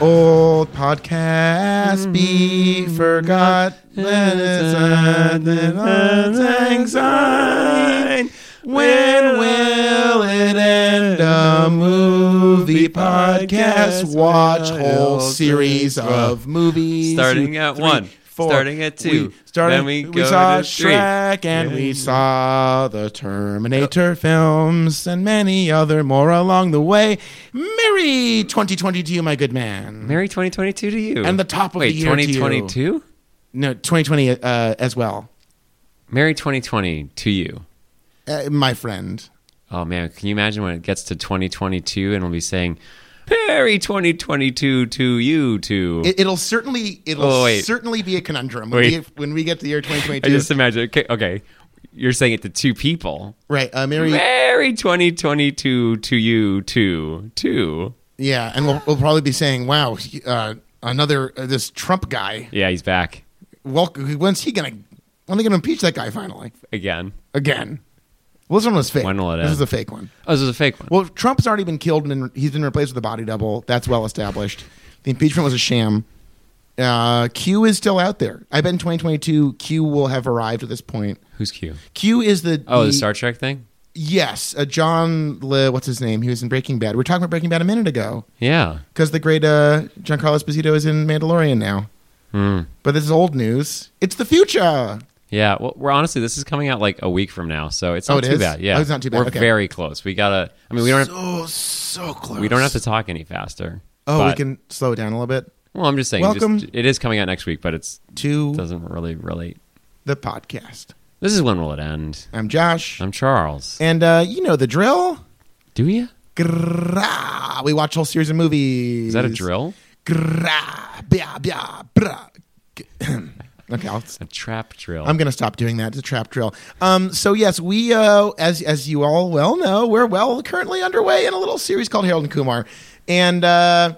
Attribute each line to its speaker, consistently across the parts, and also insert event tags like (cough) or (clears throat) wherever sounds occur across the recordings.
Speaker 1: old podcast be forgot. Then it's a- then a tang sign. When will it end? A movie podcast. Watch whole series of movies.
Speaker 2: Starting at one, starting at two,
Speaker 1: We, starting,
Speaker 2: then we
Speaker 1: we,
Speaker 2: go
Speaker 1: saw
Speaker 2: to three.
Speaker 1: Shrek and we saw the Terminator films and many other more along the way. Merry 2022, my good man.
Speaker 2: Merry 2022 to you.
Speaker 1: And the top of
Speaker 2: Wait,
Speaker 1: the year. to you.
Speaker 2: 2022?
Speaker 1: No, 2020 uh, as well,
Speaker 2: Merry 2020 to you.
Speaker 1: uh, my friend.
Speaker 2: Oh man, can you imagine when it gets to 2022 and we'll be saying Merry 2022 to you too.
Speaker 1: It, it'll certainly it'll
Speaker 2: Oh, wait.
Speaker 1: certainly be a conundrum when,
Speaker 2: Wait.
Speaker 1: we, when we get to the year 2022.
Speaker 2: I just imagine okay, okay, you're saying it to two people.
Speaker 1: right, uh, Merry.
Speaker 2: Merry 2022 to you too. Too.
Speaker 1: Yeah, and we'll, we'll probably be saying, "Wow, he- uh, another uh, this Trump guy.
Speaker 2: Yeah, he's back
Speaker 1: Well, when's he gonna? When are they gonna impeach that guy finally
Speaker 2: again.
Speaker 1: again?" Well, this one was fake.
Speaker 2: When will it
Speaker 1: this
Speaker 2: end?
Speaker 1: is a fake one.
Speaker 2: Oh, this is a fake one.
Speaker 1: Well, Trump's already been killed and he's been replaced with a body double. That's well established. The impeachment was a sham. Uh, Q is still out there. I bet in 2022 Q will have arrived at this point.
Speaker 2: Who's Q?
Speaker 1: Q is the
Speaker 2: Oh, the Star Trek thing?
Speaker 1: yes, uh, John Le, what's his name? He was in Breaking Bad. We were talking about Breaking Bad a minute ago
Speaker 2: Yeah.
Speaker 1: because the great uh, Giancarlo Esposito is in Mandalorian now.
Speaker 2: Hmm.
Speaker 1: But this is old news. It's the future.
Speaker 2: Yeah, well, we're honestly this is coming out like a week from now, so it's
Speaker 1: Oh,
Speaker 2: not
Speaker 1: it
Speaker 2: too
Speaker 1: is?
Speaker 2: bad. Yeah,
Speaker 1: Oh, it's not too bad.
Speaker 2: We're
Speaker 1: Okay.
Speaker 2: very close. We gotta. I mean, we don't. Have,
Speaker 1: so so close.
Speaker 2: we don't have to talk any faster.
Speaker 1: Oh, we
Speaker 2: but-
Speaker 1: can slow it down a little bit
Speaker 2: Well, I'm just saying.
Speaker 1: Welcome-
Speaker 2: Just, it is coming out next week, but it's
Speaker 1: to
Speaker 2: doesn't really relate.
Speaker 1: the podcast.
Speaker 2: This is when will it end?
Speaker 1: I'm Josh,
Speaker 2: I'm Charles.
Speaker 1: and uh, you know the drill.
Speaker 2: Do you?
Speaker 1: Grrrah. We watch whole series of movies.
Speaker 2: Is that a drill?
Speaker 1: Grrrah. Bia, bia, brah. (clears throat) okay, I'll,
Speaker 2: A trap drill?
Speaker 1: I'm going to stop doing that. It's a trap drill. Um, so yes, we uh, as as you all well know, we're well currently underway in a little series called Harold and Kumar, and. Uh,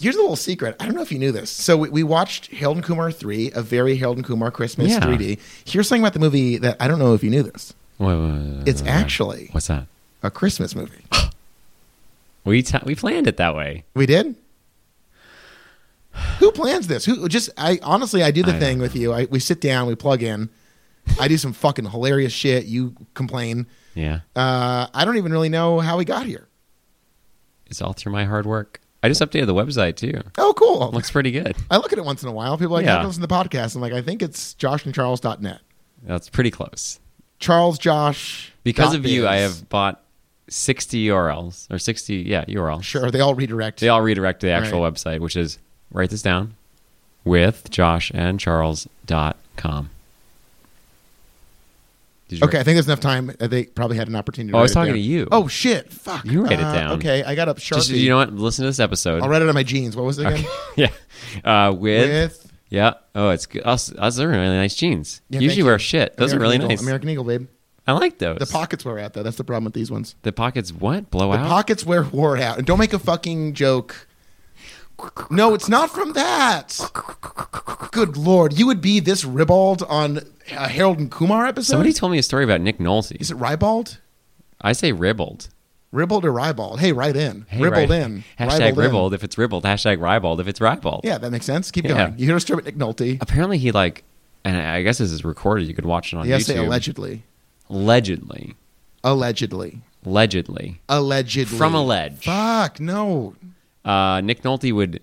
Speaker 1: Here's a little secret. I don't know if you knew this. So we, we watched Harold and Kumar 3, a very Harold and Kumar Christmas
Speaker 2: Yeah.
Speaker 1: 3D. Here's something about the movie that I don't know if you knew this.
Speaker 2: Wait, wait, wait, wait,
Speaker 1: It's
Speaker 2: wait, wait.
Speaker 1: actually
Speaker 2: What's that?
Speaker 1: a Christmas movie.
Speaker 2: We ta- we planned it that way.
Speaker 1: We did. Who plans this? Who just? I honestly, I do the
Speaker 2: I
Speaker 1: thing
Speaker 2: don't
Speaker 1: with you. I, we sit down, we plug in. I do some fucking hilarious shit. You complain.
Speaker 2: Yeah,
Speaker 1: Uh, I don't even really know how we got here.
Speaker 2: it's all through my hard work. I just updated the website too.
Speaker 1: Oh, cool.
Speaker 2: Looks pretty good.
Speaker 1: I look at it once in a while. People are like,
Speaker 2: Yeah.
Speaker 1: "How can I listen to the podcast?" I'm like, "I think it's joshandcharles.net."
Speaker 2: That's pretty close.
Speaker 1: Charles Josh.
Speaker 2: Because
Speaker 1: dot
Speaker 2: of you, I
Speaker 1: biz.
Speaker 2: have bought 60 URLs or 60, yeah, URLs.
Speaker 1: sure. They all redirect.
Speaker 2: They all redirect to the actual
Speaker 1: Right.
Speaker 2: website, which is write this down with Josh and Charles dot com. Did you
Speaker 1: okay, I think there's enough time. Uh, They probably had an opportunity. to
Speaker 2: Oh, I was
Speaker 1: write it
Speaker 2: talking
Speaker 1: down.
Speaker 2: to you.
Speaker 1: Oh shit! Fuck.
Speaker 2: You write it
Speaker 1: Uh,
Speaker 2: down.
Speaker 1: Okay, I got up sharpie.
Speaker 2: Just, you know what? Listen to this episode. (laughs)
Speaker 1: I'll write it on my jeans. What was it again?
Speaker 2: yeah. Uh, with,
Speaker 1: With
Speaker 2: yeah. Oh, it's good. Us, us are really nice jeans.
Speaker 1: Yeah, thank
Speaker 2: Usually
Speaker 1: you.
Speaker 2: wear shit. Those
Speaker 1: American
Speaker 2: are really
Speaker 1: Eagle.
Speaker 2: nice.
Speaker 1: American Eagle, babe.
Speaker 2: I like those.
Speaker 1: The pockets were out though. That's the problem with these ones.
Speaker 2: The pockets what?
Speaker 1: The
Speaker 2: Blowout?
Speaker 1: pockets were wore out. And don't make a fucking joke. No, it's not from that. Good lord, you would be this ribald on a Harold and Kumar episode.
Speaker 2: Somebody told me a story about
Speaker 1: Is
Speaker 2: Nick Nolte.
Speaker 1: it ribald?
Speaker 2: I say ribbled.
Speaker 1: Ribald or ribald? Hey, right in.
Speaker 2: Hey,
Speaker 1: ribald
Speaker 2: right.
Speaker 1: in.
Speaker 2: (laughs) Hashtag
Speaker 1: Ribald in.
Speaker 2: ribbled if it's ribbled. Hashtag ribald if it's ribald.
Speaker 1: Yeah, that makes sense. Keep
Speaker 2: Yeah.
Speaker 1: going. You hear a story about Nick Nolte?
Speaker 2: Apparently he like, and I guess this is recorded. You could watch it on
Speaker 1: Yes,
Speaker 2: YouTube.
Speaker 1: say allegedly.
Speaker 2: Allegedly.
Speaker 1: Allegedly.
Speaker 2: Allegedly.
Speaker 1: Allegedly.
Speaker 2: From a ledge.
Speaker 1: Fuck, no.
Speaker 2: Uh, Nick Nolte would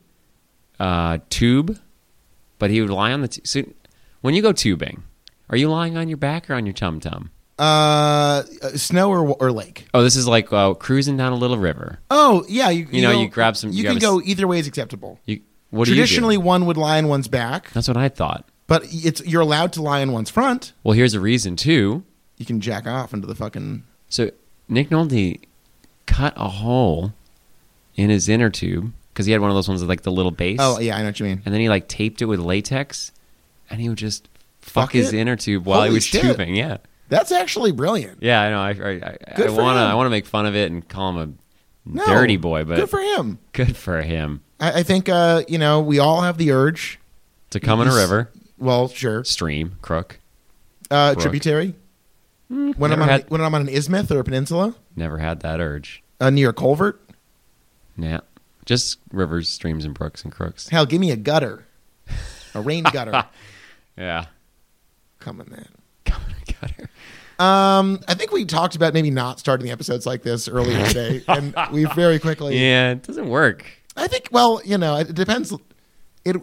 Speaker 2: uh, tube, but he would lie on the... T- so when you go tubing, are you lying on your back or on your tum-tum?
Speaker 1: Uh, snow or, or lake?
Speaker 2: Oh, this is like uh, cruising down a little river.
Speaker 1: Oh yeah, you,
Speaker 2: know, you grab some-
Speaker 1: You,
Speaker 2: you
Speaker 1: can
Speaker 2: grab a
Speaker 1: go
Speaker 2: s-
Speaker 1: either way is acceptable.
Speaker 2: You, what
Speaker 1: Traditionally,
Speaker 2: do you do?
Speaker 1: one would lie on one's back,
Speaker 2: That's what I thought.
Speaker 1: but it's you're allowed to lie on one's front.
Speaker 2: Well, here's a reason, too.
Speaker 1: You can jack off into the fucking.
Speaker 2: So Nick Nolte cut a hole in his inner tube because he had one of those ones with like the little base.
Speaker 1: Oh yeah, I know what you mean.
Speaker 2: and then he like taped it with latex, and he would just fuck,
Speaker 1: Fuck
Speaker 2: his
Speaker 1: it?
Speaker 2: inner tube while
Speaker 1: Holy
Speaker 2: he was
Speaker 1: shit.
Speaker 2: tubing. Yeah,
Speaker 1: That's actually brilliant.
Speaker 2: yeah, I know. I I, I,
Speaker 1: Good
Speaker 2: I
Speaker 1: for
Speaker 2: wanna
Speaker 1: him.
Speaker 2: I wanna make fun of it and call him a
Speaker 1: No,
Speaker 2: dirty boy, but
Speaker 1: good for him.
Speaker 2: good for him
Speaker 1: I, I think uh, you know we all have the urge.
Speaker 2: to come in a
Speaker 1: He's-
Speaker 2: river,
Speaker 1: Well, sure.
Speaker 2: stream, crook.
Speaker 1: Uh,
Speaker 2: Brooke. Mm,
Speaker 1: tributary. When I'm
Speaker 2: never
Speaker 1: on,
Speaker 2: had-
Speaker 1: when I'm on an isthmus or a peninsula,
Speaker 2: Never had that urge.
Speaker 1: uh, near a culvert,
Speaker 2: Nah, Just rivers, streams, and brooks and crooks.
Speaker 1: Hell, give me a gutter, a
Speaker 2: (laughs)
Speaker 1: rain gutter.
Speaker 2: Yeah. (laughs)
Speaker 1: Come on, man.
Speaker 2: Gutter.
Speaker 1: Um, I think we talked about maybe not starting the episodes like this earlier
Speaker 2: (laughs)
Speaker 1: today, and we very quickly.
Speaker 2: Yeah, it doesn't work.
Speaker 1: I think. Well, you know, it depends. It.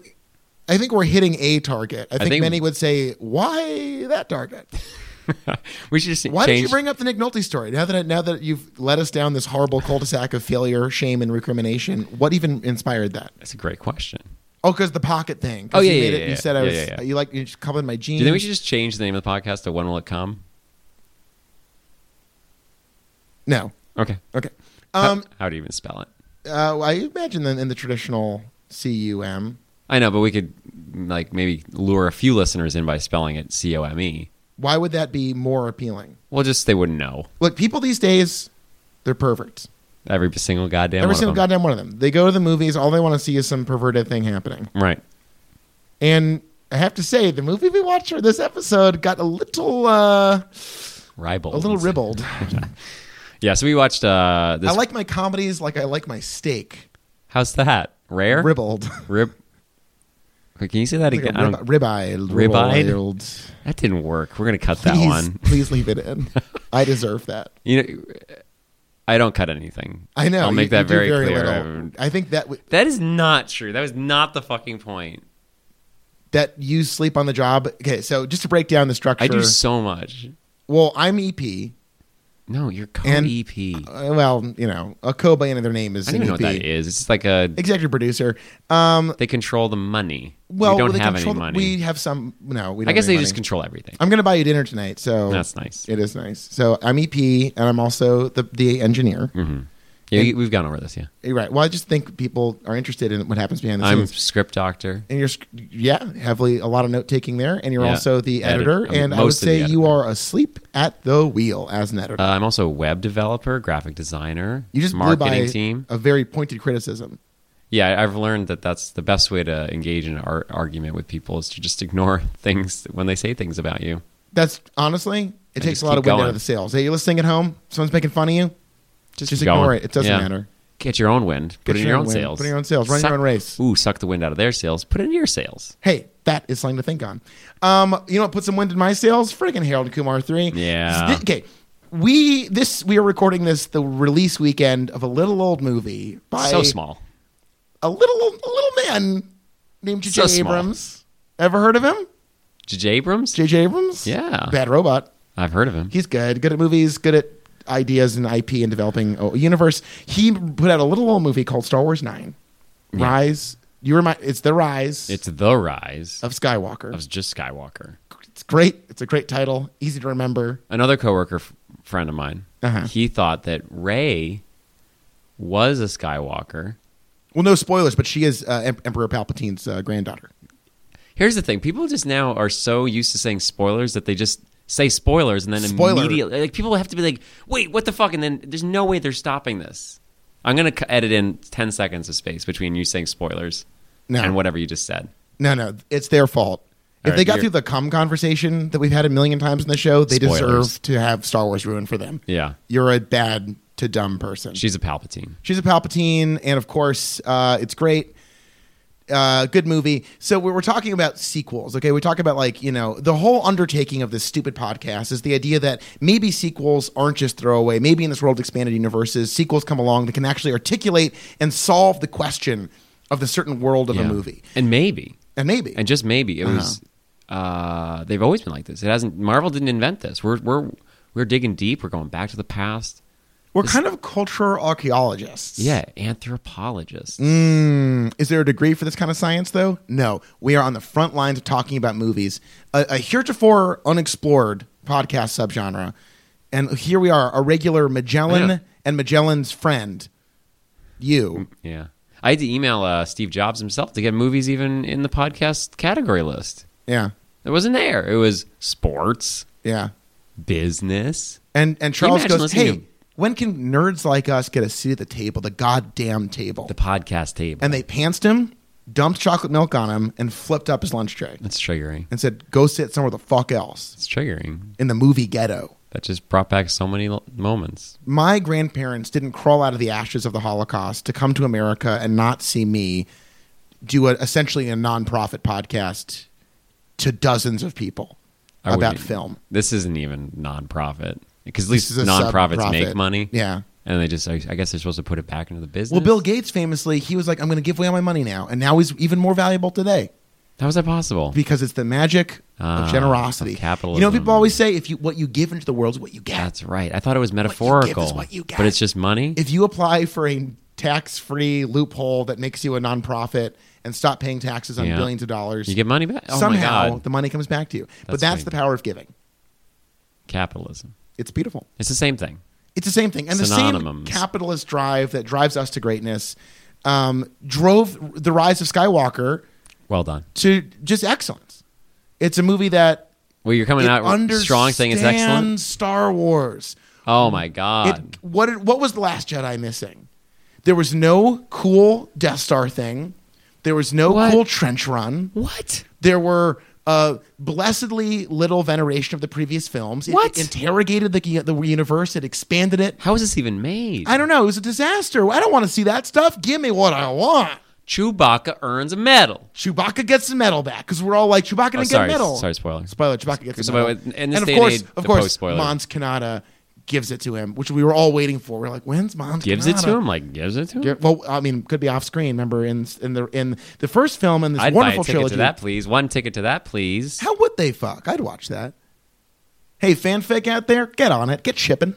Speaker 1: I think we're hitting a target. I think,
Speaker 2: think-
Speaker 1: many would say, "Why that target?
Speaker 2: we should just
Speaker 1: Why did you
Speaker 2: change.
Speaker 1: bring up the Nick Nolte story? Now that I, now that you've led us down this horrible cul-de-sac of failure, shame, and recrimination, what even inspired that?
Speaker 2: That's a great question.
Speaker 1: Oh, because the pocket thing. 'Cause
Speaker 2: Oh, yeah,
Speaker 1: you
Speaker 2: yeah,
Speaker 1: it,
Speaker 2: yeah,
Speaker 1: You
Speaker 2: yeah.
Speaker 1: said I
Speaker 2: Yeah,
Speaker 1: was.
Speaker 2: yeah, yeah.
Speaker 1: You like you just covered my jeans.
Speaker 2: Do you think we should just change the name of the podcast to When Will It Come?
Speaker 1: No.
Speaker 2: Okay.
Speaker 1: Okay. Um.
Speaker 2: how, how do you even spell it?
Speaker 1: Uh, I imagine then in the traditional C U M.
Speaker 2: I know, but we could like maybe lure a few listeners in by spelling it C O M E.
Speaker 1: Why would that be more appealing?
Speaker 2: Well, just they wouldn't know.
Speaker 1: Look, people these days, they're perverts.
Speaker 2: Every single goddamn
Speaker 1: Every
Speaker 2: one
Speaker 1: single
Speaker 2: of them.
Speaker 1: goddamn one of them. They go to the movies. All they want to see is some perverted thing happening.
Speaker 2: right.
Speaker 1: And I have to say, the movie we watched for this episode got a little, uh,
Speaker 2: Ribald.
Speaker 1: a little
Speaker 2: (laughs)
Speaker 1: ribald.
Speaker 2: Yeah, so we watched uh this
Speaker 1: I like my comedies like I like my steak
Speaker 2: how's that? Rare?
Speaker 1: ribald.
Speaker 2: Rib Wait, Can you say
Speaker 1: (laughs)
Speaker 2: that
Speaker 1: Like a
Speaker 2: again? I
Speaker 1: rib-
Speaker 2: don't-
Speaker 1: ribeye,
Speaker 2: Ribeyed?
Speaker 1: ribald.
Speaker 2: that didn't work. We're gonna cut that
Speaker 1: Please,
Speaker 2: one.
Speaker 1: (laughs) please leave it
Speaker 2: (laughs)
Speaker 1: in. I deserve that.
Speaker 2: You know, I don't cut anything.
Speaker 1: I know.
Speaker 2: I'll
Speaker 1: you-
Speaker 2: make that
Speaker 1: you do
Speaker 2: very, clear.
Speaker 1: little. I think that w-
Speaker 2: That is not true. That was not the fucking point.
Speaker 1: that you sleep on the job. Okay, so just to break down the structure.
Speaker 2: I do so much.
Speaker 1: well, I'm EP.
Speaker 2: No, you're co EP.
Speaker 1: And-
Speaker 2: I don't
Speaker 1: Uh, well, you know, a co by any other name is an E
Speaker 2: even know
Speaker 1: EP.
Speaker 2: what that is. It's like a
Speaker 1: Executive producer. Um,
Speaker 2: they control the money.
Speaker 1: well,
Speaker 2: we don't
Speaker 1: they
Speaker 2: have
Speaker 1: control
Speaker 2: any
Speaker 1: the-
Speaker 2: money.
Speaker 1: We have some. No, we. Don't
Speaker 2: I guess
Speaker 1: have
Speaker 2: they
Speaker 1: any
Speaker 2: just
Speaker 1: money. Oh.
Speaker 2: control everything.
Speaker 1: I'm gonna buy you dinner tonight, so
Speaker 2: That's nice.
Speaker 1: It is nice. So I'm EP, and I'm also the the engineer.
Speaker 2: Hmm. Yeah, we've gone over this. Yeah,
Speaker 1: You're right. Well, I just think people are interested in what happens behind the
Speaker 2: I'm
Speaker 1: scenes.
Speaker 2: script doctor.
Speaker 1: and you're sc- yeah heavily a lot of note taking there and you're
Speaker 2: Yeah.
Speaker 1: also the
Speaker 2: Edit-
Speaker 1: editor
Speaker 2: I'm
Speaker 1: and i would
Speaker 2: most of the
Speaker 1: say you
Speaker 2: editor.
Speaker 1: are asleep at the wheel as an editor
Speaker 2: Uh, I'm also a web developer, graphic designer.
Speaker 1: you just
Speaker 2: marketing
Speaker 1: blew by
Speaker 2: team.
Speaker 1: a very pointed criticism
Speaker 2: Yeah, I- I've learned that that's the best way to engage in an ar- argument with people is to just ignore (laughs) things when they say things about you.
Speaker 1: that's honestly it takes
Speaker 2: just
Speaker 1: a lot of
Speaker 2: keep
Speaker 1: wind out
Speaker 2: going.
Speaker 1: of the sails hey you're listening at home someone's making fun of you
Speaker 2: Just,
Speaker 1: Just
Speaker 2: keep
Speaker 1: ignore
Speaker 2: going.
Speaker 1: it. It doesn't matter.
Speaker 2: Get your own wind.
Speaker 1: Get
Speaker 2: Put it in
Speaker 1: your
Speaker 2: your
Speaker 1: own
Speaker 2: own
Speaker 1: wind.
Speaker 2: sails.
Speaker 1: Put it in your own sails. Run your
Speaker 2: Suck-
Speaker 1: own race.
Speaker 2: Ooh, suck the wind out of their sails. Put it in your sails.
Speaker 1: hey that is something to think on um you know what put some wind in my sails freaking harold and kumar 3
Speaker 2: Yeah.
Speaker 1: This- okay we this we are recording this the release weekend of a little old movie by
Speaker 2: so small.
Speaker 1: a little a little man named J.J.
Speaker 2: So small.
Speaker 1: Abrams. Ever heard of him?
Speaker 2: J.J. Abrams?
Speaker 1: J.J. Abrams?
Speaker 2: Yeah.
Speaker 1: Bad Robot.
Speaker 2: I've heard of him.
Speaker 1: He's good. Good at movies, good at ideas and IP and developing a universe. He put out a little old movie called Star Wars 9. Rise. You remind it's the rise
Speaker 2: It's The Rise.
Speaker 1: of Skywalker.
Speaker 2: I was just Skywalker.
Speaker 1: It's great. It's a great title. Easy to remember.
Speaker 2: Another coworker f- friend of mine,
Speaker 1: Uh-huh.
Speaker 2: he thought that Ray was a Skywalker.
Speaker 1: Well, no spoilers, but she is uh, Em- Emperor Palpatine's uh, granddaughter.
Speaker 2: Here's the thing: people just now are so used to saying spoilers that they just say spoilers and then
Speaker 1: Spoiler.
Speaker 2: immediately, like people have to be like, "Wait, what the fuck?" And then there's no way they're stopping this. I'm gonna cu- edit in ten seconds of space between you saying spoilers
Speaker 1: No.
Speaker 2: and whatever you just said.
Speaker 1: No, no, it's their fault. If
Speaker 2: All
Speaker 1: they
Speaker 2: right,
Speaker 1: got
Speaker 2: you're-
Speaker 1: through the cum conversation that we've had a million times in the show, they
Speaker 2: Spoilers.
Speaker 1: deserve to have Star Wars ruined for them.
Speaker 2: Yeah,
Speaker 1: You're a bad to dumb person.
Speaker 2: she's a Palpatine.
Speaker 1: She's a Palpatine, and of course, uh, it's great. Uh, good movie. So we we're talking about sequels. Okay, we talk about like you know the whole undertaking of this stupid podcast is the idea that maybe sequels aren't just throwaway. Maybe in this world of expanded universes, sequels come along that can actually articulate and solve the question of the certain world of
Speaker 2: Yeah.
Speaker 1: a movie.
Speaker 2: and maybe,
Speaker 1: And maybe
Speaker 2: and just maybe, it was.
Speaker 1: Uh-huh.
Speaker 2: Uh, they've always been like this. It hasn't. Marvel didn't invent this. We're we're we're digging deep. We're going back to the past.
Speaker 1: We're kind of cultural archaeologists.
Speaker 2: Yeah, anthropologists.
Speaker 1: Mm, Is there a degree for this kind of science, though? No. We are on the front lines of talking about movies, a, a heretofore unexplored podcast subgenre. And here we are, a regular
Speaker 2: Yeah. Mm.
Speaker 1: Magellan and Magellan's friend, you.
Speaker 2: Yeah. I had to email uh, Steve Jobs himself to get movies even in the podcast category list.
Speaker 1: Yeah.
Speaker 2: It wasn't there. It was sports,
Speaker 1: Yeah.
Speaker 2: business.
Speaker 1: And, and
Speaker 2: Can you
Speaker 1: Charles
Speaker 2: imagine
Speaker 1: goes,
Speaker 2: listening
Speaker 1: hey,
Speaker 2: to-
Speaker 1: when can nerds like us get a seat at the table, the goddamn table?
Speaker 2: The podcast table.
Speaker 1: and they pantsed him, dumped chocolate milk on him, and flipped up his lunch tray
Speaker 2: That's triggering.
Speaker 1: and said, go sit somewhere the fuck else
Speaker 2: It's triggering.
Speaker 1: in the movie ghetto.
Speaker 2: that just brought back so many l- moments.
Speaker 1: my grandparents didn't crawl out of the ashes of the Holocaust to come to America and not see me do a, essentially a nonprofit podcast to dozens of people
Speaker 2: I
Speaker 1: about
Speaker 2: wouldn't- e-
Speaker 1: film.
Speaker 2: This isn't even nonprofit because at least
Speaker 1: is a
Speaker 2: nonprofits make
Speaker 1: sub-profit.
Speaker 2: money.
Speaker 1: Yeah.
Speaker 2: and they just I guess they're supposed to put it back into the business.
Speaker 1: Well, Bill Gates famously, he was like, I'm going to give away all my money now. And now he's even more valuable today
Speaker 2: how is that possible?
Speaker 1: because it's the magic
Speaker 2: Ah,
Speaker 1: of generosity.
Speaker 2: of capitalism.
Speaker 1: You know, people always say if you what you give into the world is what you get.
Speaker 2: That's right. I thought it was
Speaker 1: you give is
Speaker 2: metaphorical,
Speaker 1: what you
Speaker 2: but
Speaker 1: get.
Speaker 2: it's just money.
Speaker 1: if you apply for a tax-free loophole that makes you a nonprofit and stop paying taxes on
Speaker 2: Yeah.
Speaker 1: billions of dollars,
Speaker 2: you get money back. Oh my
Speaker 1: somehow
Speaker 2: god,
Speaker 1: the money comes back to you. but
Speaker 2: That's
Speaker 1: that's
Speaker 2: great.
Speaker 1: the power of giving.
Speaker 2: capitalism.
Speaker 1: It's beautiful.
Speaker 2: It's the same thing.
Speaker 1: It's the same thing, and
Speaker 2: Synonymous.
Speaker 1: the same capitalist drive that drives us to greatness um, drove the rise of Skywalker
Speaker 2: Well done.
Speaker 1: to just excellence. It's a movie that
Speaker 2: Well, you're coming
Speaker 1: it
Speaker 2: out
Speaker 1: understands
Speaker 2: strong, saying it's excellent.
Speaker 1: Star Wars.
Speaker 2: Oh my
Speaker 1: It,
Speaker 2: god,
Speaker 1: what it- what was the Last Jedi missing? There was no cool Death Star thing. There was no
Speaker 2: What?
Speaker 1: cool trench run.
Speaker 2: what?
Speaker 1: There were uh, blessedly little veneration of the previous films. It,
Speaker 2: What?
Speaker 1: interrogated the the universe? It expanded it.
Speaker 2: How is this even made?
Speaker 1: I don't know. It was a disaster. I don't want to see that stuff. Give me what I want.
Speaker 2: Chewbacca earns a medal.
Speaker 1: Chewbacca gets the medal back because we're all like Chewbacca didn't
Speaker 2: Oh, sorry,
Speaker 1: get a medal.
Speaker 2: sorry, spoiler.
Speaker 1: Spoiler. Chewbacca gets the
Speaker 2: So, but
Speaker 1: medal.
Speaker 2: with- in this
Speaker 1: and
Speaker 2: day
Speaker 1: of
Speaker 2: and
Speaker 1: course,
Speaker 2: age,
Speaker 1: of
Speaker 2: the
Speaker 1: course,
Speaker 2: post-spoiler.
Speaker 1: Mons Kanata gives it to him, which we were all waiting for. We're like, when's Mons
Speaker 2: Gives it
Speaker 1: Kanata?
Speaker 2: to him, like gives it to him.
Speaker 1: Yeah, Well, I mean, could be off screen. Remember in in the in the first film in this
Speaker 2: I'd buy a
Speaker 1: wonderful
Speaker 2: ticket
Speaker 1: trilogy.
Speaker 2: to that, please. One ticket to that, please.
Speaker 1: How would they fuck? I'd watch that. Hey, fanfic out there, get on it. Get shipping.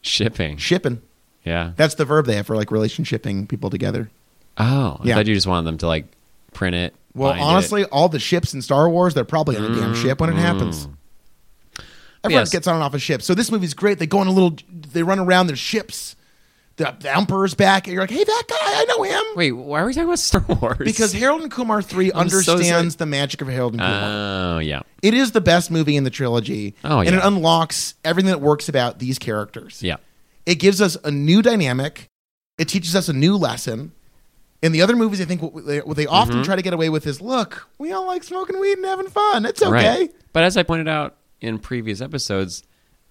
Speaker 2: Shipping.
Speaker 1: Shipping.
Speaker 2: Yeah.
Speaker 1: That's the verb they have for like relationshiping people together.
Speaker 2: Oh, I
Speaker 1: Yeah.
Speaker 2: thought you just wanted them to like print it.
Speaker 1: Well,
Speaker 2: bind it. Mm.
Speaker 1: honestly, all the ships in Star Wars, they're probably on a damn ship when it happens. Everyone
Speaker 2: Yes.
Speaker 1: gets on and off a ship. So this movie's great. They go on a little, they run around their ships. The, the Emperor's back. And you're like, hey, that guy, I know him.
Speaker 2: wait, why are we talking about Star Wars?
Speaker 1: Because Harold and Kumar 3
Speaker 2: so sorry.
Speaker 1: understands the magic of Harold and
Speaker 2: oh
Speaker 1: Kumar.
Speaker 2: yeah,
Speaker 1: it is the best movie in the trilogy.
Speaker 2: Oh,
Speaker 1: And it
Speaker 2: yeah.
Speaker 1: unlocks everything that works about these characters.
Speaker 2: yeah.
Speaker 1: It gives us a new dynamic. It teaches us a new lesson. In the other movies, I think what they, what they often
Speaker 2: Mm-hmm.
Speaker 1: try to get away with is, look, we all like smoking weed and having fun. It's okay.
Speaker 2: Right. But as I pointed out in previous episodes,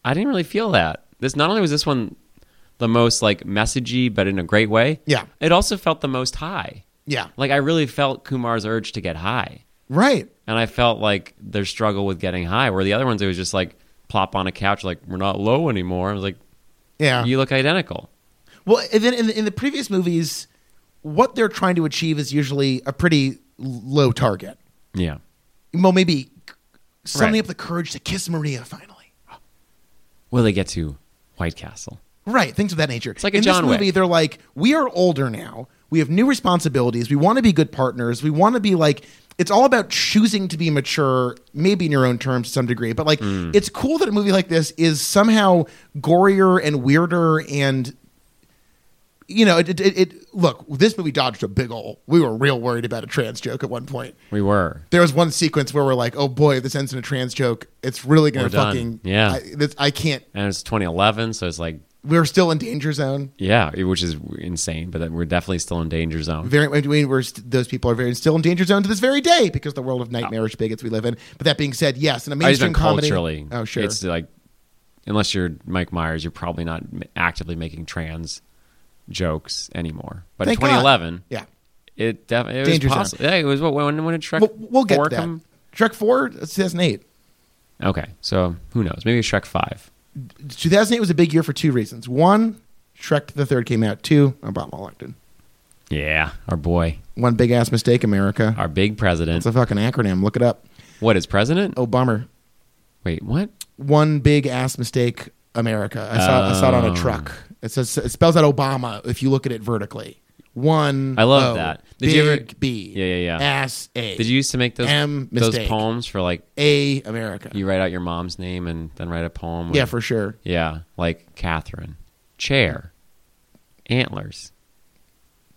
Speaker 2: I didn't really feel that. This not only was this one the most like messagey, but in a great way.
Speaker 1: Yeah.
Speaker 2: It also felt the most high.
Speaker 1: Yeah.
Speaker 2: Like I really felt Kumar's urge to get high,
Speaker 1: Right.
Speaker 2: and I felt like their struggle with getting high. Where the other ones, it was just like plop on a couch, like we're not low anymore. I was like,
Speaker 1: Yeah.
Speaker 2: you look identical.
Speaker 1: well, and then in the, in the previous movies, what they're trying to achieve is usually a pretty l- low target.
Speaker 2: Yeah.
Speaker 1: Well, maybe summoning
Speaker 2: Right.
Speaker 1: up the courage to kiss Maria finally.
Speaker 2: Will they get to White Castle?
Speaker 1: Right, things of that nature. It's
Speaker 2: like a
Speaker 1: in
Speaker 2: John
Speaker 1: this
Speaker 2: Wick.
Speaker 1: movie, they're like, we are older now. We have new responsibilities. We want to be good partners. We want to be like, it's all about choosing to be mature, maybe in your own terms to some degree. But like,
Speaker 2: Mm.
Speaker 1: it's cool that a movie like this is somehow gorier and weirder and. You know, it, it, it, it- Look, this movie dodged a big ol'. We were real worried about a trans joke at one point.
Speaker 2: We were.
Speaker 1: There was one sequence where we're like, "Oh boy, if this ends in a trans joke. It's really gonna
Speaker 2: We're done.
Speaker 1: fucking
Speaker 2: Yeah.
Speaker 1: I, this, I can't.
Speaker 2: and it's 2011 so it's like
Speaker 1: We're still in danger zone.
Speaker 2: yeah which is insane but that we're definitely still in danger zone
Speaker 1: very I mean, we're st- those people are very still in danger zone to this very day because the world of nightmarish bigots we live in. But that being said, yes, in a
Speaker 2: I just
Speaker 1: mainstream
Speaker 2: meant
Speaker 1: comedy,
Speaker 2: Oh, culturally
Speaker 1: oh sure,
Speaker 2: it's like unless you're mike myers you're probably not m- actively making trans jokes anymore but
Speaker 1: Thank
Speaker 2: in
Speaker 1: God.
Speaker 2: 2011
Speaker 1: yeah.
Speaker 2: it definitely it
Speaker 1: Danger
Speaker 2: was
Speaker 1: zone.
Speaker 2: possible yeah it was what when, when did shrek
Speaker 1: We'll, we'll get to
Speaker 2: 4
Speaker 1: that.
Speaker 2: come-
Speaker 1: Trek four, that's 2008.
Speaker 2: okay so who knows maybe shrek 5
Speaker 1: 2008 was a big year for two reasons. One, Shrek the Third came out. Two, Obama elected.
Speaker 2: yeah our boy
Speaker 1: One big ass mistake, America.
Speaker 2: our big president
Speaker 1: It's a fucking acronym. Look it up.
Speaker 2: what is president
Speaker 1: Oh bummer.
Speaker 2: wait what
Speaker 1: One big ass mistake, America. I saw I saw it on
Speaker 2: Oh.
Speaker 1: a truck. It says it spells out Obama if you look at it vertically. One.
Speaker 2: I love
Speaker 1: O,
Speaker 2: that. Did you ever-
Speaker 1: big B.
Speaker 2: Yeah, yeah, yeah.
Speaker 1: Ass A.
Speaker 2: did you used to make those
Speaker 1: M
Speaker 2: those
Speaker 1: mistake.
Speaker 2: poems for like
Speaker 1: A America?
Speaker 2: you write out your mom's name and then write a poem with
Speaker 1: yeah, for sure.
Speaker 2: Yeah, like Catherine. Chair. Antlers.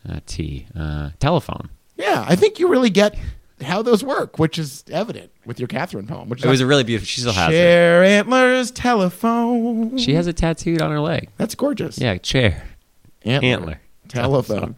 Speaker 2: Uh, tea. Uh, telephone.
Speaker 1: Yeah, I think you really get how those work, which is evident with your Catherine poem. Which is
Speaker 2: It was
Speaker 1: like,
Speaker 2: a really beautiful. She still has it.
Speaker 1: chair antlers telephone.
Speaker 2: She has it tattooed on her leg.
Speaker 1: That's gorgeous.
Speaker 2: Yeah, chair.
Speaker 1: antler,
Speaker 2: antler,
Speaker 1: telephone,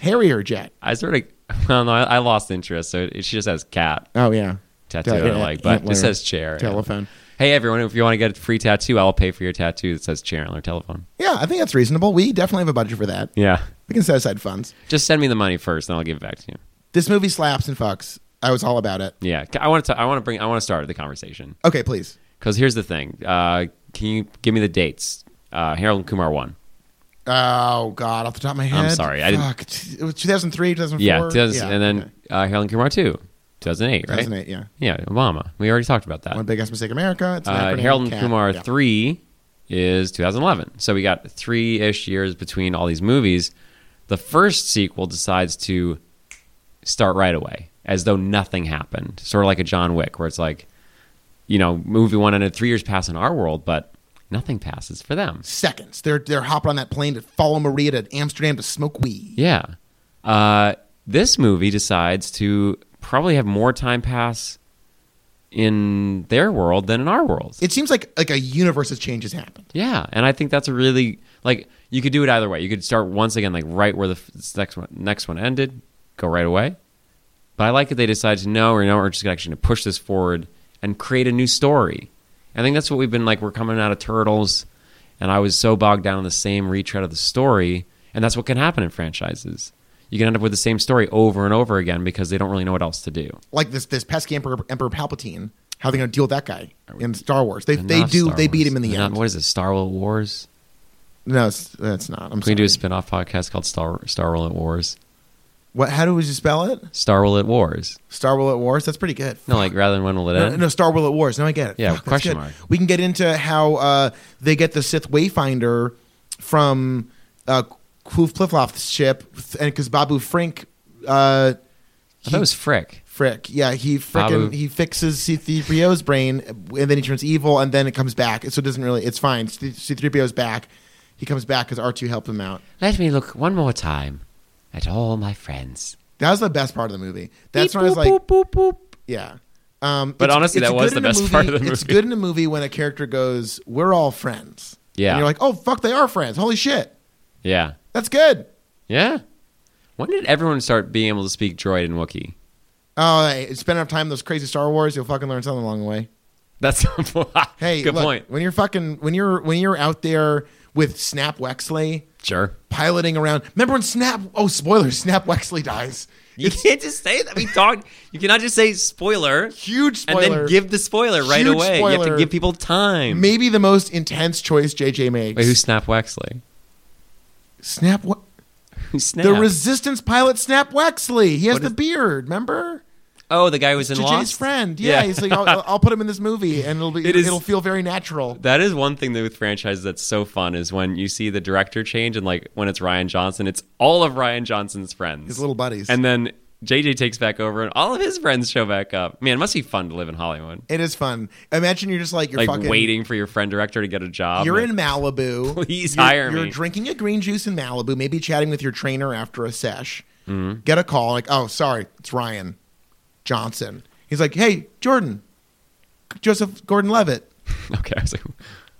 Speaker 1: Harrier jet.
Speaker 2: I sort of. Well, no, I, I lost interest. So it, she just has cat
Speaker 1: Oh yeah,
Speaker 2: tattooed
Speaker 1: Yeah,
Speaker 2: on her leg, but it
Speaker 1: antler,
Speaker 2: just says chair.
Speaker 1: telephone.
Speaker 2: hey everyone, if you want to get a free tattoo, I'll pay for your tattoo that says Chandler Telephone.
Speaker 1: Yeah, I think that's reasonable. We definitely have a budget for that.
Speaker 2: Yeah,
Speaker 1: We can set aside funds.
Speaker 2: just send me the money first, then I'll give it back to you.
Speaker 1: This movie slaps and fucks. I was all about it.
Speaker 2: Yeah, I want to. I want to bring. I want to start the conversation
Speaker 1: Okay, please.
Speaker 2: because here's the thing. Uh, can you give me the dates? Uh, Harold and Kumar won.
Speaker 1: Oh God, off the top of my head.
Speaker 2: I'm sorry, I didn't-
Speaker 1: Fuck. It was 2003, 2004.
Speaker 2: Yeah, 2000, and then
Speaker 1: okay.
Speaker 2: uh, Harold and Kumar two, 2008, right?
Speaker 1: 2008. Yeah.
Speaker 2: Yeah, Obama. We already talked about that.
Speaker 1: One big ass mistake, America. It's an
Speaker 2: Uh,
Speaker 1: acronym.
Speaker 2: Harold and
Speaker 1: Cat.
Speaker 2: Kumar
Speaker 1: Yeah.
Speaker 2: three is 2011. So we got three ish years between all these movies. The first sequel decides to start right away, as though nothing happened, sort of like a John Wick, where it's like, you know, movie one ended, three years pass in our world, but nothing passes for them.
Speaker 1: Seconds. They're they're hopping on that plane to follow Maria to Amsterdam to smoke weed.
Speaker 2: Yeah. Uh, this movie decides to probably have more time pass in their world than in our world.
Speaker 1: It seems like like a universe of changes happened.
Speaker 2: Yeah, and I think that's a really like you could do it either way. You could start once again like right where the f- next one next one ended, go right away. But I like that they decided to know or you know we're just actually going to push this forward and create a new story. I think that's what we've been like. We're coming out of Turtles, and I was so bogged down in the same retread of the story, and that's what can happen in franchises. You can end up with the same story over and over again because they don't really know what else to do.
Speaker 1: Like this this pesky Emperor, Emperor Palpatine. How are they going to deal with that guy in Star Wars? They they
Speaker 2: Enough
Speaker 1: do
Speaker 2: Star
Speaker 1: they beat
Speaker 2: Wars.
Speaker 1: him in the
Speaker 2: Enough-
Speaker 1: end.
Speaker 2: What is it? Star Wars?
Speaker 1: No, it's, that's not. I'm
Speaker 2: Can we
Speaker 1: sorry.
Speaker 2: do a spin-off podcast called Star Star World Wars?
Speaker 1: what? How do we spell it?
Speaker 2: Star Will at Wars.
Speaker 1: Star Will at Wars. That's pretty good.
Speaker 2: No, like (laughs) rather than when will it
Speaker 1: No,
Speaker 2: end?
Speaker 1: no, Star Will at Wars. No, I get it.
Speaker 2: Yeah,
Speaker 1: Fuck, that's
Speaker 2: question
Speaker 1: good.
Speaker 2: mark.
Speaker 1: We can get into how uh, they get the Sith Wayfinder from uh, Kloof Plifloff's ship, and because Babu Frink, uh,
Speaker 2: I thought it was Frick.
Speaker 1: Frick, yeah, he frickin'
Speaker 2: Babu-
Speaker 1: he fixes C-3PO's brain, and then he turns evil, and then it comes back. So it doesn't really. It's fine. C- C-3PO's back. He comes back because R2 helped him out.
Speaker 2: Let me look one more time at all my friends.
Speaker 1: That was the best part of the movie. That's when I was like, yeah. Um,
Speaker 2: But
Speaker 1: it's-
Speaker 2: honestly,
Speaker 1: it's
Speaker 2: that was
Speaker 1: good in
Speaker 2: the
Speaker 1: a
Speaker 2: best (laughs) part of the
Speaker 1: It's
Speaker 2: movie.
Speaker 1: good in a movie when a character goes, "We're all friends."
Speaker 2: Yeah.
Speaker 1: and you're like, "Oh fuck, they are friends! Holy shit,
Speaker 2: Yeah.
Speaker 1: that's good."
Speaker 2: Yeah. When did everyone start being able to speak droid and Wookiee?
Speaker 1: Oh, hey, spend enough time in those crazy Star Wars, you'll fucking learn something along the way.
Speaker 2: That's (laughs)
Speaker 1: Hey,
Speaker 2: good
Speaker 1: look,
Speaker 2: point.
Speaker 1: When you're fucking, when you're when you're out there with Snap Wexley
Speaker 2: Sure.
Speaker 1: piloting around. Remember when Snap? Oh, spoilers! Snap Wexley dies.
Speaker 2: You can't just say that. We talked. You cannot just say spoiler,
Speaker 1: Huge spoiler.
Speaker 2: and then give the spoiler right
Speaker 1: Huge
Speaker 2: away. You have
Speaker 1: spoiler.
Speaker 2: to give people time.
Speaker 1: maybe the most intense choice JJ makes.
Speaker 2: Wait, who's Snap Wexley?
Speaker 1: Snap? What?
Speaker 2: Who's Snap?
Speaker 1: The Resistance pilot Snap Wexley. He has
Speaker 2: What
Speaker 1: the
Speaker 2: is-
Speaker 1: beard. Remember?
Speaker 2: oh, the guy who was in
Speaker 1: to Jay's
Speaker 2: Lost.
Speaker 1: friend. Yeah,
Speaker 2: (laughs)
Speaker 1: he's like, I'll, I'll put him in this movie, and it'll be, it
Speaker 2: It is-
Speaker 1: will feel very natural.
Speaker 2: That is one thing that with franchises that's so fun is when you see the director change and like when it's Ryan Johnson, it's all of Ryan Johnson's friends,
Speaker 1: His little buddies.
Speaker 2: and then JJ takes back over and all of his friends show back up. Man, it must be fun to live in Hollywood,
Speaker 1: it is fun. Imagine you're just like you're
Speaker 2: like
Speaker 1: fucking
Speaker 2: waiting for your friend director to get a job.
Speaker 1: You're in Malibu.
Speaker 2: (laughs) Please
Speaker 1: you're,
Speaker 2: hire
Speaker 1: You're
Speaker 2: me.
Speaker 1: drinking a green juice in Malibu, maybe chatting with your trainer after a sesh.
Speaker 2: Mm-hmm.
Speaker 1: Get a call like, oh, sorry, it's Ryan Johnson. He's like, hey, Jordan, Joseph Gordon-Levitt,
Speaker 2: (laughs) okay, I was like,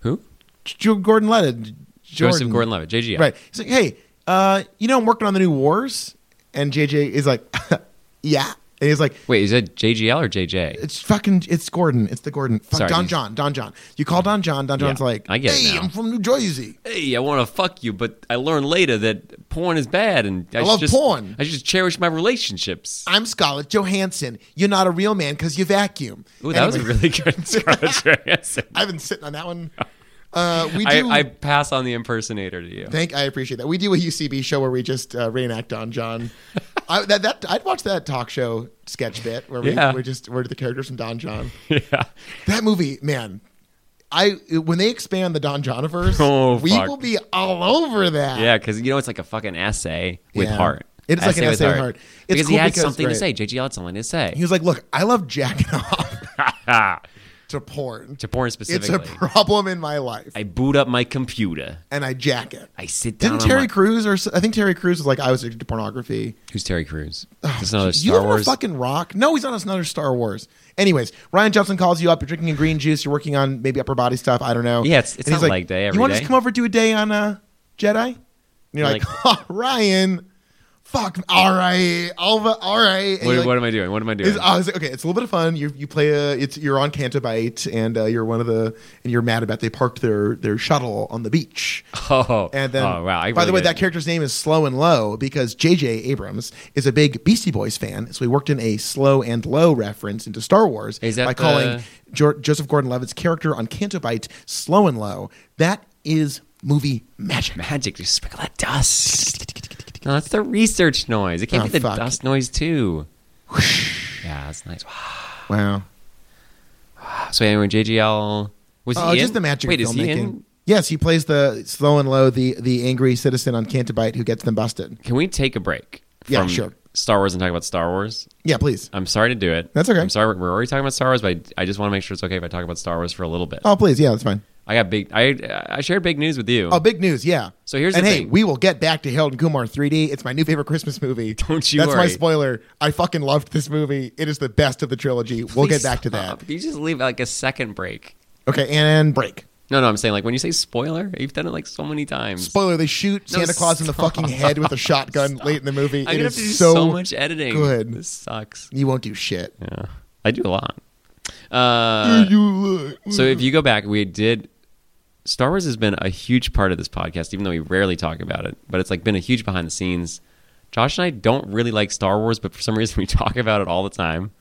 Speaker 2: who?
Speaker 1: J- Gordon-Levitt,
Speaker 2: Joseph Gordon-Levitt, JJ.
Speaker 1: Right. He's like, hey, uh, you know, I'm working on the new wars, and JJ is like, (laughs) yeah, and he's like,
Speaker 2: Wait, is that JGL or JJ?
Speaker 1: It's fucking. It's Gordon. It's the Gordon. Fuck
Speaker 2: Sorry,
Speaker 1: Don
Speaker 2: he's-
Speaker 1: John. Don John. You call Don John. Don John's like,
Speaker 2: I get it
Speaker 1: Hey,
Speaker 2: now."
Speaker 1: I'm from New Jersey.
Speaker 2: Hey, I want to fuck you, but I learned later that porn is bad, and I, should
Speaker 1: love
Speaker 2: just,
Speaker 1: porn.
Speaker 2: I should just cherish my relationships.
Speaker 1: I'm Scarlett Johansson. You're not a real man because you vacuum.
Speaker 2: Ooh, that was a
Speaker 1: Anyway, (laughs)
Speaker 2: really good (laughs) Scarlett Johansson.
Speaker 1: I've been sitting on that one. Uh, we do.
Speaker 2: (laughs) I, I pass on the impersonator to you.
Speaker 1: Thank. I appreciate that. We do a UCB show where we just uh, reenact Don
Speaker 2: (laughs)
Speaker 1: John. I, that, that I'd watch that talk show sketch bit where we,
Speaker 2: Yeah.
Speaker 1: we're just we're the characters from Don John.
Speaker 2: (laughs) yeah.
Speaker 1: That movie, man. I when they expand the Don Johniverse,
Speaker 2: Oh,
Speaker 1: we
Speaker 2: fuck.
Speaker 1: will be all over that.
Speaker 2: Yeah, because you know it's like a fucking essay with
Speaker 1: Yeah.
Speaker 2: heart.
Speaker 1: It is like an
Speaker 2: with
Speaker 1: essay with heart. It's
Speaker 2: because he
Speaker 1: cool
Speaker 2: had
Speaker 1: because-
Speaker 2: something
Speaker 1: right.
Speaker 2: to say. JG had something to
Speaker 1: He
Speaker 2: say. Ah,
Speaker 1: was like, "Look, I love jacking (laughs) off to porn.
Speaker 2: to porn
Speaker 1: It's a
Speaker 2: specifically.
Speaker 1: problem in my life,
Speaker 2: I boot up my computer.
Speaker 1: and I jack it."
Speaker 2: I sit down.
Speaker 1: Didn't
Speaker 2: on
Speaker 1: Terry
Speaker 2: my-
Speaker 1: Crews or s- I think Terry Crews was like, "I was addicted to pornography."
Speaker 2: Who's Terry Crews? Just
Speaker 1: Oh,
Speaker 2: another
Speaker 1: you
Speaker 2: Star
Speaker 1: live on a
Speaker 2: Wars.
Speaker 1: fucking rock? No, he's on another Star Wars. Anyways, Ryan Johnson calls you up. You're drinking a green juice. You're working on maybe upper body stuff. I don't know.
Speaker 2: Yeah, it's- it's
Speaker 1: And he's
Speaker 2: not leg day every
Speaker 1: you want to (laughs)
Speaker 2: day."
Speaker 1: just come over and do a day on uh, Jedi? And you're
Speaker 2: You're
Speaker 1: like, "Oh, Ryan, fuck, all right, Alva, all right. And
Speaker 2: What,
Speaker 1: you're like,
Speaker 2: what am I doing? What am I doing?
Speaker 1: It's, oh, it's- okay, it's a little bit of fun. You you play a it's you're on Cantabite and uh, you're one of the and you're mad about they parked their their shuttle on the beach.
Speaker 2: oh,
Speaker 1: (laughs) And then,
Speaker 2: (laughs) oh, wow. I
Speaker 1: by the
Speaker 2: really
Speaker 1: way,
Speaker 2: get
Speaker 1: that character's name is Slow and Low because J.J. Abrams is a big Beastie Boys fan, so he worked in a Slow and Low reference into Star Wars
Speaker 2: Is that
Speaker 1: by
Speaker 2: the-
Speaker 1: calling jo- Joseph Gordon-Levitt's character on Cantabite Slow and Low. That is movie magic.
Speaker 2: it. magic. Just sprinkle that
Speaker 1: (laughs)
Speaker 2: dust. No, that's the research noise. It can't
Speaker 1: Oh,
Speaker 2: be the
Speaker 1: fuck.
Speaker 2: dust noise too. yeah, that's nice. Wow.
Speaker 1: Wow.
Speaker 2: So anyway, JGL was
Speaker 1: Oh,
Speaker 2: he
Speaker 1: just
Speaker 2: in?
Speaker 1: the magic
Speaker 2: Wait,
Speaker 1: of
Speaker 2: is he
Speaker 1: filmmaking.
Speaker 2: in?
Speaker 1: Yes, he plays the slow and low, the the angry citizen on Cantabite who gets them busted.
Speaker 2: Can we take a break?
Speaker 1: Yeah,
Speaker 2: from
Speaker 1: sure.
Speaker 2: Star Wars and talk about Star Wars.
Speaker 1: Yeah, please.
Speaker 2: I'm sorry to do it.
Speaker 1: That's okay.
Speaker 2: I'm sorry we're already talking about Star Wars, but I, I just want to make sure it's okay if I talk about Star Wars for a little bit.
Speaker 1: Oh, please. Yeah, that's fine.
Speaker 2: I got big. I I shared big news with you.
Speaker 1: Oh, big news. Yeah.
Speaker 2: So here's
Speaker 1: and
Speaker 2: the
Speaker 1: hey,
Speaker 2: thing.
Speaker 1: we will get back to Harold and Kumar 3D. It's my new favorite Christmas movie.
Speaker 2: (laughs) Don't you
Speaker 1: That's my
Speaker 2: worry.
Speaker 1: spoiler. I fucking loved this movie. It is the best of the trilogy. We'll get
Speaker 2: Please
Speaker 1: back to
Speaker 2: stop.
Speaker 1: that.
Speaker 2: You just leave like a second break.
Speaker 1: Okay, and break.
Speaker 2: No, no, I'm saying like when you say spoiler, you've done it like so many times.
Speaker 1: Spoiler: They shoot
Speaker 2: No,
Speaker 1: Santa Claus in the
Speaker 2: stop.
Speaker 1: fucking head with a shotgun late in the movie.
Speaker 2: I'm
Speaker 1: It
Speaker 2: gonna
Speaker 1: is
Speaker 2: have to do
Speaker 1: so,
Speaker 2: so, much editing.
Speaker 1: good.
Speaker 2: This sucks.
Speaker 1: You won't do shit.
Speaker 2: Yeah, I do a lot. Uh,
Speaker 1: you look.
Speaker 2: so if you go back, we did. Star Wars has been a huge part of this podcast, even though we rarely talk about it. But it's like been a huge behind the scenes. Josh and I don't really like Star Wars, but for some reason (laughs) we talk about it all the time.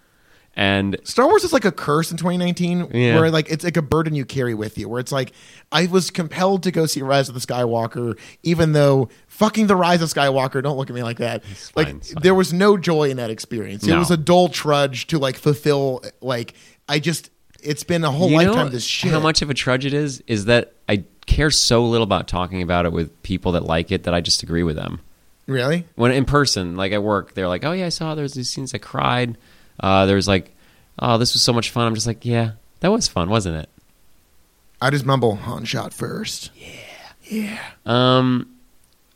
Speaker 2: And
Speaker 1: Star Wars is like a curse in 2019,
Speaker 2: Yeah.
Speaker 1: where like it's like a burden you carry with you. Where it's like I was compelled to go see Rise of the Skywalker, even though fucking the Rise of Skywalker. Don't look at me like that.
Speaker 2: fine,
Speaker 1: like
Speaker 2: it's fine.
Speaker 1: there was no joy in that experience. It
Speaker 2: No.
Speaker 1: was a dull trudge to like fulfill. Like I just, it's been a whole
Speaker 2: you
Speaker 1: lifetime
Speaker 2: know
Speaker 1: of this shit.
Speaker 2: How much of a trudge it is is that I care so little about talking about it with people that like it that I just agree with them.
Speaker 1: Really?
Speaker 2: When in person, like at work, they're like, "Oh yeah, I saw there's these scenes I cried." Uh, there's like, "Oh, this was so much fun." I'm just like, "Yeah, that was fun, wasn't it?"
Speaker 1: I just mumble Han shot first.
Speaker 2: Um,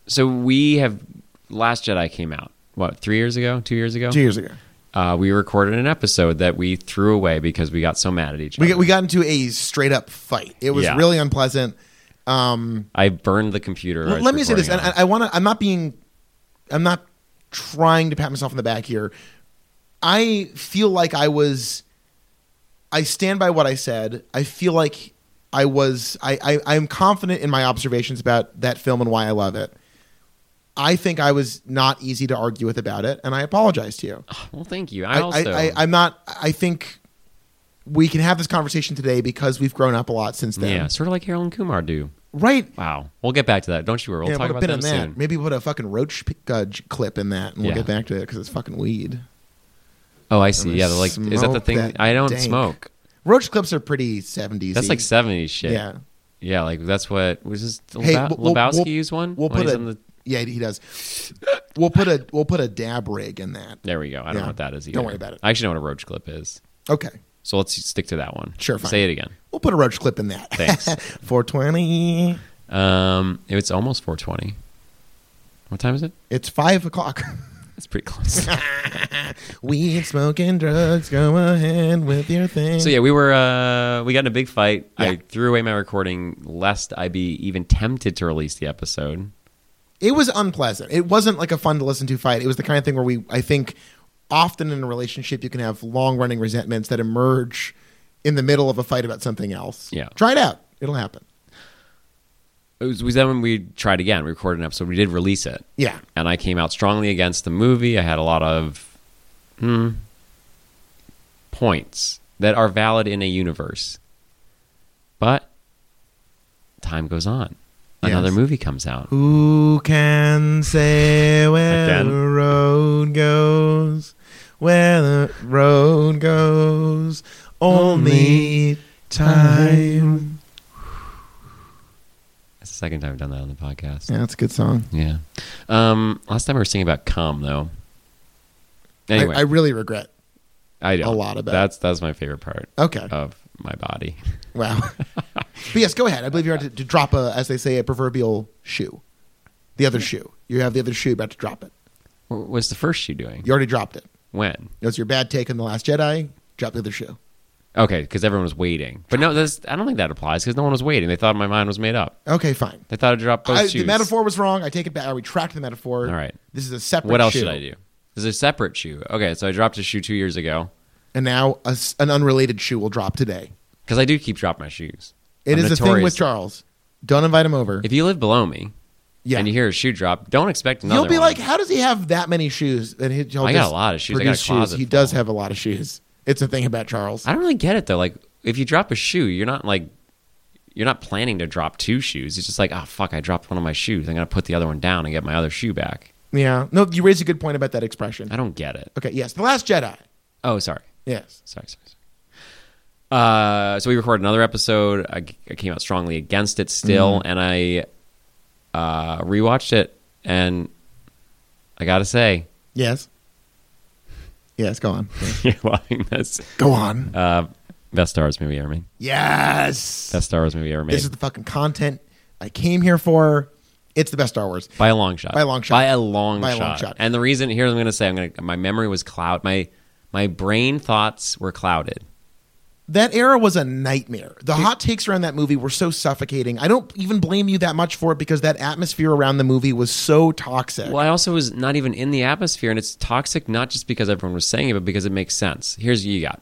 Speaker 2: so we have Last Jedi came out what three years ago, two years ago.
Speaker 1: Two years ago,
Speaker 2: Uh, we recorded an episode that we threw away because we got so mad at each
Speaker 1: we
Speaker 2: other.
Speaker 1: got, we got into a straight up fight. It was
Speaker 2: Yeah.
Speaker 1: really unpleasant. Um,
Speaker 2: I burned the computer. I
Speaker 1: Well,
Speaker 2: was
Speaker 1: let me say this, and
Speaker 2: recording
Speaker 1: I,
Speaker 2: on.
Speaker 1: I want to. I'm not being. I'm not trying to pat myself on the back here. I feel like I was. I stand by what I said. I feel like I was. I I am confident in my observations about that film and why I love it. I think I was not easy to argue with about it, and I apologize to you.
Speaker 2: Oh, well, thank you. I,
Speaker 1: I,
Speaker 2: also
Speaker 1: I, I'm not. I think we can have this conversation today because we've grown up a lot since then.
Speaker 2: yeah, sort of like Harold and Kumar do.
Speaker 1: Right.
Speaker 2: Wow. We'll get back to that. Don't you worry. We'll
Speaker 1: yeah,
Speaker 2: talk
Speaker 1: put a
Speaker 2: about
Speaker 1: pin
Speaker 2: them
Speaker 1: in that.
Speaker 2: soon.
Speaker 1: Maybe put a fucking roach p- uh, j- clip in that, and we'll
Speaker 2: Yeah.
Speaker 1: get back to it because it's fucking weed.
Speaker 2: Oh, I see.
Speaker 1: gonna
Speaker 2: Yeah, they're like, is that the
Speaker 1: smoke
Speaker 2: thing?
Speaker 1: that
Speaker 2: I don't
Speaker 1: dank.
Speaker 2: smoke.
Speaker 1: Roach clips are pretty seventies.
Speaker 2: That's like 70s shit.
Speaker 1: yeah,
Speaker 2: Yeah, like that's what was this the
Speaker 1: Hey,
Speaker 2: Leba-
Speaker 1: we'll- we'll-
Speaker 2: Lebowski
Speaker 1: we'll-
Speaker 2: used one?
Speaker 1: we'll
Speaker 2: When
Speaker 1: put
Speaker 2: he's
Speaker 1: a
Speaker 2: on the-
Speaker 1: yeah. He does. We'll put a we'll put a dab rig in that.
Speaker 2: there we go. I don't
Speaker 1: Yeah.
Speaker 2: know what that is either.
Speaker 1: Don't worry about it.
Speaker 2: I actually know what a roach clip is.
Speaker 1: Okay,
Speaker 2: So let's stick to that one.
Speaker 1: Sure, fine.
Speaker 2: Say it again.
Speaker 1: we'll put a roach clip in that.
Speaker 2: Thanks.
Speaker 1: (laughs) Four twenty.
Speaker 2: um, it's almost 420. What time is it?
Speaker 1: It's five o'clock. (laughs)
Speaker 2: It's pretty close.
Speaker 1: Weed, smoking, drugs. Go ahead with your thing.
Speaker 2: so yeah, we were uh, we got in a big fight. I
Speaker 1: Yeah.
Speaker 2: threw away my recording lest I be even tempted to release the episode.
Speaker 1: it was unpleasant. It wasn't like a fun to listen to fight. It was the kind of thing where we, I think, often in a relationship, you can have long running resentments that emerge in the middle of a fight about something else.
Speaker 2: Yeah.
Speaker 1: Try it out. It'll happen.
Speaker 2: It was, was then when we tried again. We recorded an episode. We did release it.
Speaker 1: Yeah.
Speaker 2: and I came out strongly against the movie. I had a lot of hmm, points that are valid in a universe. But time goes on. Another
Speaker 1: Yes.
Speaker 2: movie comes out.
Speaker 1: Who can say where
Speaker 2: Again?
Speaker 1: the road goes? Where the road goes? Only time.
Speaker 2: That's the second time I've done that on the podcast.
Speaker 1: Yeah, that's a good song.
Speaker 2: Yeah. Um, last time we were singing about cum, though. Anyway,
Speaker 1: I, I really regret.
Speaker 2: I, don't.
Speaker 1: a lot about it.
Speaker 2: that's that's my favorite part
Speaker 1: Okay.
Speaker 2: of my body.
Speaker 1: Wow. (laughs) but yes, go ahead. I believe you're about to, to drop a, as they say, a proverbial shoe. The other shoe. You have the other shoe about to drop it.
Speaker 2: What was the first shoe doing?
Speaker 1: You already dropped it.
Speaker 2: when?
Speaker 1: It was your bad take on The Last Jedi. Drop the other shoe.
Speaker 2: Okay, because everyone was waiting. But no, that's, I don't think that applies because no one was waiting. They thought my mind was made up.
Speaker 1: Okay, fine.
Speaker 2: They thought I dropped both
Speaker 1: I,
Speaker 2: shoes.
Speaker 1: the metaphor was wrong. I take it back. I retract the metaphor.
Speaker 2: All right.
Speaker 1: This is a separate.
Speaker 2: What else
Speaker 1: shoe.
Speaker 2: should I do? This is a separate shoe. Okay, so I dropped a shoe two years ago
Speaker 1: And now a s an unrelated shoe will drop today.
Speaker 2: because I do keep dropping my shoes.
Speaker 1: It
Speaker 2: I'm
Speaker 1: is a thing
Speaker 2: notorious.
Speaker 1: with Charles. Don't invite him over.
Speaker 2: If you live below me
Speaker 1: yeah.
Speaker 2: and you hear a shoe drop, don't expect another.
Speaker 1: You'll be
Speaker 2: one.
Speaker 1: like, how does he have that many shoes? And he, he'll
Speaker 2: I got
Speaker 1: just
Speaker 2: a lot of shoes. I got a
Speaker 1: produce
Speaker 2: closet
Speaker 1: He
Speaker 2: full.
Speaker 1: does have a lot of shoes. It's a thing about Charles.
Speaker 2: I don't really get it though. Like if you drop a shoe, you're not like you're not planning to drop two shoes. It's just like, oh fuck, I dropped one of my shoes. I'm gonna put the other one down and get my other shoe back.
Speaker 1: yeah. No, you raise a good point about that expression.
Speaker 2: I don't get it.
Speaker 1: Okay. Yes. The Last Jedi.
Speaker 2: Oh, sorry.
Speaker 1: Yes.
Speaker 2: Sorry, sorry, sorry. Uh, so we recorded another episode. I, I came out strongly against it still, and I uh, rewatched it, and I gotta say, (laughs)
Speaker 1: Yes. Yes. Go on.
Speaker 2: you're loving this.
Speaker 1: (laughs) Go on.
Speaker 2: Uh, best Star Wars movie ever made.
Speaker 1: yes.
Speaker 2: Best Star Wars movie ever made.
Speaker 1: This is the fucking content I came here for. It's the best Star Wars.
Speaker 2: By a long shot.
Speaker 1: By a long shot.
Speaker 2: By a long,
Speaker 1: By a
Speaker 2: shot.
Speaker 1: long shot.
Speaker 2: And the reason here I'm going to say I'm going to my memory was cloud my my brain thoughts were clouded.
Speaker 1: That era was a nightmare. The hot takes around that movie were so suffocating. I don't even blame you that much for it because that atmosphere around the movie was so toxic.
Speaker 2: Well, I also was not even in the atmosphere and it's toxic not just because everyone was saying it but because it makes sense. Here's what you got.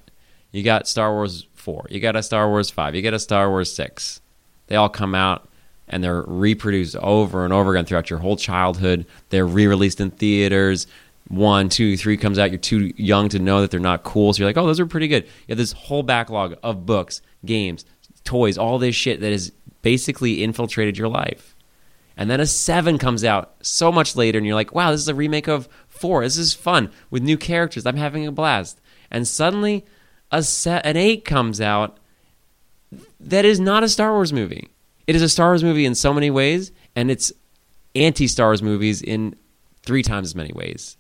Speaker 2: You got Star Wars 4, you got a Star Wars 5, you got a Star Wars 6. They all come out and they're reproduced over and over again throughout your whole childhood. They're re-released in theaters. One, two, three comes out. You're too young to know that they're not cool, so you're like, "Oh, those are pretty good." You have this whole backlog of books, games, toys, all this shit that has basically infiltrated your life. And then a seven comes out so much later, and you're like, wow, this is a remake of four. This is fun with new characters. I'm having a blast. And suddenly, a se- an eight comes out that is not a Star Wars movie. It is a Star Wars movie in so many ways, and it's anti Star Wars movies in three times as many ways.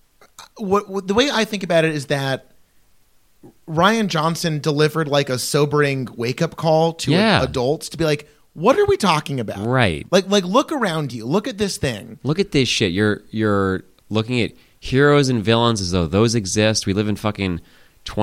Speaker 1: what, what the way I think about it is that Ryan Johnson delivered like a sobering wake up call to
Speaker 2: Yeah.
Speaker 1: adults to be like, "What are we talking about?"
Speaker 2: Right.
Speaker 1: Like, like look around you. Look at this thing.
Speaker 2: Look at this shit. You're you're looking at heroes and villains as though those exist. We live in fucking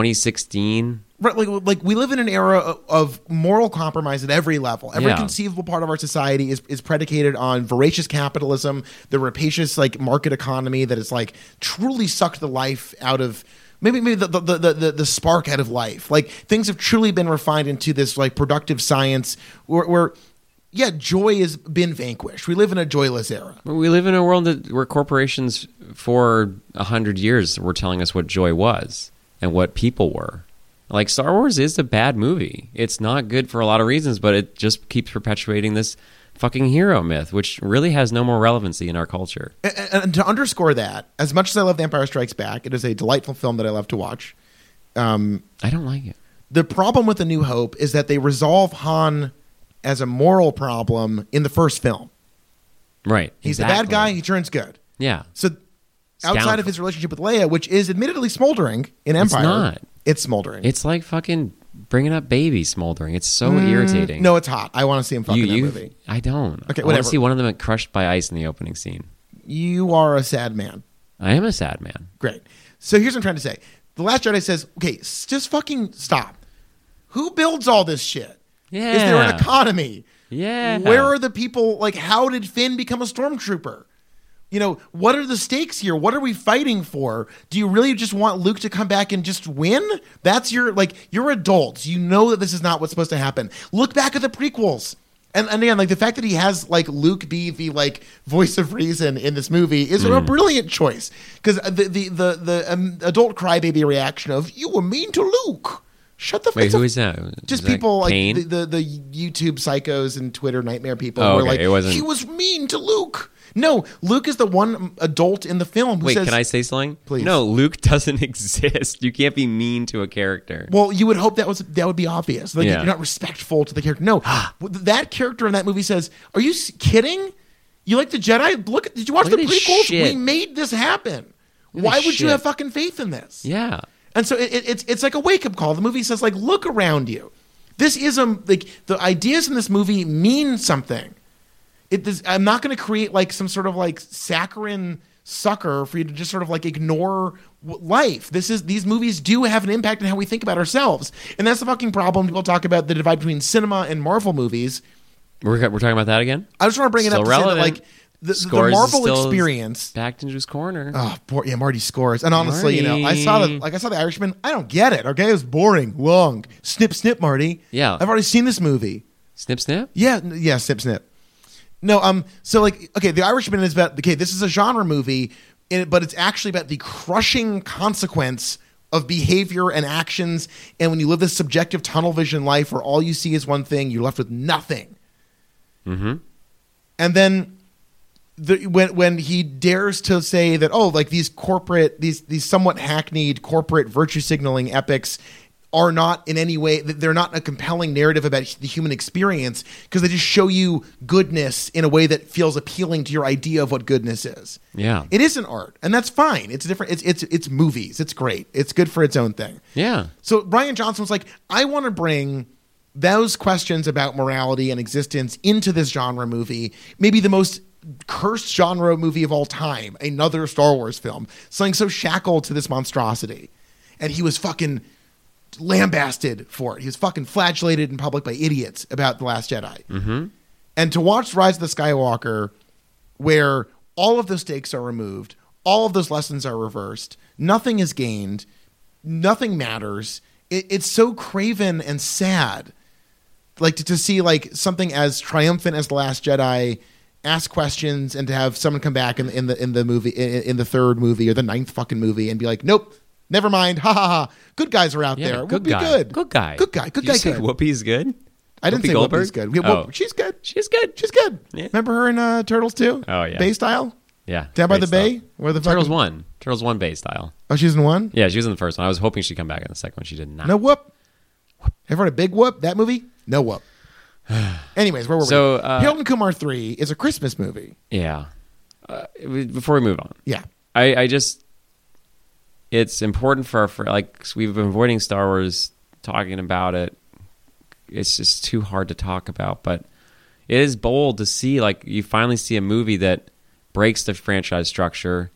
Speaker 2: 2016.
Speaker 1: Right, like, like we live in an era of, of moral compromise at every level. Every
Speaker 2: Yeah.
Speaker 1: conceivable part of our society is, is predicated on voracious capitalism, the rapacious like market economy that has like truly sucked the life out of maybe maybe the the, the, the, the spark out of life. Like things have truly been refined into this like productive science where, where yeah, joy has been vanquished. We live in a joyless era.
Speaker 2: We live in a world that, where corporations for a hundred years were telling us what joy was and what people were. Like Star Wars is a bad movie. It's not good for a lot of reasons, but it just keeps perpetuating this fucking hero myth, which really has no more relevancy in our culture.
Speaker 1: And, and- and to underscore that, as much as I love The Empire Strikes Back, it is a delightful film that I love to watch. Um,
Speaker 2: I don't like it.
Speaker 1: The problem with A New Hope is that they resolve Han as a moral problem in the first film.
Speaker 2: Right.
Speaker 1: He's the bad
Speaker 2: exactly.
Speaker 1: guy, he turns good.
Speaker 2: Yeah.
Speaker 1: So outside
Speaker 2: Scoundrel.
Speaker 1: of his relationship with Leia, which is admittedly smoldering in
Speaker 2: It's
Speaker 1: Empire,
Speaker 2: not.
Speaker 1: it's smoldering.
Speaker 2: It's like fucking bringing up baby smoldering. It's so irritating.
Speaker 1: Mm, no, it's hot. I want to see him fucking
Speaker 2: you,
Speaker 1: that
Speaker 2: you,
Speaker 1: movie.
Speaker 2: I don't.
Speaker 1: Okay,
Speaker 2: I want
Speaker 1: whatever.
Speaker 2: to see one of them get crushed by ice in the opening scene.
Speaker 1: You are a sad man.
Speaker 2: I am a sad man.
Speaker 1: Great. So here's what I'm trying to say. The Last Jedi says, okay, s- just fucking stop. Who builds all this shit? Is there an
Speaker 2: Yeah.
Speaker 1: economy?
Speaker 2: Yeah.
Speaker 1: Where are the people? Like, how did Finn become a stormtrooper? You know, what are the stakes here? What are we fighting for? Do you really just want Luke to come back and just win? That's your, like, you're adults. You know that this is not what's supposed to happen. Look back at the prequels. And, and again, like the fact that he has like Luke be the like voice of reason in this movie is
Speaker 2: Mm.
Speaker 1: a brilliant choice because the the the, the um, adult crybaby reaction of "you were mean to Luke," shut the
Speaker 2: Wait,
Speaker 1: it's
Speaker 2: who
Speaker 1: a-
Speaker 2: is that?
Speaker 1: just
Speaker 2: Is that
Speaker 1: people like
Speaker 2: Kane?
Speaker 1: the, the the YouTube psychos and Twitter nightmare people
Speaker 2: Oh,
Speaker 1: were
Speaker 2: okay,
Speaker 1: like,
Speaker 2: it wasn't-
Speaker 1: he was mean to Luke. No, Luke is the one adult in the film who
Speaker 2: Wait,
Speaker 1: says,
Speaker 2: can I say something?
Speaker 1: Please.
Speaker 2: No, Luke (laughs) doesn't exist. You can't be mean to a character.
Speaker 1: "Well, you would hope that was that would be obvious. Like
Speaker 2: Yeah.
Speaker 1: you're not respectful to the character."
Speaker 2: (gasps)
Speaker 1: No, that character in that movie says, "Are you s- kidding? You like the Jedi? Look, at did you watch
Speaker 2: Look at
Speaker 1: the
Speaker 2: this
Speaker 1: prequels?
Speaker 2: shit.
Speaker 1: We made this happen.
Speaker 2: Look at
Speaker 1: Why
Speaker 2: this
Speaker 1: would you
Speaker 2: shit.
Speaker 1: have fucking faith in this?"
Speaker 2: Yeah.
Speaker 1: And so it, it, it's it's like a wake up call. The movie says like, look around you. This is a like the ideas in this movie mean something. It is, I'm not going to create like some sort of like saccharine sucker for you to just sort of like ignore w- life. This is these movies do have an impact on how we think about ourselves, and that's the fucking problem. People talk about the divide between cinema and Marvel movies.
Speaker 2: We're, we're talking about that again.
Speaker 1: I just want to bring it
Speaker 2: Still
Speaker 1: up to say that,
Speaker 2: relevant.
Speaker 1: like the, the
Speaker 2: Scores is
Speaker 1: Marvel
Speaker 2: still-
Speaker 1: experience.
Speaker 2: Backed into his corner.
Speaker 1: Oh, boy, yeah, Marty scores. And honestly, you know, I saw the
Speaker 2: Marty.
Speaker 1: like I saw the Irishman. I don't get it. Okay, it was boring, long. Snip, snip, Marty.
Speaker 2: Yeah.
Speaker 1: I've already seen this movie.
Speaker 2: snip, snip.
Speaker 1: Yeah, n- yeah, snip snip. No, um, so like, okay, The Irishman is about okay, this is a genre movie, in it, but it's actually about the crushing consequence of behavior and actions. And when you live this subjective tunnel vision life where all you see is one thing, you're left with nothing.
Speaker 2: Mm-hmm.
Speaker 1: And then the, when when he dares to say that oh like these corporate these these somewhat hackneyed corporate virtue signaling epics are not in any way that they're not a compelling narrative about the human experience because they just show you goodness in a way that feels appealing to your idea of what goodness is.
Speaker 2: Yeah.
Speaker 1: It is an art and that's fine. It's different it's it's it's movies. It's great. It's good for its own thing.
Speaker 2: Yeah.
Speaker 1: So Brian Johnson was like, I want to bring those questions about morality and existence into this genre movie, maybe the most cursed genre movie of all time, another Star Wars film, something so shackled to this monstrosity. And he was fucking lambasted for it. He was fucking flagellated in public by idiots about The Last Jedi. Mm-hmm. And to watch Rise of the Skywalker, where all of the stakes are removed, all of those lessons are reversed, nothing is gained, nothing matters. It, it's so craven and sad. Like to, to see like something as triumphant as the Last Jedi ask questions and to have someone come back in, in the in the movie in, in the third movie or the ninth fucking movie and be like, nope, never mind, (laughs) ha ha ha, good guys are out
Speaker 2: Yeah.
Speaker 1: there. We'll
Speaker 2: Good
Speaker 1: be
Speaker 2: guy.
Speaker 1: good,
Speaker 2: Good guy.
Speaker 1: good guy, good
Speaker 2: Did
Speaker 1: guy.
Speaker 2: you say
Speaker 1: good.
Speaker 2: Whoopi's good.
Speaker 1: I didn't
Speaker 2: Whoopi
Speaker 1: say
Speaker 2: Goldberg?
Speaker 1: Whoopi's good. We-
Speaker 2: oh.
Speaker 1: Whoop- She's good.
Speaker 2: she's good.
Speaker 1: She's good.
Speaker 2: Yeah.
Speaker 1: Remember her in uh, Turtles too?
Speaker 2: Oh, yeah.
Speaker 1: Bay style.
Speaker 2: yeah.
Speaker 1: Down by
Speaker 2: great
Speaker 1: the
Speaker 2: stuff.
Speaker 1: bay, where the
Speaker 2: Turtles
Speaker 1: fucking-
Speaker 2: one. Turtles one Bay style.
Speaker 1: Oh, she's in one.
Speaker 2: Yeah, she was in the first one. I was hoping she'd come back in the second one. She did not.
Speaker 1: No whoop. Ever heard of Big Whoop? That movie? No whoop.
Speaker 2: (sighs)
Speaker 1: Anyways, where were
Speaker 2: So,
Speaker 1: we?
Speaker 2: uh,
Speaker 1: Harold and Kumar Three is a Christmas movie.
Speaker 2: Yeah. Uh, we- before we move on,
Speaker 1: Yeah.
Speaker 2: I, I just it's important for our fr- like we've been avoiding Star Wars talking about it. It's just too hard to talk about, but it is bold to see like you finally see a movie that breaks the franchise structure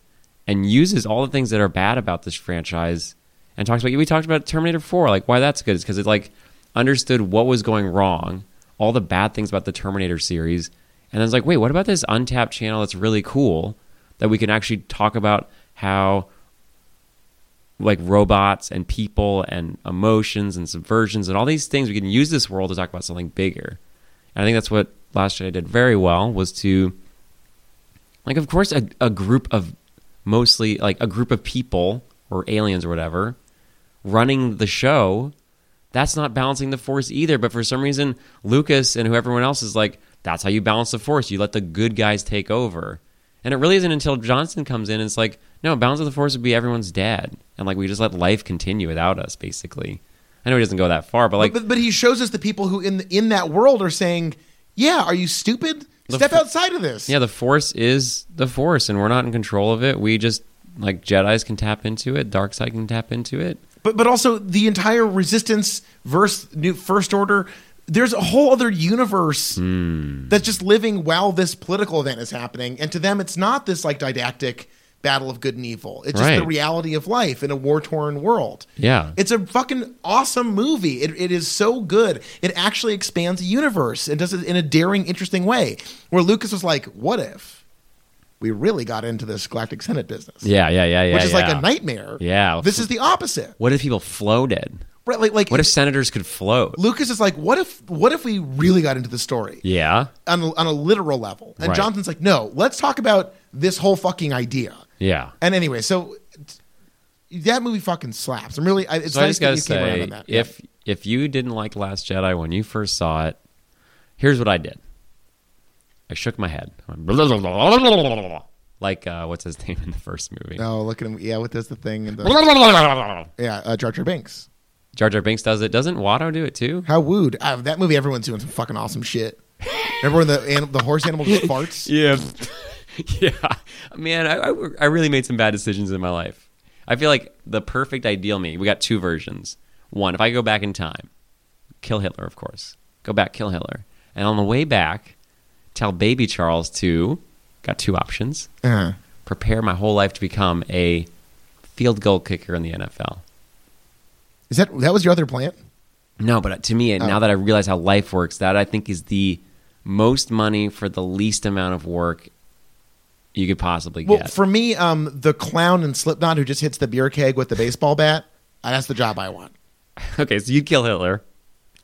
Speaker 2: and uses all the things that are bad about this franchise and talks about we talked about Terminator 4 like why that's good is cuz it like understood what was going wrong, all the bad things about the Terminator series and I was like, "Wait, what about this untapped channel that's really cool that we can actually talk about how like robots and people and emotions and subversions and all these things we can use this world to talk about something bigger and i think that's what last Jedi did very well was to like of course a, a group of mostly like a group of people or aliens or whatever running the show that's not balancing the force either but for some reason lucas and who everyone else is like that's how you balance the force you let the good guys take over and it really isn't until johnson comes in and it's like no balance of the force would be everyone's dead and like we just let life continue without us basically i know he doesn't go that far but like
Speaker 1: but, but he shows us the people who in in that world are saying, "Yeah, are you stupid?
Speaker 2: The
Speaker 1: Step
Speaker 2: fu-
Speaker 1: outside of this."
Speaker 2: Yeah, the force is the force, and we're not in control of it. We just like Jedi's can tap into it, dark side can tap into it.
Speaker 1: but but also the entire resistance versus new first order there's a whole other universe
Speaker 2: Hmm.
Speaker 1: that's just living while this political event is happening and to them it's not this like didactic battle of good and evil it's just the
Speaker 2: Right.
Speaker 1: reality of life in a war-torn world
Speaker 2: Yeah.
Speaker 1: it's a fucking awesome movie it, it is so good it actually expands the universe and does it in a daring interesting way where lucas was like what if we really got into this galactic senate business
Speaker 2: Yeah, yeah, yeah, yeah.
Speaker 1: which is like
Speaker 2: yeah.
Speaker 1: a nightmare
Speaker 2: Yeah.
Speaker 1: this is the opposite
Speaker 2: What if people floated?
Speaker 1: Right, like, like
Speaker 2: What if senators could float?
Speaker 1: Lucas is like, what if, what if we really got into the story
Speaker 2: Yeah,
Speaker 1: on a, on a literal level? And
Speaker 2: Right.
Speaker 1: Johnson's like, no, let's talk about this whole fucking idea.
Speaker 2: yeah.
Speaker 1: And anyway, so t- that movie fucking slaps. I'm really, I, it's
Speaker 2: so I
Speaker 1: nice
Speaker 2: just
Speaker 1: that
Speaker 2: gotta
Speaker 1: you came around
Speaker 2: say,
Speaker 1: on that.
Speaker 2: if if you didn't like Last Jedi when you first saw it, here's what I did. I shook my head, I went, (laughs) like uh, what's his name in the first movie?
Speaker 1: no, look at him. Yeah, what does the thing? And the,
Speaker 2: Jar
Speaker 1: yeah, uh, Jar Jar Binks.
Speaker 2: Jar Binks does it. Doesn't Watto do it too?
Speaker 1: How wooed. Uh, that movie, everyone's doing some fucking awesome shit. Remember when the, anim- the horse animal
Speaker 2: (laughs)
Speaker 1: just farts?
Speaker 2: Yeah. (laughs) yeah. Man, I, I, I really made some bad decisions in my life. I feel like the perfect ideal me, we got two versions. One, if I go back in time, kill Hitler, of course. Go back, kill Hitler. And on the way back, tell baby Charles to, got two options.
Speaker 1: Uh-huh.
Speaker 2: prepare my whole life to become a field goal kicker in the NFL.
Speaker 1: Is that that was your other plan?
Speaker 2: No, but to me, now that I realize how life works, that I think is the most money for the least amount of work you could possibly
Speaker 1: Well,
Speaker 2: get.
Speaker 1: for me, um, the clown in Slipknot who just hits the beer keg with the baseball bat. uh, That's the job I want.
Speaker 2: (laughs) okay, so you'd kill Hitler.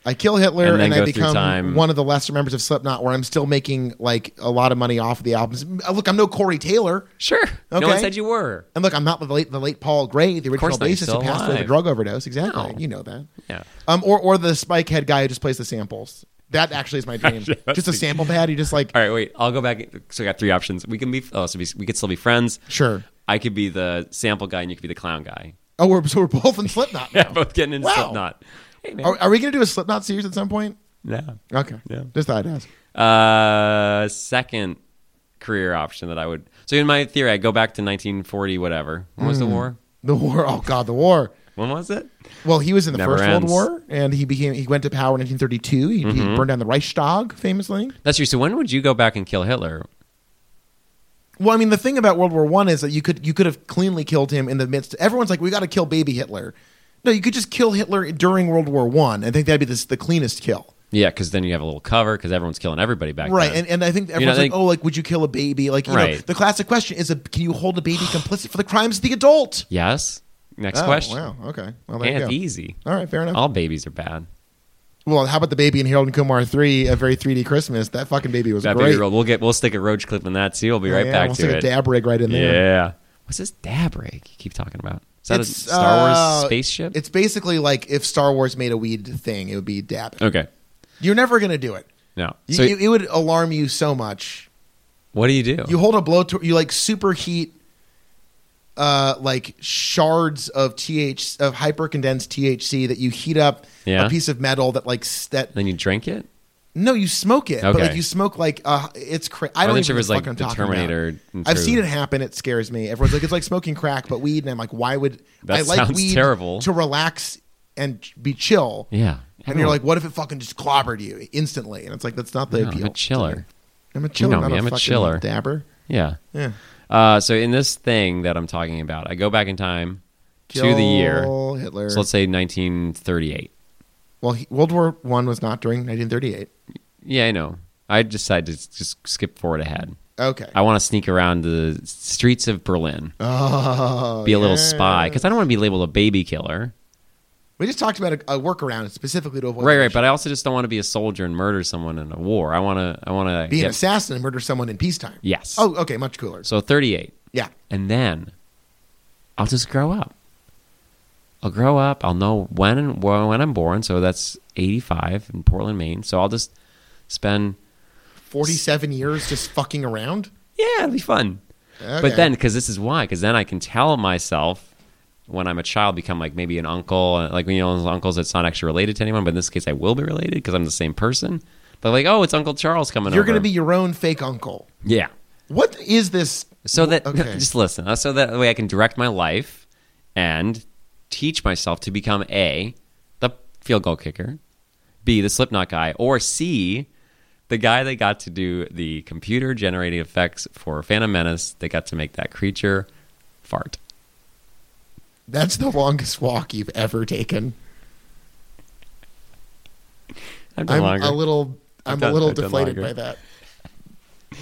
Speaker 1: I kill Hitler
Speaker 2: And then
Speaker 1: and, I
Speaker 2: go through
Speaker 1: become
Speaker 2: time.
Speaker 1: one of the lesser members of Slipknot, where I'm still making like a lot of money off of the albums. Uh, Look, I'm no Corey Taylor,
Speaker 2: Sure. No one
Speaker 1: Okay.
Speaker 2: said you were.
Speaker 1: and look, I'm not the late the late Paul Gray, the original
Speaker 2: course not, he's
Speaker 1: bassist
Speaker 2: still
Speaker 1: who passed away of a
Speaker 2: alive.
Speaker 1: drug overdose. Exactly,
Speaker 2: No.
Speaker 1: you know that.
Speaker 2: Yeah.
Speaker 1: Um, or or the spike head guy who just plays the samples. That actually
Speaker 2: (laughs)
Speaker 1: is my dream. just a sample pad. You just like
Speaker 2: All right, wait. I'll go back. So I got three options. We can be. Oh, so we, we could still be friends.
Speaker 1: sure.
Speaker 2: I could be the sample guy, and you could be the clown guy. (laughs)
Speaker 1: Oh, we're so we're both in Slipknot.
Speaker 2: Yeah,
Speaker 1: now.
Speaker 2: both getting in
Speaker 1: Wow.
Speaker 2: Slipknot. Hey man.
Speaker 1: Are, are we gonna do a Slipknot series at some point?
Speaker 2: Yeah.
Speaker 1: Okay.
Speaker 2: Yeah.
Speaker 1: Just thought I'd ask.
Speaker 2: Uh, second career option that I would. So in my theory, I go back to 1940, whatever. When was the
Speaker 1: Hmm.
Speaker 2: war?
Speaker 1: The war. Oh God, the war.
Speaker 2: When was it?
Speaker 1: Well, he was in the
Speaker 2: Never
Speaker 1: First
Speaker 2: ends. Mm-hmm.
Speaker 1: World War, and he became he went to power in 1932. He, he burned down the Reichstag famously.
Speaker 2: That's true. So when would you go back and kill Hitler?
Speaker 1: Well, I mean, the thing about World War One is that you could you could have cleanly killed him in the midst. Everyone's like, we got to kill baby Hitler. No, you could just kill Hitler during World War One. I think that'd be the, the cleanest kill.
Speaker 2: Yeah, because then you have a little cover because everyone's killing everybody back
Speaker 1: Right,
Speaker 2: then.
Speaker 1: and, and I think everyone's
Speaker 2: know,
Speaker 1: like,
Speaker 2: like-
Speaker 1: oh, like, would you kill a baby? Like, you know,
Speaker 2: Right.
Speaker 1: the classic question is, a, can you hold a
Speaker 2: (sighs)
Speaker 1: baby complicit for the crimes of the adult?
Speaker 2: yes. Next
Speaker 1: Oh,
Speaker 2: question.
Speaker 1: Wow. Okay. Well, there
Speaker 2: And
Speaker 1: you go.
Speaker 2: it's easy.
Speaker 1: All right. Fair enough.
Speaker 2: All babies are bad.
Speaker 1: well, how about the baby in Harold and Kumar Three, a very 3D Christmas? That fucking baby was
Speaker 2: That
Speaker 1: great. Oh,
Speaker 2: baby roll. We'll get. We'll stick a roach clip in that too. We'll be right
Speaker 1: yeah,
Speaker 2: back
Speaker 1: almost
Speaker 2: to
Speaker 1: like
Speaker 2: it.
Speaker 1: a dab rig right in there.
Speaker 2: Yeah. What's this dab rig you keep talking about? Is that
Speaker 1: It's,
Speaker 2: a Star
Speaker 1: uh,
Speaker 2: Wars spaceship?
Speaker 1: It's basically like if Star Wars made a weed thing, it would be dab.
Speaker 2: okay.
Speaker 1: You're never gonna do it.
Speaker 2: No.
Speaker 1: You,
Speaker 2: So
Speaker 1: you- it would alarm you so much.
Speaker 2: what do you do?
Speaker 1: You hold a blowtorch. You like superheat, uh, like shards of th of hypercondensed THC that you heat up
Speaker 2: Yeah.
Speaker 1: a piece of metal that like s- that.
Speaker 2: then you drink it.
Speaker 1: No, you smoke it, but
Speaker 2: Okay.
Speaker 1: like you smoke like uh, it's. Cra- I don't
Speaker 2: wasn't
Speaker 1: even
Speaker 2: sure
Speaker 1: know
Speaker 2: if it was,
Speaker 1: what the
Speaker 2: like,
Speaker 1: fuck I'm
Speaker 2: the
Speaker 1: talking
Speaker 2: Terminator
Speaker 1: About.
Speaker 2: and
Speaker 1: I've
Speaker 2: through-
Speaker 1: seen it happen. It scares me. Everyone's like, it's like smoking crack, but weed, and I'm like, why would
Speaker 2: That
Speaker 1: I like
Speaker 2: sounds
Speaker 1: weed
Speaker 2: terrible.
Speaker 1: to relax and be chill?
Speaker 2: Yeah. Oh.
Speaker 1: And you're like, what if it fucking just clobbered you instantly? And it's like, that's not the
Speaker 2: No, Oh, I'm
Speaker 1: appeal.
Speaker 2: a chiller.
Speaker 1: I'm a chiller.
Speaker 2: know
Speaker 1: not
Speaker 2: me,
Speaker 1: a
Speaker 2: I'm a
Speaker 1: fucking
Speaker 2: chiller.
Speaker 1: Dabber.
Speaker 2: Yeah.
Speaker 1: Yeah.
Speaker 2: Uh, so in this thing that I'm talking about, I go back in time to
Speaker 1: Kill
Speaker 2: the year.
Speaker 1: Hitler.
Speaker 2: So let's say 1938.
Speaker 1: well, he, World War One was not during 1938.
Speaker 2: Yeah, I know. I decided to just skip forward ahead.
Speaker 1: Okay.
Speaker 2: I want to sneak around the streets of Berlin,
Speaker 1: oh,
Speaker 2: be a little
Speaker 1: yeah.
Speaker 2: spy, because I don't want to be labeled a baby killer.
Speaker 1: We just talked about a, a workaround specifically to avoid.
Speaker 2: Right, right.
Speaker 1: lynching.
Speaker 2: But I also just don't want to be a soldier and murder someone in a war. I want to. I want to
Speaker 1: Be an
Speaker 2: get-
Speaker 1: assassin and murder someone in peacetime.
Speaker 2: Yes.
Speaker 1: Oh, okay. Much cooler.
Speaker 2: So 38.
Speaker 1: Yeah.
Speaker 2: And then I'll just grow up. I'll grow up. I'll know when and wh- when I'm born. So that's 85 in Portland, Maine. So I'll just spend.
Speaker 1: 47 years just fucking around.
Speaker 2: Yeah, it'll be fun.
Speaker 1: Okay.
Speaker 2: But then, because this is why, because then I can tell myself when I'm a child, become like maybe an uncle, uh, like you know, those uncles that's not actually related to anyone. But in this case, I will be related because I'm the same person. But like, oh, it's Uncle Charles coming.
Speaker 1: you're
Speaker 2: over.
Speaker 1: going to be your own fake uncle.
Speaker 2: yeah.
Speaker 1: What is this?
Speaker 2: So that (laughs)
Speaker 1: Okay.
Speaker 2: just listen. uh, So that way I can direct my life and teach myself to become a the field goal kicker, b the Slipknot guy, or c the guy that got to do the computer generated effects for Phantom Menace. They got to make that creature fart.
Speaker 1: That's the longest walk you've ever taken.
Speaker 2: I've done
Speaker 1: I'm
Speaker 2: longer.
Speaker 1: a little I'm
Speaker 2: done-
Speaker 1: a little
Speaker 2: I've done
Speaker 1: deflated by
Speaker 2: longer.
Speaker 1: that.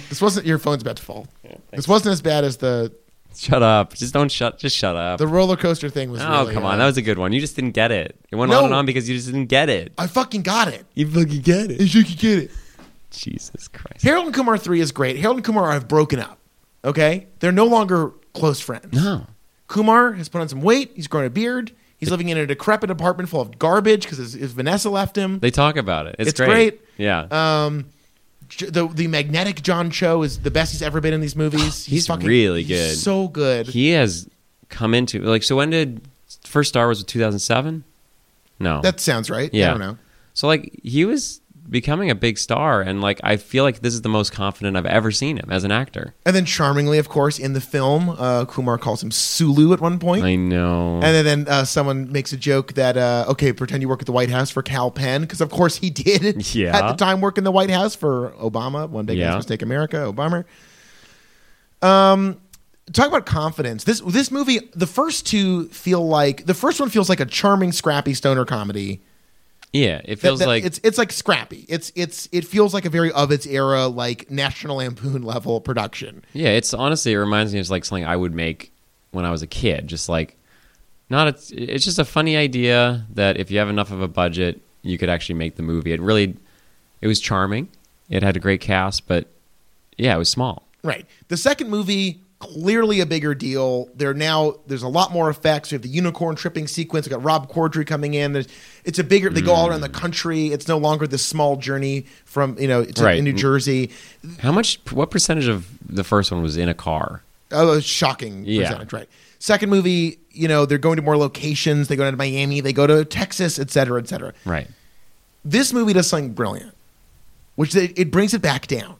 Speaker 1: This wasn't your phone's about to fall. this wasn't as bad as the
Speaker 2: shut up. Just don't shut. Just shut up.
Speaker 1: the roller coaster thing was.
Speaker 2: oh
Speaker 1: really,
Speaker 2: come
Speaker 1: uh,
Speaker 2: on, that was a good one. You just didn't get it. It went
Speaker 1: No.
Speaker 2: on and on because you just didn't get it.
Speaker 1: I fucking got it.
Speaker 2: You fucking get it.
Speaker 1: You could get it.
Speaker 2: Jesus Christ.
Speaker 1: Harold and Kumar three is great. Harold and Kumar have broken up. Okay, they're no longer close friends.
Speaker 2: No.
Speaker 1: Kumar has put on some weight. He's grown a beard. He's living in a decrepit apartment full of garbage because his, his Vanessa left him.
Speaker 2: They talk about it. It's,
Speaker 1: It's great.
Speaker 2: Yeah.
Speaker 1: Um, J- the the magnetic John Cho is the best he's ever been in these
Speaker 2: (gasps)
Speaker 1: movies. He's, fucking
Speaker 2: really
Speaker 1: he's
Speaker 2: good.
Speaker 1: so good.
Speaker 2: he has come into like so when did first Star Wars was 2007? No.
Speaker 1: that sounds right.
Speaker 2: yeah.
Speaker 1: I don't know.
Speaker 2: So like he was becoming a big star and like I feel like this is the most confident I've ever seen him as an actor.
Speaker 1: And then charmingly, of course, in the film, uh, Kumar calls him Sulu at one point.
Speaker 2: I know.
Speaker 1: and then, then uh, someone makes a joke that, uh, okay, pretend you work at the White House for Cal Penn, because of course he did (laughs)
Speaker 2: Yeah.
Speaker 1: at the time work in the White House for Obama, One Big
Speaker 2: Yeah.
Speaker 1: Man's Mistake America, Obama. Um, talk about confidence. This this movie, the first two feel like the first one feels like a charming, scrappy stoner comedy.
Speaker 2: Yeah, it
Speaker 1: That-
Speaker 2: feels
Speaker 1: that-
Speaker 2: like
Speaker 1: it's it's like scrappy. It's it's it feels like a very of its era, like National Lampoon (laughs) level production.
Speaker 2: Yeah, it's honestly it reminds me of like something I would make when I was a kid. Just like not it's it's just a funny idea that if you have enough of a budget, you could actually make the movie. It really it was charming. It had a great cast, but yeah, it was small.
Speaker 1: Right. The second movie clearly a bigger deal. There now there's a lot more effects. We have the unicorn tripping sequence. We got Rob Corddry coming in. There's it's a bigger. They go all
Speaker 2: Mm.
Speaker 1: around the country. It's no longer this small journey from you know to
Speaker 2: Right.
Speaker 1: in New Jersey.
Speaker 2: How much what percentage of the first one was in a car?
Speaker 1: Oh, it's shocking
Speaker 2: Yeah.
Speaker 1: percentage, right? Second movie, you know, they're going to more locations. They go down to Miami. They go to Texas, et cetera, et cetera.
Speaker 2: Right.
Speaker 1: This movie does something brilliant, which they, it brings it back down.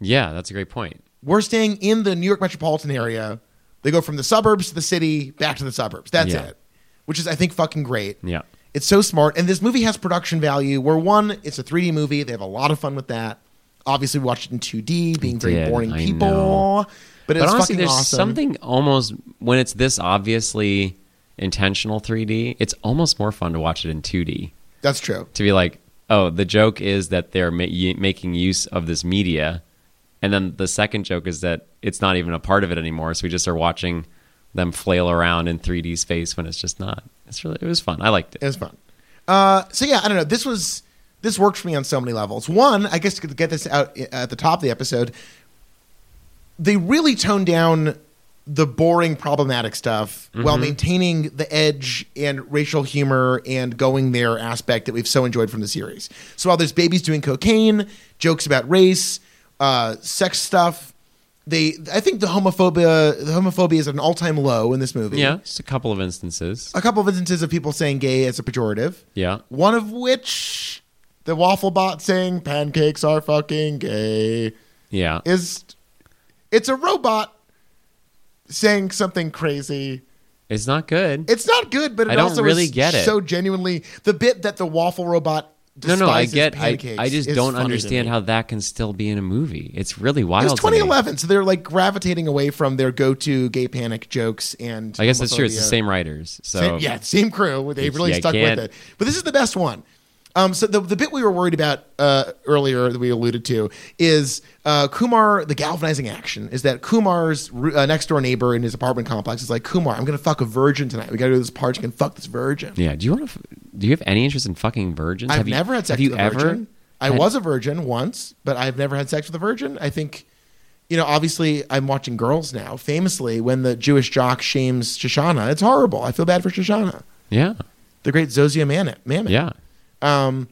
Speaker 2: Yeah, that's a great point.
Speaker 1: We're staying in the New York metropolitan area. They go from the suburbs to the city, back to the suburbs. That's
Speaker 2: Yeah.
Speaker 1: it, which is, I think, fucking great.
Speaker 2: Yeah.
Speaker 1: It's so smart. And this movie has production value where one, it's a 3D movie. They have a lot of fun with that. Obviously, we watched it in 2D, being very
Speaker 2: did,
Speaker 1: boring
Speaker 2: I
Speaker 1: people.
Speaker 2: know.
Speaker 1: But it's
Speaker 2: But honestly,
Speaker 1: fucking
Speaker 2: there's
Speaker 1: awesome.
Speaker 2: something almost when it's this obviously intentional 3D, it's almost more fun to watch it in 2D.
Speaker 1: That's true.
Speaker 2: to be like, oh, the joke is that they're ma- y- making use of this media, and then the second joke is that it's not even a part of it anymore. So we just are watching them flail around in 3D space when it's just not. It's really it was fun. I liked
Speaker 1: It
Speaker 2: it.
Speaker 1: was fun. Uh, so yeah, I don't know. This was this worked for me on so many levels. One, I guess to get this out at the top of the episode, they really toned down the boring, problematic stuff while maintaining the edge and racial humor and going there aspect that we've so enjoyed from the series. So while there's babies doing cocaine, jokes about race, uh, sex stuff. They, I think the homophobia, the homophobia is at an all-time low in this movie
Speaker 2: Yeah, just a couple of instances.
Speaker 1: a couple of instances of people saying gay as a pejorative.
Speaker 2: Yeah.
Speaker 1: One of which the waffle bot saying pancakes are fucking gay
Speaker 2: Yeah,
Speaker 1: is it's a robot saying something crazy.
Speaker 2: it's not good.
Speaker 1: It's not good, but it
Speaker 2: I don't
Speaker 1: also
Speaker 2: really
Speaker 1: is
Speaker 2: get it.
Speaker 1: so genuinely the bit that the waffle robot
Speaker 2: No, no, I
Speaker 1: despises
Speaker 2: get. I,
Speaker 1: pancakes
Speaker 2: I just
Speaker 1: is
Speaker 2: don't
Speaker 1: funny to
Speaker 2: understand
Speaker 1: me.
Speaker 2: how that can still be in a movie. It's really wild.
Speaker 1: It was
Speaker 2: to me.
Speaker 1: 2011, so they're like gravitating away from their go-to gay panic jokes and
Speaker 2: I guess that's true. It's the
Speaker 1: homophobia.
Speaker 2: same writers. So
Speaker 1: Same, yeah, same crew. They
Speaker 2: It's-
Speaker 1: really
Speaker 2: yeah,
Speaker 1: stuck with
Speaker 2: can't-
Speaker 1: it. But this is the best one. Um, so the, the bit we were worried about uh, earlier that we alluded to is uh, Kumar, the galvanizing action is that Kumar's ru- uh, next door neighbor in his apartment complex is like, Kumar, I'm going to fuck a virgin tonight. We got to do this party. You can fuck this virgin.
Speaker 2: Yeah. Do you want to? Do you have any interest in fucking virgins?
Speaker 1: I've
Speaker 2: have you,
Speaker 1: never had sex
Speaker 2: have you
Speaker 1: with a
Speaker 2: ever?
Speaker 1: virgin. I
Speaker 2: had-
Speaker 1: was a virgin once, but I've never had sex with a virgin. I think, you know, obviously I'm watching girls now. Famously, when the Jewish jock shames Shoshana, it's horrible. I feel bad for Shoshana,
Speaker 2: Yeah.
Speaker 1: the great Zosia Mamet. Mamet.
Speaker 2: Yeah.
Speaker 1: Um,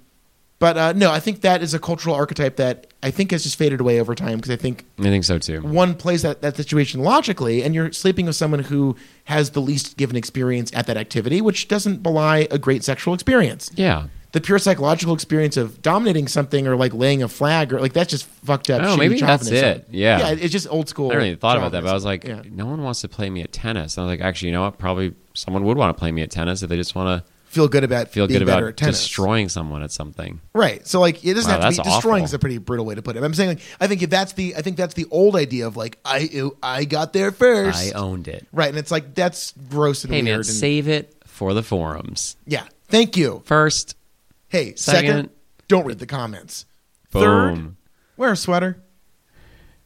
Speaker 1: but uh, no, I think that is a cultural archetype that I think has just faded away over time because I think
Speaker 2: I think so too.
Speaker 1: one plays that, that situation logically, and you're sleeping with someone who has the least given experience at that activity, which doesn't belie a great sexual experience.
Speaker 2: Yeah.
Speaker 1: The pure psychological experience of dominating something or like laying a flag or like that's just fucked up.
Speaker 2: Oh,
Speaker 1: shitty
Speaker 2: maybe that's
Speaker 1: chauvinism.
Speaker 2: it. Yeah.
Speaker 1: yeah, it's just old school.
Speaker 2: I never even thought about that, but I was like,
Speaker 1: chauvinism. Yeah.
Speaker 2: no one wants to play me at tennis. And I was like, actually, you know what? Probably someone would want to play me at tennis if they just want to
Speaker 1: feel good about
Speaker 2: feel
Speaker 1: being
Speaker 2: good
Speaker 1: better
Speaker 2: about
Speaker 1: at tennis.
Speaker 2: destroying someone at something.
Speaker 1: Right. So like it doesn't have
Speaker 2: Wow,
Speaker 1: to be
Speaker 2: that's
Speaker 1: destroying is
Speaker 2: awful.
Speaker 1: a pretty brutal way to put it. But I'm saying like I think if that's the I think that's the old idea of like I I got there first.
Speaker 2: I owned it.
Speaker 1: right. And it's like that's gross and
Speaker 2: Hey
Speaker 1: weird.
Speaker 2: man,
Speaker 1: and-
Speaker 2: save it for the forums
Speaker 1: yeah. Thank you.
Speaker 2: first.
Speaker 1: Hey, 2nd
Speaker 2: Second.
Speaker 1: don't read the comments.
Speaker 2: Boom.
Speaker 1: Third, wear a sweater.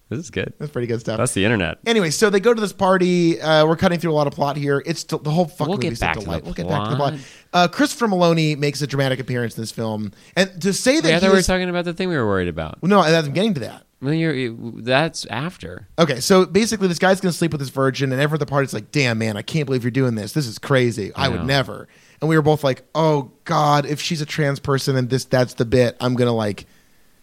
Speaker 2: This is good.
Speaker 1: That's pretty good stuff.
Speaker 2: That's the internet.
Speaker 1: Anyway, so they go to this party. Uh, we're cutting through a lot of plot here. It's the whole fucking
Speaker 2: We'll get
Speaker 1: movie's
Speaker 2: back
Speaker 1: a
Speaker 2: to the
Speaker 1: delight. We'll get back to the plot.
Speaker 2: plot.
Speaker 1: Uh, Christopher Maloney makes a dramatic appearance in this film, and to say that
Speaker 2: Wait, I
Speaker 1: he
Speaker 2: thought we were
Speaker 1: is-
Speaker 2: talking about the thing we were worried about.
Speaker 1: no, I'm getting to that.
Speaker 2: Well, you're, you- that's after.
Speaker 1: Okay, so basically, this guy's gonna sleep with this virgin, and everyone at the party's like, "Damn, man, I can't believe you're doing this. This is crazy. I, would
Speaker 2: know.
Speaker 1: never." And we were both like, "Oh God, if she's a trans person and this that's the bit, I'm gonna like."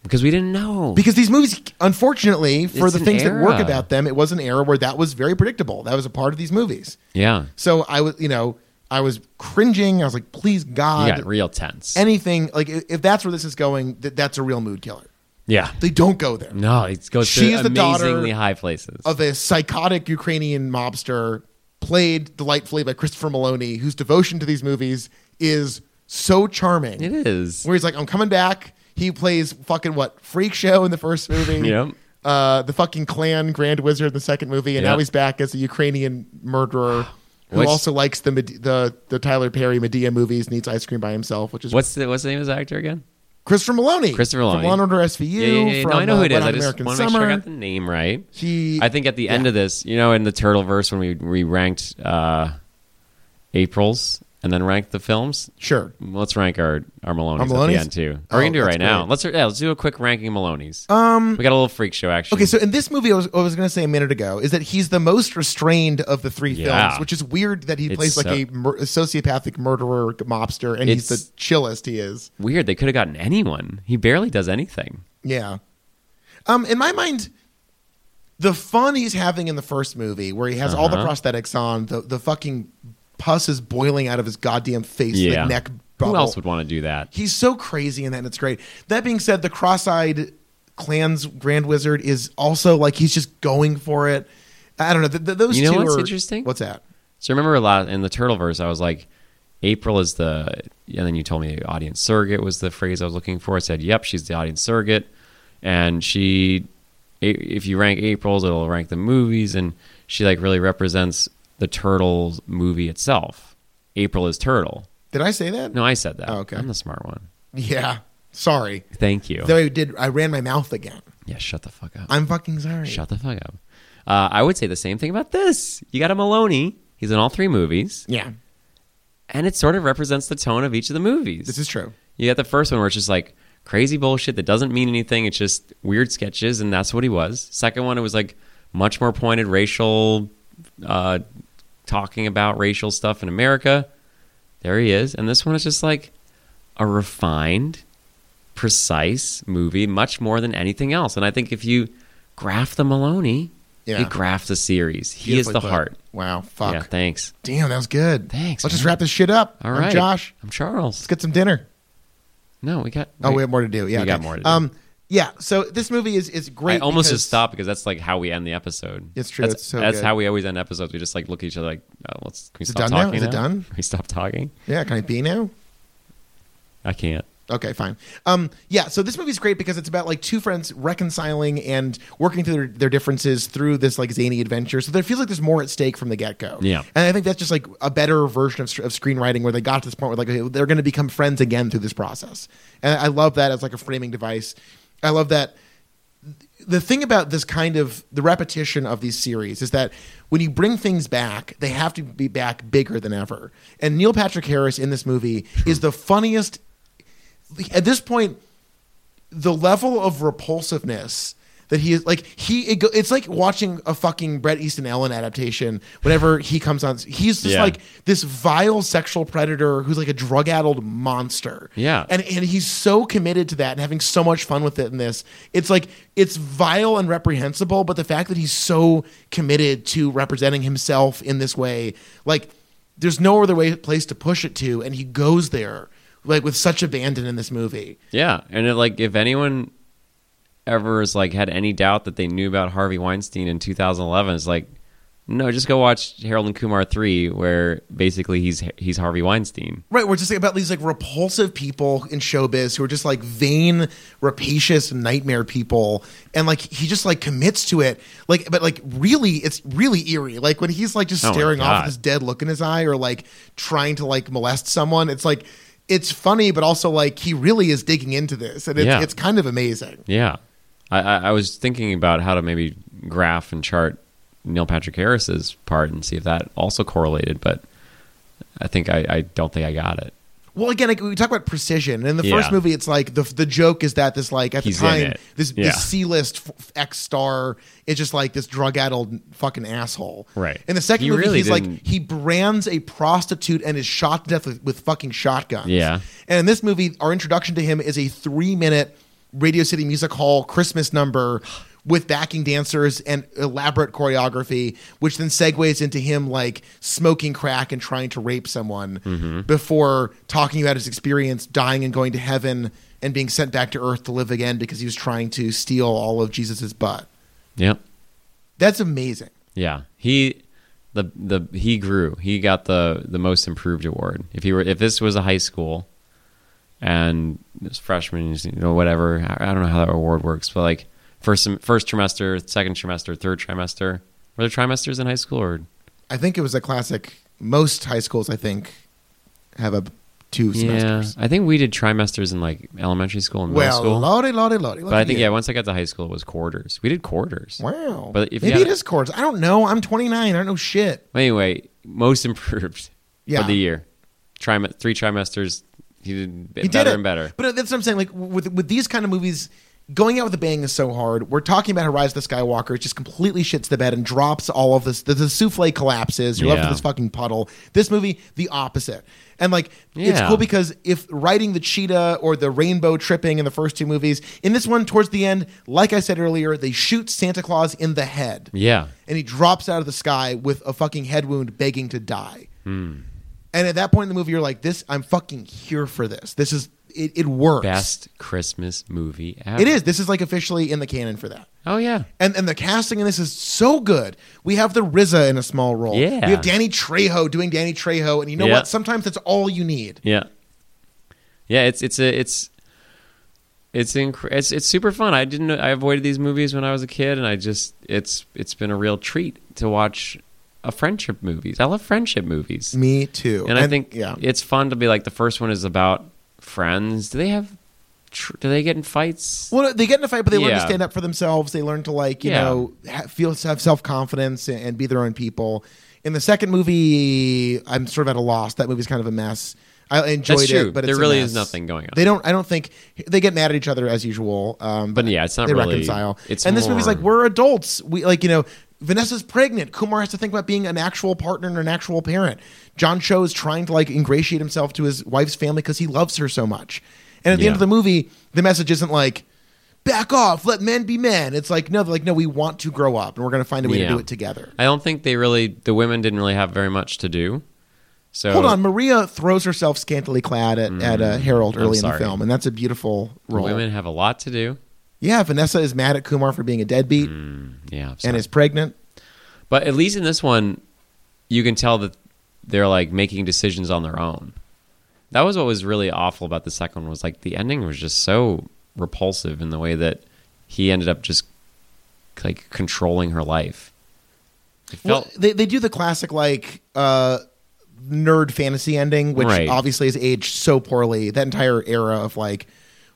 Speaker 2: Because we didn't know.
Speaker 1: Because these movies, unfortunately, for
Speaker 2: It's
Speaker 1: the
Speaker 2: an
Speaker 1: things that work
Speaker 2: era.
Speaker 1: about them, it was an era where that was very predictable. That was a part of these movies.
Speaker 2: yeah.
Speaker 1: So I was, you know, I was cringing. I was like, "Please,
Speaker 2: You
Speaker 1: God,
Speaker 2: got real tense.
Speaker 1: anything like if if that's where this is going, th- that's a real mood killer."
Speaker 2: yeah.
Speaker 1: They don't go there.
Speaker 2: No, it goes
Speaker 1: She
Speaker 2: to
Speaker 1: is the daughter
Speaker 2: amazingly high places.
Speaker 1: of a psychotic Ukrainian mobster played delightfully by Christopher Maloney, whose devotion to these movies is so charming.
Speaker 2: It is.
Speaker 1: Where he's like, I'm coming back. He plays fucking what? Freak Show in the first movie.
Speaker 2: (laughs) Yep.
Speaker 1: uh, the fucking clan Grand Wizard in the second movie, and
Speaker 2: Yeah.
Speaker 1: now he's back as a Ukrainian
Speaker 2: (gasps)
Speaker 1: murderer who
Speaker 2: What's-
Speaker 1: also likes the, Mede- the the Tyler Perry Medea movies and eats ice cream by himself, which is
Speaker 2: What's the what's the name of his actor again?
Speaker 1: Christopher Maloney.
Speaker 2: Christopher Maloney.
Speaker 1: From Law and Order SVU.
Speaker 2: Yeah, yeah, yeah.
Speaker 1: From,
Speaker 2: no, I know who it
Speaker 1: uh,
Speaker 2: is.
Speaker 1: Wet
Speaker 2: I
Speaker 1: Hot
Speaker 2: just
Speaker 1: American
Speaker 2: want to make
Speaker 1: Summer.
Speaker 2: sure I got the name right.
Speaker 1: he,
Speaker 2: I think at the end of this, you know, in the Turtleverse when we we ranked uh, April's and then ranked the films.
Speaker 1: sure.
Speaker 2: Let's rank our our Maloney's,
Speaker 1: Our
Speaker 2: at
Speaker 1: Maloney's?
Speaker 2: the end too.
Speaker 1: Oh,
Speaker 2: Or we can do it
Speaker 1: that's
Speaker 2: right now.
Speaker 1: great.
Speaker 2: Let's yeah, let's do a quick ranking Maloney's. Um, we got a little freak show action.
Speaker 1: Okay, so in this movie, I was, I was going to say a minute ago, is that he's the most restrained of the three
Speaker 2: Yeah.
Speaker 1: films, which is weird that he
Speaker 2: It's
Speaker 1: plays like
Speaker 2: so-
Speaker 1: a, mur- a sociopathic murderer mobster, and he's
Speaker 2: It's-
Speaker 1: the chillest he is.
Speaker 2: weird. They could have gotten anyone. He barely does anything.
Speaker 1: Yeah. Um, in my mind, the fun he's having in the first movie, where he has all the
Speaker 2: Uh-huh.
Speaker 1: prosthetics on, the, the fucking pus is boiling out of his goddamn face,
Speaker 2: Yeah.
Speaker 1: the neck bubble.
Speaker 2: Who else would want to do that?
Speaker 1: He's so crazy in that, and it's great. That being said, the cross-eyed clans Grand Wizard is also like he's just going for it. I don't know. Th- th- those
Speaker 2: You know
Speaker 1: two
Speaker 2: what's
Speaker 1: are-
Speaker 2: interesting?
Speaker 1: What's that?
Speaker 2: So remember a lot in the Turtleverse, I was like, April is the, and then you told me audience surrogate was the phrase I was looking for. I said, yep, she's the audience surrogate. And she, i- if you rank April's, it'll rank the movies. And she like really represents the Turtles movie itself. April is Turtle.
Speaker 1: Did I say that?
Speaker 2: No, I said that.
Speaker 1: Oh, okay.
Speaker 2: I'm the smart one.
Speaker 1: Yeah. Sorry.
Speaker 2: Thank you.
Speaker 1: Though I did. I ran my mouth again.
Speaker 2: yeah, shut the fuck up.
Speaker 1: I'm fucking sorry.
Speaker 2: Shut the fuck up. Uh, I would say the same thing about this. You got a Maloney. He's in all three movies,
Speaker 1: Yeah.
Speaker 2: and it sort of represents the tone of each of the movies.
Speaker 1: This is true.
Speaker 2: You got the first one where it's just like crazy bullshit that doesn't mean anything. It's just weird sketches, and that's what he was. Second one, it was like much more pointed racial, uh, talking about racial stuff in America. There he is. And this one is just like a refined, precise movie, much more than anything else. And I think if you graph the Maloney,
Speaker 1: Yeah.
Speaker 2: you graph the series. He is
Speaker 1: Beautifully
Speaker 2: the
Speaker 1: put.
Speaker 2: heart.
Speaker 1: Wow. Fuck.
Speaker 2: Yeah, thanks.
Speaker 1: Damn, that was good.
Speaker 2: Thanks,
Speaker 1: Let's
Speaker 2: man.
Speaker 1: just wrap this shit up.
Speaker 2: All
Speaker 1: I'm
Speaker 2: right.
Speaker 1: Josh.
Speaker 2: I'm Charles.
Speaker 1: Let's get some dinner.
Speaker 2: No, we got.
Speaker 1: Oh, we have more to do. Yeah.
Speaker 2: We got
Speaker 1: okay.
Speaker 2: more to do.
Speaker 1: Um. Yeah. So this movie is is great.
Speaker 2: I almost
Speaker 1: because-
Speaker 2: just stopped because that's like how we end the episode.
Speaker 1: It's true,
Speaker 2: That's,
Speaker 1: it's so
Speaker 2: that's
Speaker 1: good.
Speaker 2: how we always end episodes. We just like look at each other like, oh, let's. Can we
Speaker 1: it done
Speaker 2: stop
Speaker 1: now?
Speaker 2: talking
Speaker 1: Is it done?
Speaker 2: Can we stop talking?
Speaker 1: Yeah. Can I be now?
Speaker 2: I can't.
Speaker 1: Okay, fine. Um, yeah, so this movie's great because it's about like two friends reconciling and working through their, their differences through this like zany adventure. So there feels like there's more at stake from the get go.
Speaker 2: Yeah.
Speaker 1: and I think that's just like a better version of, of screenwriting where they got to this point where like okay, they're going to become friends again through this process, and I love that as like a framing device. I love that the thing about this kind of the repetition of these series is that when you bring things back, they have to be back bigger than ever. And Neil Patrick Harris in this movie is the funniest. At this point, the level of repulsiveness that he is like he it go, it's like watching a fucking Brett Easton Ellen adaptation. Whenever he comes on, he's just
Speaker 2: Yeah.
Speaker 1: like this vile sexual predator who's like a drug-addled monster.
Speaker 2: Yeah.
Speaker 1: and and he's so committed to that and having so much fun with it in this it's like it's vile and reprehensible but the fact that he's so committed to representing himself in this way like there's no other way place to push it to and he goes there like with such abandon in this movie
Speaker 2: Yeah, and it, like if anyone ever is like had any doubt that they knew about Harvey Weinstein in 2011, it's like, no, just go watch Harold and Kumar three, where basically he's he's Harvey Weinstein.
Speaker 1: Right, we're just about these like repulsive people in showbiz who are just like vain, rapacious nightmare people, and like he just like commits to it, like but like really, it's really eerie. Like when he's like just
Speaker 2: Oh my
Speaker 1: staring off
Speaker 2: God.
Speaker 1: with this dead look in his eye, or like trying to like molest someone. It's like it's funny, but also like he really is digging into this, and it's,
Speaker 2: Yeah.
Speaker 1: it's kind of amazing.
Speaker 2: Yeah, I, I, I was thinking about how to maybe graph and chart Neil Patrick Harris's part and see if that also correlated, but I think I, I don't think I got it.
Speaker 1: Well, again, like, we talk about precision. In the
Speaker 2: Yeah.
Speaker 1: first movie, it's like the the joke is that this like at
Speaker 2: He's
Speaker 1: the
Speaker 2: in
Speaker 1: time
Speaker 2: it.
Speaker 1: this,
Speaker 2: Yeah.
Speaker 1: this C list f- X star is just like this drug addled fucking asshole.
Speaker 2: Right.
Speaker 1: In the second
Speaker 2: He
Speaker 1: movie,
Speaker 2: really
Speaker 1: he's
Speaker 2: didn't-
Speaker 1: like he brands a prostitute and is shot to death with, with fucking shotguns.
Speaker 2: Yeah.
Speaker 1: And in this movie, our introduction to him is a three minute Radio City Music Hall Christmas number with backing dancers and elaborate choreography, which then segues into him like smoking crack and trying to rape someone before talking about his experience dying and going to heaven and being sent back to earth to live again because he was trying to steal all of Jesus's butt.
Speaker 2: Yep.
Speaker 1: That's amazing.
Speaker 2: Yeah, he the the he grew. He got the the most improved award. If he were if this was a high school and this freshman, you know, whatever. I I don't know how that award works, but like first sem- first trimester, second trimester, third trimester. Were there trimesters in high school or
Speaker 1: I think it was a classic. Most high schools, I think, have a two semesters.
Speaker 2: I think we did trimesters in like elementary school and middle
Speaker 1: Well,
Speaker 2: school.
Speaker 1: lordy, lordy, lordy.
Speaker 2: but I think yeah, once I got to high school, it was quarters. We did quarters.
Speaker 1: Wow.
Speaker 2: But if you
Speaker 1: Maybe
Speaker 2: had
Speaker 1: it
Speaker 2: a-
Speaker 1: is chords. I don't know. I'm 29. I don't know shit.
Speaker 2: Anyway, most improved
Speaker 1: (laughs) Yeah.
Speaker 2: for the year. Trim- three trimesters. He did b-
Speaker 1: He
Speaker 2: better
Speaker 1: did it.
Speaker 2: and better.
Speaker 1: But that's what I'm saying. Like with with these kind of movies, going out with a bang is so hard. We're talking about how Rise of the Skywalker. It just completely shits the bed and drops all of this. The, the souffle collapses. You're left
Speaker 2: Yeah.
Speaker 1: with this fucking puddle. This movie, the opposite. And like it's
Speaker 2: Yeah.
Speaker 1: cool because if riding the cheetah or the rainbow tripping in the first two movies, in this one towards the end, like I said earlier, they shoot Santa Claus in the head.
Speaker 2: Yeah.
Speaker 1: and he drops out of the sky with a fucking head wound begging to die. And at that point in the movie, you're like, this, I'm fucking here for this. This is, it, it works.
Speaker 2: Best Christmas movie ever.
Speaker 1: It is. This is like officially in the canon for that.
Speaker 2: Oh yeah.
Speaker 1: And, and the casting in this is so good. We have the RZA in a small role.
Speaker 2: Yeah.
Speaker 1: We have Danny Trejo doing Danny Trejo. And you know
Speaker 2: Yeah.
Speaker 1: what? Sometimes that's all you need.
Speaker 2: Yeah. Yeah, it's it's a it's it's inc- it's it's super fun. I didn't I avoided these movies when I was a kid and I just it's it's been a real treat to watch a friendship movies. I love friendship movies.
Speaker 1: Me too.
Speaker 2: and I think
Speaker 1: yeah.
Speaker 2: it's fun to be like the first one is about friends. Do they have tr- do they get in fights?
Speaker 1: Well, they get in a fight, but they learn to
Speaker 2: Yeah.
Speaker 1: stand up for themselves. They learn to like you
Speaker 2: Yeah.
Speaker 1: know ha- feel have self confidence and, and be their own people. In the second movie, I'm sort of at a loss. That movie's kind of a mess. I enjoyed
Speaker 2: That's true.
Speaker 1: it, but
Speaker 2: There
Speaker 1: it's a
Speaker 2: really
Speaker 1: mess.
Speaker 2: is nothing going on.
Speaker 1: They don't. I don't think they get mad at each other as usual. Um,
Speaker 2: But yeah, it's not
Speaker 1: they
Speaker 2: really-
Speaker 1: reconcile.
Speaker 2: it's
Speaker 1: and this movie's
Speaker 2: more-
Speaker 1: like we're adults. We like you know Vanessa's pregnant. Kumar has to think about being an actual partner and an actual parent. John Cho is trying to like ingratiate himself to his wife's family because he loves her so much. And at the end
Speaker 2: Yeah.
Speaker 1: of the movie, the message isn't like back off, let men be men. It's like no, they're like no, we want to grow up and we're going to find a way
Speaker 2: Yeah.
Speaker 1: to do it together.
Speaker 2: I don't think they really the women didn't really have very much to do. So
Speaker 1: Hold on, Maria throws herself scantily clad at, at uh, Harold
Speaker 2: Mm, I'm
Speaker 1: early in the
Speaker 2: sorry.
Speaker 1: film, and that's a beautiful role.
Speaker 2: women have a lot to do.
Speaker 1: Yeah, Vanessa is mad at Kumar for being a deadbeat
Speaker 2: Yeah. I'm
Speaker 1: and
Speaker 2: Mm, sorry.
Speaker 1: is pregnant.
Speaker 2: But at least in this one, you can tell that they're like making decisions on their own. That was what was really awful about the second one was like the ending was just so repulsive in the way that he ended up just like controlling her life. It felt
Speaker 1: Well, they they do the classic like uh, nerd fantasy ending, which
Speaker 2: Right.
Speaker 1: obviously is aged so poorly. That entire era of like,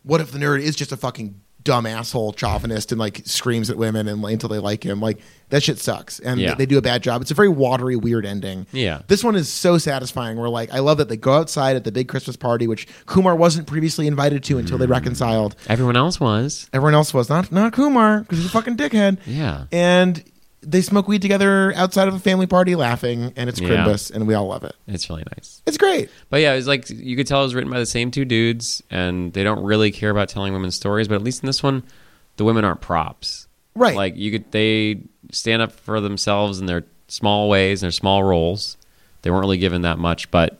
Speaker 1: what if the nerd is just a fucking dumb asshole chauvinist and like screams at women and until they like him? Like that shit sucks, and
Speaker 2: Yeah.
Speaker 1: they, they do a bad job. It's a very watery, weird ending.
Speaker 2: Yeah.
Speaker 1: this one is so satisfying. We're like, I love that they go outside at the big Christmas party, which Kumar wasn't previously invited to until
Speaker 2: Mm.
Speaker 1: they reconciled.
Speaker 2: everyone else was.
Speaker 1: Everyone else was not not Kumar because he's a fucking dickhead.
Speaker 2: Yeah.
Speaker 1: And they smoke weed together outside of a family party, laughing, and it's
Speaker 2: Yeah.
Speaker 1: crimbus, and we all love it.
Speaker 2: It's really nice.
Speaker 1: It's great.
Speaker 2: But yeah, it was like you could tell it was written by the same two dudes and they don't really care about telling women's stories, but at least in this one, the women aren't props.
Speaker 1: Right.
Speaker 2: Like you could they stand up for themselves in their small ways and their small roles. They weren't really given that much, but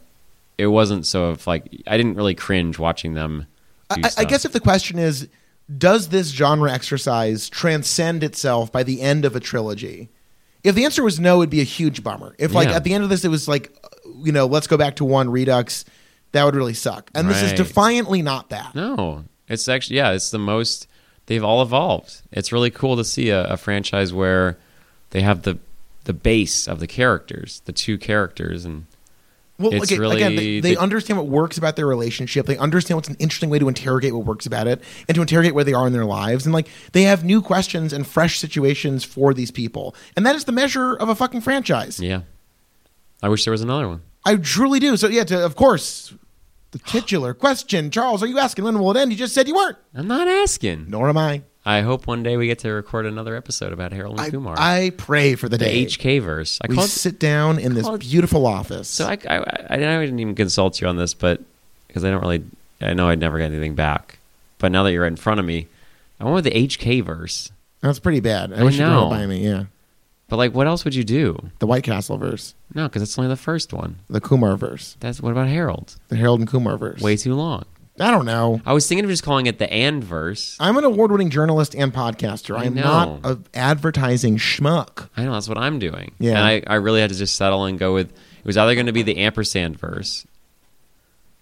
Speaker 2: it wasn't so if like I didn't really cringe watching them. do
Speaker 1: I, I
Speaker 2: stuff.
Speaker 1: guess if the question is, does this genre exercise transcend itself by the end of a trilogy? If the answer was no, it'd be a huge bummer. If like
Speaker 2: Yeah.
Speaker 1: at the end of this, it was like, uh, you know, let's go back to one Redux, that would really suck. And this is
Speaker 2: Right.
Speaker 1: defiantly not that.
Speaker 2: No, it's actually yeah, it's the most they've all evolved. It's really cool to see a, a franchise where they have the the base of the characters, the two characters, and
Speaker 1: Well,
Speaker 2: It's
Speaker 1: again, again, they,
Speaker 2: really-
Speaker 1: they
Speaker 2: they-
Speaker 1: understand what works about their relationship. They understand what's an interesting way to interrogate what works about it and to interrogate where they are in their lives. And like they have new questions and fresh situations for these people. And that is the measure of a fucking franchise.
Speaker 2: yeah. I wish there was another one.
Speaker 1: I truly do. So yeah, to, of course, the
Speaker 2: (sighs)
Speaker 1: titular question, Charles, are you asking when will it end? You just said you weren't.
Speaker 2: I'm not asking.
Speaker 1: Nor am I.
Speaker 2: I hope one day we get to record another episode about Harold and
Speaker 1: I,
Speaker 2: Kumar.
Speaker 1: I pray for the,
Speaker 2: the
Speaker 1: day
Speaker 2: HK verse. I
Speaker 1: we
Speaker 2: call it
Speaker 1: sit down in this
Speaker 2: called-
Speaker 1: beautiful office.
Speaker 2: So I, I, I, I didn't even consult you on this, but because I don't really, I know I'd never get anything back. But now that you're right in front of me, I went with the HK verse.
Speaker 1: That's pretty bad. I,
Speaker 2: I
Speaker 1: wish you
Speaker 2: know.
Speaker 1: were by me. Yeah,
Speaker 2: But like, what else would you do?
Speaker 1: the White Castle verse,
Speaker 2: No, because that's only the first one.
Speaker 1: the Kumar verse,
Speaker 2: That's what about Harold?
Speaker 1: the Harold and Kumar verse.
Speaker 2: Way too long.
Speaker 1: I don't know.
Speaker 2: I was thinking of just calling it the and verse.
Speaker 1: I'm an award-winning journalist and podcaster.
Speaker 2: I
Speaker 1: I'm
Speaker 2: know.
Speaker 1: not an advertising schmuck.
Speaker 2: I know that's what I'm doing.
Speaker 1: Yeah.
Speaker 2: And I, I really had to just settle and go with it was either going to be the ampersand verse.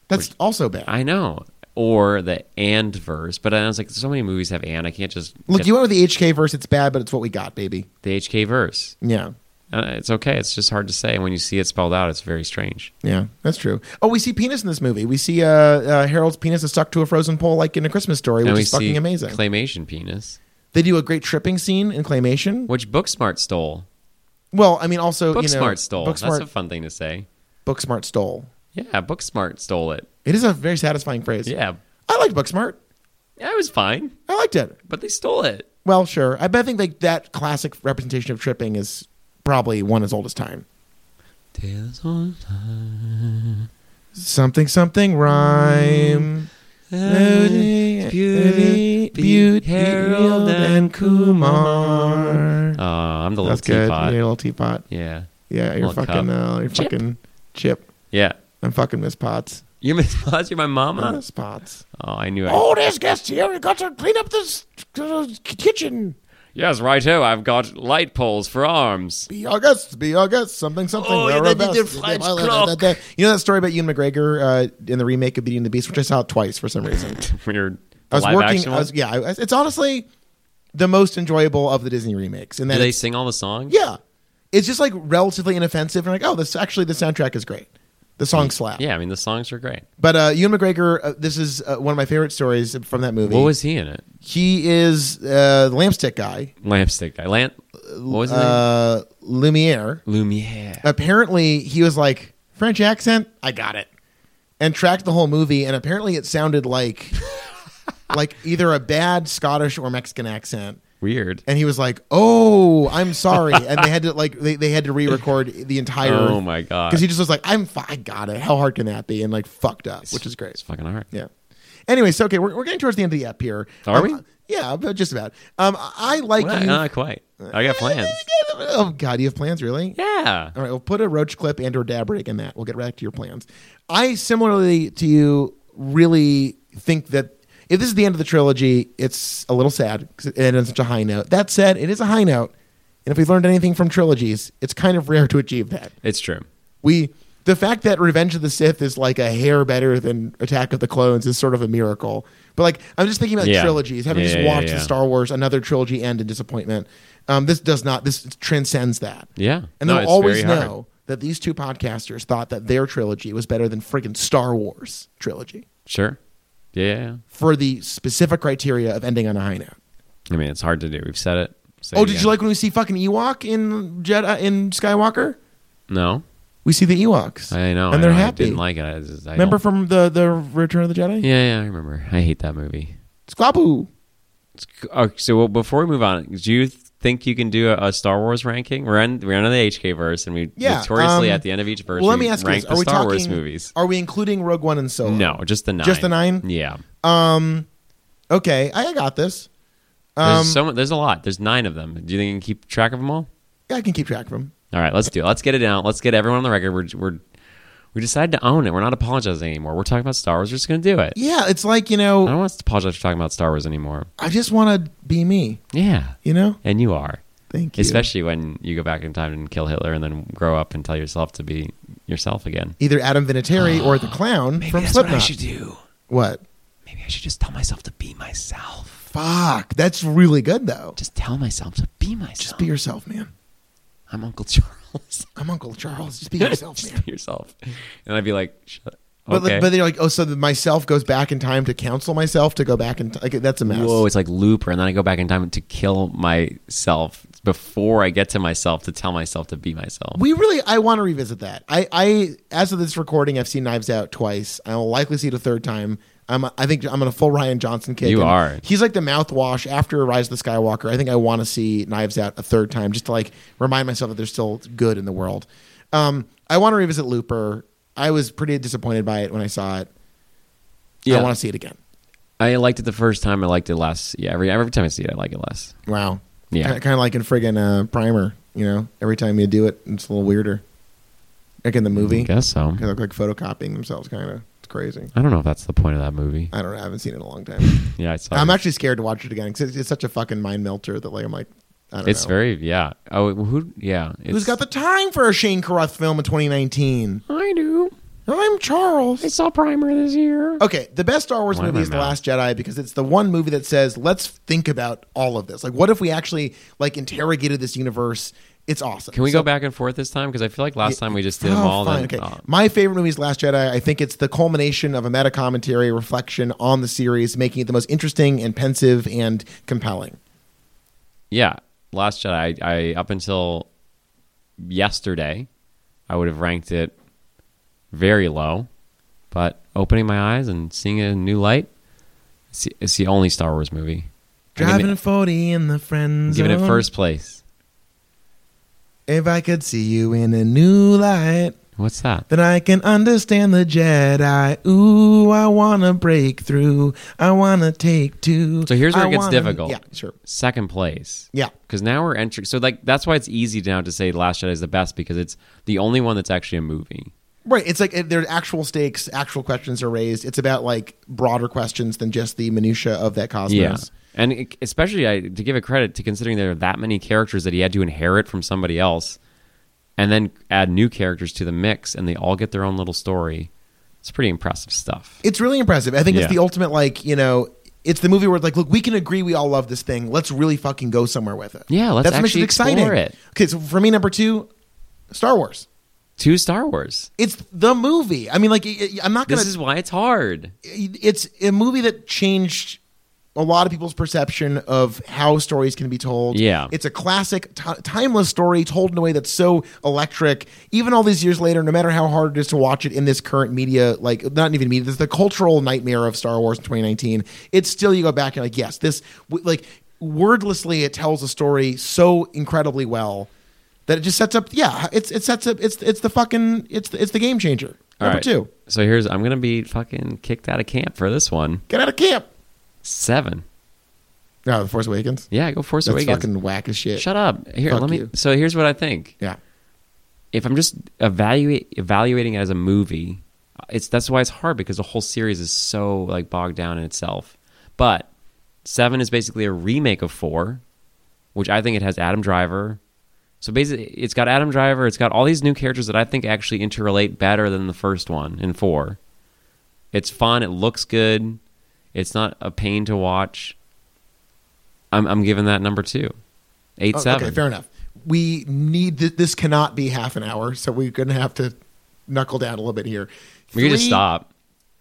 Speaker 1: That's also bad.
Speaker 2: I know. or the and verse. But I was like, so many movies have and. I can't just
Speaker 1: Look,
Speaker 2: get
Speaker 1: you went with the HK verse. It's bad, but it's what we got, baby.
Speaker 2: the HK verse.
Speaker 1: Yeah.
Speaker 2: Uh, it's okay. It's just hard to say. When you see it spelled out, it's very strange.
Speaker 1: Yeah, that's true. Oh, we see penis in this movie. We see uh, uh, Harold's penis is stuck to a frozen pole, like in a Christmas story,
Speaker 2: and
Speaker 1: which
Speaker 2: we
Speaker 1: is fucking
Speaker 2: see
Speaker 1: amazing.
Speaker 2: claymation penis,
Speaker 1: they do a great tripping scene in claymation.
Speaker 2: which Booksmart stole.
Speaker 1: Well, I mean, also
Speaker 2: Booksmart
Speaker 1: Oh, you know,
Speaker 2: stole.
Speaker 1: Booksmart,
Speaker 2: That's a fun thing to say.
Speaker 1: Booksmart stole.
Speaker 2: Yeah, Booksmart stole it.
Speaker 1: It is a very satisfying phrase.
Speaker 2: Yeah,
Speaker 1: I liked Booksmart.
Speaker 2: I was fine,
Speaker 1: I liked it.
Speaker 2: but they stole it.
Speaker 1: Well, sure. I bet I think like that classic representation of tripping is probably one as old as time.
Speaker 2: Tales on
Speaker 1: Something something rhyme.
Speaker 2: Beauty, beauty, beauty, Harold and Kumar. Oh, I'm the little
Speaker 1: That's good.
Speaker 2: teapot.
Speaker 1: You're a little teapot.
Speaker 2: Yeah.
Speaker 1: Yeah, you're
Speaker 2: Little
Speaker 1: fucking.
Speaker 2: cup.
Speaker 1: Uh, you're
Speaker 2: Chip.
Speaker 1: fucking chip.
Speaker 2: Yeah.
Speaker 1: I'm fucking Miss Potts.
Speaker 2: You're Miss (laughs) Potts, you're my
Speaker 1: I'm
Speaker 2: mama.
Speaker 1: Miss Potts.
Speaker 2: Oh, I knew it.
Speaker 1: Oh, there's guests here. We got to clean up this uh, kitchen.
Speaker 2: Yes, righto. I've got light poles for arms. (laughs)
Speaker 1: Be our guests. Be our guests. Something, something.
Speaker 2: Oh,
Speaker 1: we're
Speaker 2: yeah,
Speaker 1: our
Speaker 2: they did
Speaker 1: best.
Speaker 2: their French
Speaker 1: You
Speaker 2: clock.
Speaker 1: know that story about Ewan McGregor uh, in the remake of Beauty and the Beast, which I saw twice for some (laughs) reason.
Speaker 2: Weird.
Speaker 1: I was
Speaker 2: live
Speaker 1: working.
Speaker 2: action
Speaker 1: I
Speaker 2: one.
Speaker 1: was, yeah, I, it's honestly the most enjoyable of the Disney remakes. And
Speaker 2: Do
Speaker 1: that,
Speaker 2: they
Speaker 1: it's,
Speaker 2: sing all the songs?
Speaker 1: yeah, it's just like relatively inoffensive. And like, oh, this actually the soundtrack is great. The song slap.
Speaker 2: Mm, Yeah, I mean, the songs are great.
Speaker 1: But uh, Ewan McGregor, uh, this is uh, one of my favorite stories from that movie.
Speaker 2: What was he in it?
Speaker 1: he is uh, the lampstick guy,
Speaker 2: Lampstick guy. Lamp. What was his
Speaker 1: uh, Lumiere.
Speaker 2: name? Lumiere.
Speaker 1: Apparently, he was like French accent. I got it, and tracked the whole movie. And apparently, it sounded like (laughs) like either a bad Scottish or Mexican accent.
Speaker 2: Weird.
Speaker 1: And he was like, "Oh, I'm sorry," and they had to like they, they had to re-record the entire.
Speaker 2: Oh my god.
Speaker 1: Because he just was like, "I'm fi- I got it. How hard can that be?" And like fucked up, which is
Speaker 2: It's
Speaker 1: great.
Speaker 2: fucking hard.
Speaker 1: Yeah. Anyway, so okay, we're, we're getting towards the end of the app here.
Speaker 2: Are
Speaker 1: Um,
Speaker 2: we?
Speaker 1: Yeah, but just about. Um, I I like
Speaker 2: Well,
Speaker 1: you.
Speaker 2: not quite. I got plans.
Speaker 1: (laughs) Oh God, you have plans, really?
Speaker 2: Yeah.
Speaker 1: All right, we'll put a roach clip and or dab rig in that. We'll get right back to your plans. I similarly to you really think that if this is the end of the trilogy, it's a little sad because it ends on such a high note. That said, it is a high note, and if we've learned anything from trilogies, it's kind of rare to achieve that.
Speaker 2: It's true.
Speaker 1: We the fact that Revenge of the Sith is like a hair better than Attack of the Clones is sort of a miracle. But like I'm just thinking about
Speaker 2: Yeah.
Speaker 1: trilogies. Having
Speaker 2: Yeah,
Speaker 1: just
Speaker 2: yeah,
Speaker 1: watched
Speaker 2: yeah.
Speaker 1: the Star Wars another trilogy end in disappointment, um, this does not. This transcends that.
Speaker 2: Yeah.
Speaker 1: and
Speaker 2: No,
Speaker 1: they'll
Speaker 2: it's
Speaker 1: always
Speaker 2: very hard.
Speaker 1: know that these two podcasters thought that their trilogy was better than friggin' Star Wars trilogy
Speaker 2: Sure. Yeah, yeah, yeah.
Speaker 1: for the specific criteria of ending on a high note.
Speaker 2: I mean, it's hard to do. We've said it. Say
Speaker 1: oh,
Speaker 2: it
Speaker 1: did
Speaker 2: again.
Speaker 1: you like when we see fucking Ewok in Jedi in Skywalker?
Speaker 2: No,
Speaker 1: We see the Ewoks.
Speaker 2: I know. I
Speaker 1: and they're
Speaker 2: know.
Speaker 1: happy.
Speaker 2: I didn't like it. I, just, I
Speaker 1: Remember from
Speaker 2: don't-
Speaker 1: the the Return of the Jedi?
Speaker 2: Yeah, yeah. I remember. I hate that movie.
Speaker 1: Squaboo.
Speaker 2: It's- okay, so well, before we move on, do you think you can do a, a Star Wars ranking? We're on we're on the HK verse, and we
Speaker 1: Yeah,
Speaker 2: notoriously
Speaker 1: um,
Speaker 2: at the end of each verse.
Speaker 1: Well, let
Speaker 2: we
Speaker 1: me ask you
Speaker 2: rank
Speaker 1: this:
Speaker 2: the
Speaker 1: Are we
Speaker 2: Star
Speaker 1: talking?
Speaker 2: Wars movies.
Speaker 1: Are we including Rogue One and Solo?
Speaker 2: No, just the nine.
Speaker 1: Just the nine?
Speaker 2: Yeah.
Speaker 1: Um. Okay, I I got this. Um,
Speaker 2: there's so mu- There's a lot. There's nine of them. Do you think you can keep track of them all?
Speaker 1: yeah, I can keep track of them.
Speaker 2: All right, let's do it. Let's get it out. Let's get everyone on the record. We're we're we decided to own it. We're not apologizing anymore. We're talking about Star Wars. We're just gonna do it.
Speaker 1: Yeah, it's like you
Speaker 2: I
Speaker 1: know,
Speaker 2: don't want us to apologize for talking about Star Wars anymore.
Speaker 1: I just want to be me.
Speaker 2: Yeah,
Speaker 1: You know.
Speaker 2: and you are,
Speaker 1: Thank you.
Speaker 2: especially when you go back in time and kill Hitler and then grow up and tell yourself to be yourself again.
Speaker 1: either Adam Vinatieri
Speaker 2: (gasps)
Speaker 1: or the clown from Slipknot.
Speaker 2: do.
Speaker 1: what?
Speaker 2: Maybe I should just tell myself to be myself.
Speaker 1: Fuck, that's really good though.
Speaker 2: Just tell myself to be myself.
Speaker 1: Just be yourself, man.
Speaker 2: I'm Uncle (laughs) Charles.
Speaker 1: I'm Uncle Charles.
Speaker 2: (laughs)
Speaker 1: Just be yourself, man.
Speaker 2: just be yourself. And I'd be like, Shut.
Speaker 1: But
Speaker 2: okay.
Speaker 1: but they're like, oh, so the myself goes back in time to counsel myself to go back in. T- like that's a mess.
Speaker 2: Whoa, it's like Looper, and then I go back in time to kill myself before I get to myself to tell myself to be myself.
Speaker 1: We really, I want to revisit that. I, I, as of this recording, I've seen Knives Out twice. I will likely see it a third time. I'm, I think I'm on a full Ryan Johnson kick.
Speaker 2: You
Speaker 1: and
Speaker 2: are.
Speaker 1: He's like the mouthwash after Rise of the Skywalker. I think I want to see Knives Out a third time just to like remind myself that there's still good in the world. Um, I want to revisit Looper. I was pretty disappointed by it when I saw it.
Speaker 2: Yeah.
Speaker 1: I want to see it again.
Speaker 2: I liked it the first time. I liked it less. Yeah, every every time I see it, I like it less.
Speaker 1: Wow.
Speaker 2: Yeah.
Speaker 1: Kind of like in friggin' uh, Primer. You know, every time you do it, it's a little weirder. Like in the
Speaker 2: I
Speaker 1: movie,
Speaker 2: guess so.
Speaker 1: they look like photocopying themselves. Kind of. It's crazy.
Speaker 2: I don't know if that's the point of that movie.
Speaker 1: I don't know. I haven't seen it in a long time.
Speaker 2: Yeah, I saw.
Speaker 1: I'm
Speaker 2: it.
Speaker 1: actually scared to watch it again because it's, it's such a fucking mind melter that like I'm like, I don't
Speaker 2: It's
Speaker 1: know.
Speaker 2: very yeah. Oh, who? Yeah, it's,
Speaker 1: Who's got the time for a Shane Carruth film in 2019?
Speaker 2: I do.
Speaker 1: I'm Charles.
Speaker 2: I saw Primer this year.
Speaker 1: Okay, the best Star Wars
Speaker 2: Why am
Speaker 1: movie
Speaker 2: I
Speaker 1: is The
Speaker 2: mad?
Speaker 1: Last Jedi because it's the one movie that says, let's think about all of this. Like, what if we actually like interrogated this universe? It's awesome.
Speaker 2: Can we
Speaker 1: So-
Speaker 2: go back and forth this time? Because I feel like last time we just did them
Speaker 1: Oh,
Speaker 2: all.
Speaker 1: fine,
Speaker 2: then,
Speaker 1: okay.
Speaker 2: oh.
Speaker 1: My favorite movie is Last Jedi. I think it's the culmination of a meta commentary reflection on the series, making it the most interesting and pensive and compelling.
Speaker 2: yeah, Last Jedi. I, I up until yesterday, I would have ranked it very low, but opening my eyes and seeing it in a new light, it's the, it's the only Star Wars movie. I'm
Speaker 1: Driving
Speaker 2: giving
Speaker 1: a 40 in the friend
Speaker 2: it, giving it
Speaker 1: zone.
Speaker 2: first place.
Speaker 1: If I could see you in a new light,
Speaker 2: What's that?
Speaker 1: then I can understand the Jedi. Ooh, I wanna break through. I wanna take two.
Speaker 2: So here's where
Speaker 1: I
Speaker 2: it gets
Speaker 1: wanna-
Speaker 2: difficult.
Speaker 1: Yeah, sure.
Speaker 2: Second place.
Speaker 1: Yeah.
Speaker 2: because now we're entering. So like that's why it's easy now to say Last Jedi is the best because it's the only one that's actually a movie.
Speaker 1: Right. It's like it, there's actual stakes, actual questions are raised. It's about like broader questions than just the minutia of that cosmos.
Speaker 2: and it, especially I, to give it credit to considering there are that many characters that he had to inherit from somebody else, and then add new characters to the mix, and they all get their own little story. It's pretty impressive stuff.
Speaker 1: It's really impressive. I think it's
Speaker 2: Yeah.
Speaker 1: the ultimate like, you know, it's the movie where like, look, we can agree we all love this thing. Let's really fucking go somewhere with it.
Speaker 2: Yeah, let's
Speaker 1: That's what makes
Speaker 2: actually
Speaker 1: it exciting.
Speaker 2: explore it.
Speaker 1: Okay, so for me number 2, Star Wars.
Speaker 2: Two Star Wars.
Speaker 1: It's the movie. I mean like i- i- I'm not going
Speaker 2: This
Speaker 1: to
Speaker 2: is why it's hard.
Speaker 1: it's a movie that changed a lot of people's perception of how stories can be told.
Speaker 2: Yeah.
Speaker 1: It's a classic, ti timeless story told in a way that's so electric. Even all these years later, no matter how hard it is to watch it in this current media, like, not even media, this is the cultural nightmare of Star Wars in 2019. It's still, you go back and, like, yes, this, w- like, wordlessly, it tells a story so incredibly well that it just sets up, yeah, it's, it sets up, it's, it's the fucking, it's, the- it's the game changer.
Speaker 2: All
Speaker 1: Number
Speaker 2: right.
Speaker 1: two,
Speaker 2: So here's I'm gonna be fucking kicked out of camp for this one.
Speaker 1: get out of camp.
Speaker 2: Seven.
Speaker 1: Oh, The Force Awakens.
Speaker 2: Yeah, go Force
Speaker 1: That's
Speaker 2: Awakens.
Speaker 1: fucking whack as shit.
Speaker 2: Shut up. Here,
Speaker 1: Fuck
Speaker 2: let me.
Speaker 1: you.
Speaker 2: So here's what I think.
Speaker 1: Yeah.
Speaker 2: if I'm just evaluate evaluating it as a movie, it's that's why it's hard because the whole series is so like bogged down in itself. But seven is basically a remake of four, which I think it has Adam Driver. So basically, it's got Adam Driver. It's got all these new characters that I think actually interrelate better than the first one in four. It's fun. It looks good. It's not a pain to watch. I'm I'm giving that number two, eight
Speaker 1: Oh,
Speaker 2: seven.
Speaker 1: Okay, fair enough. We need th- this cannot be half an hour, so we're gonna have to knuckle down a little bit here.
Speaker 2: we could just
Speaker 1: Three-
Speaker 2: stop.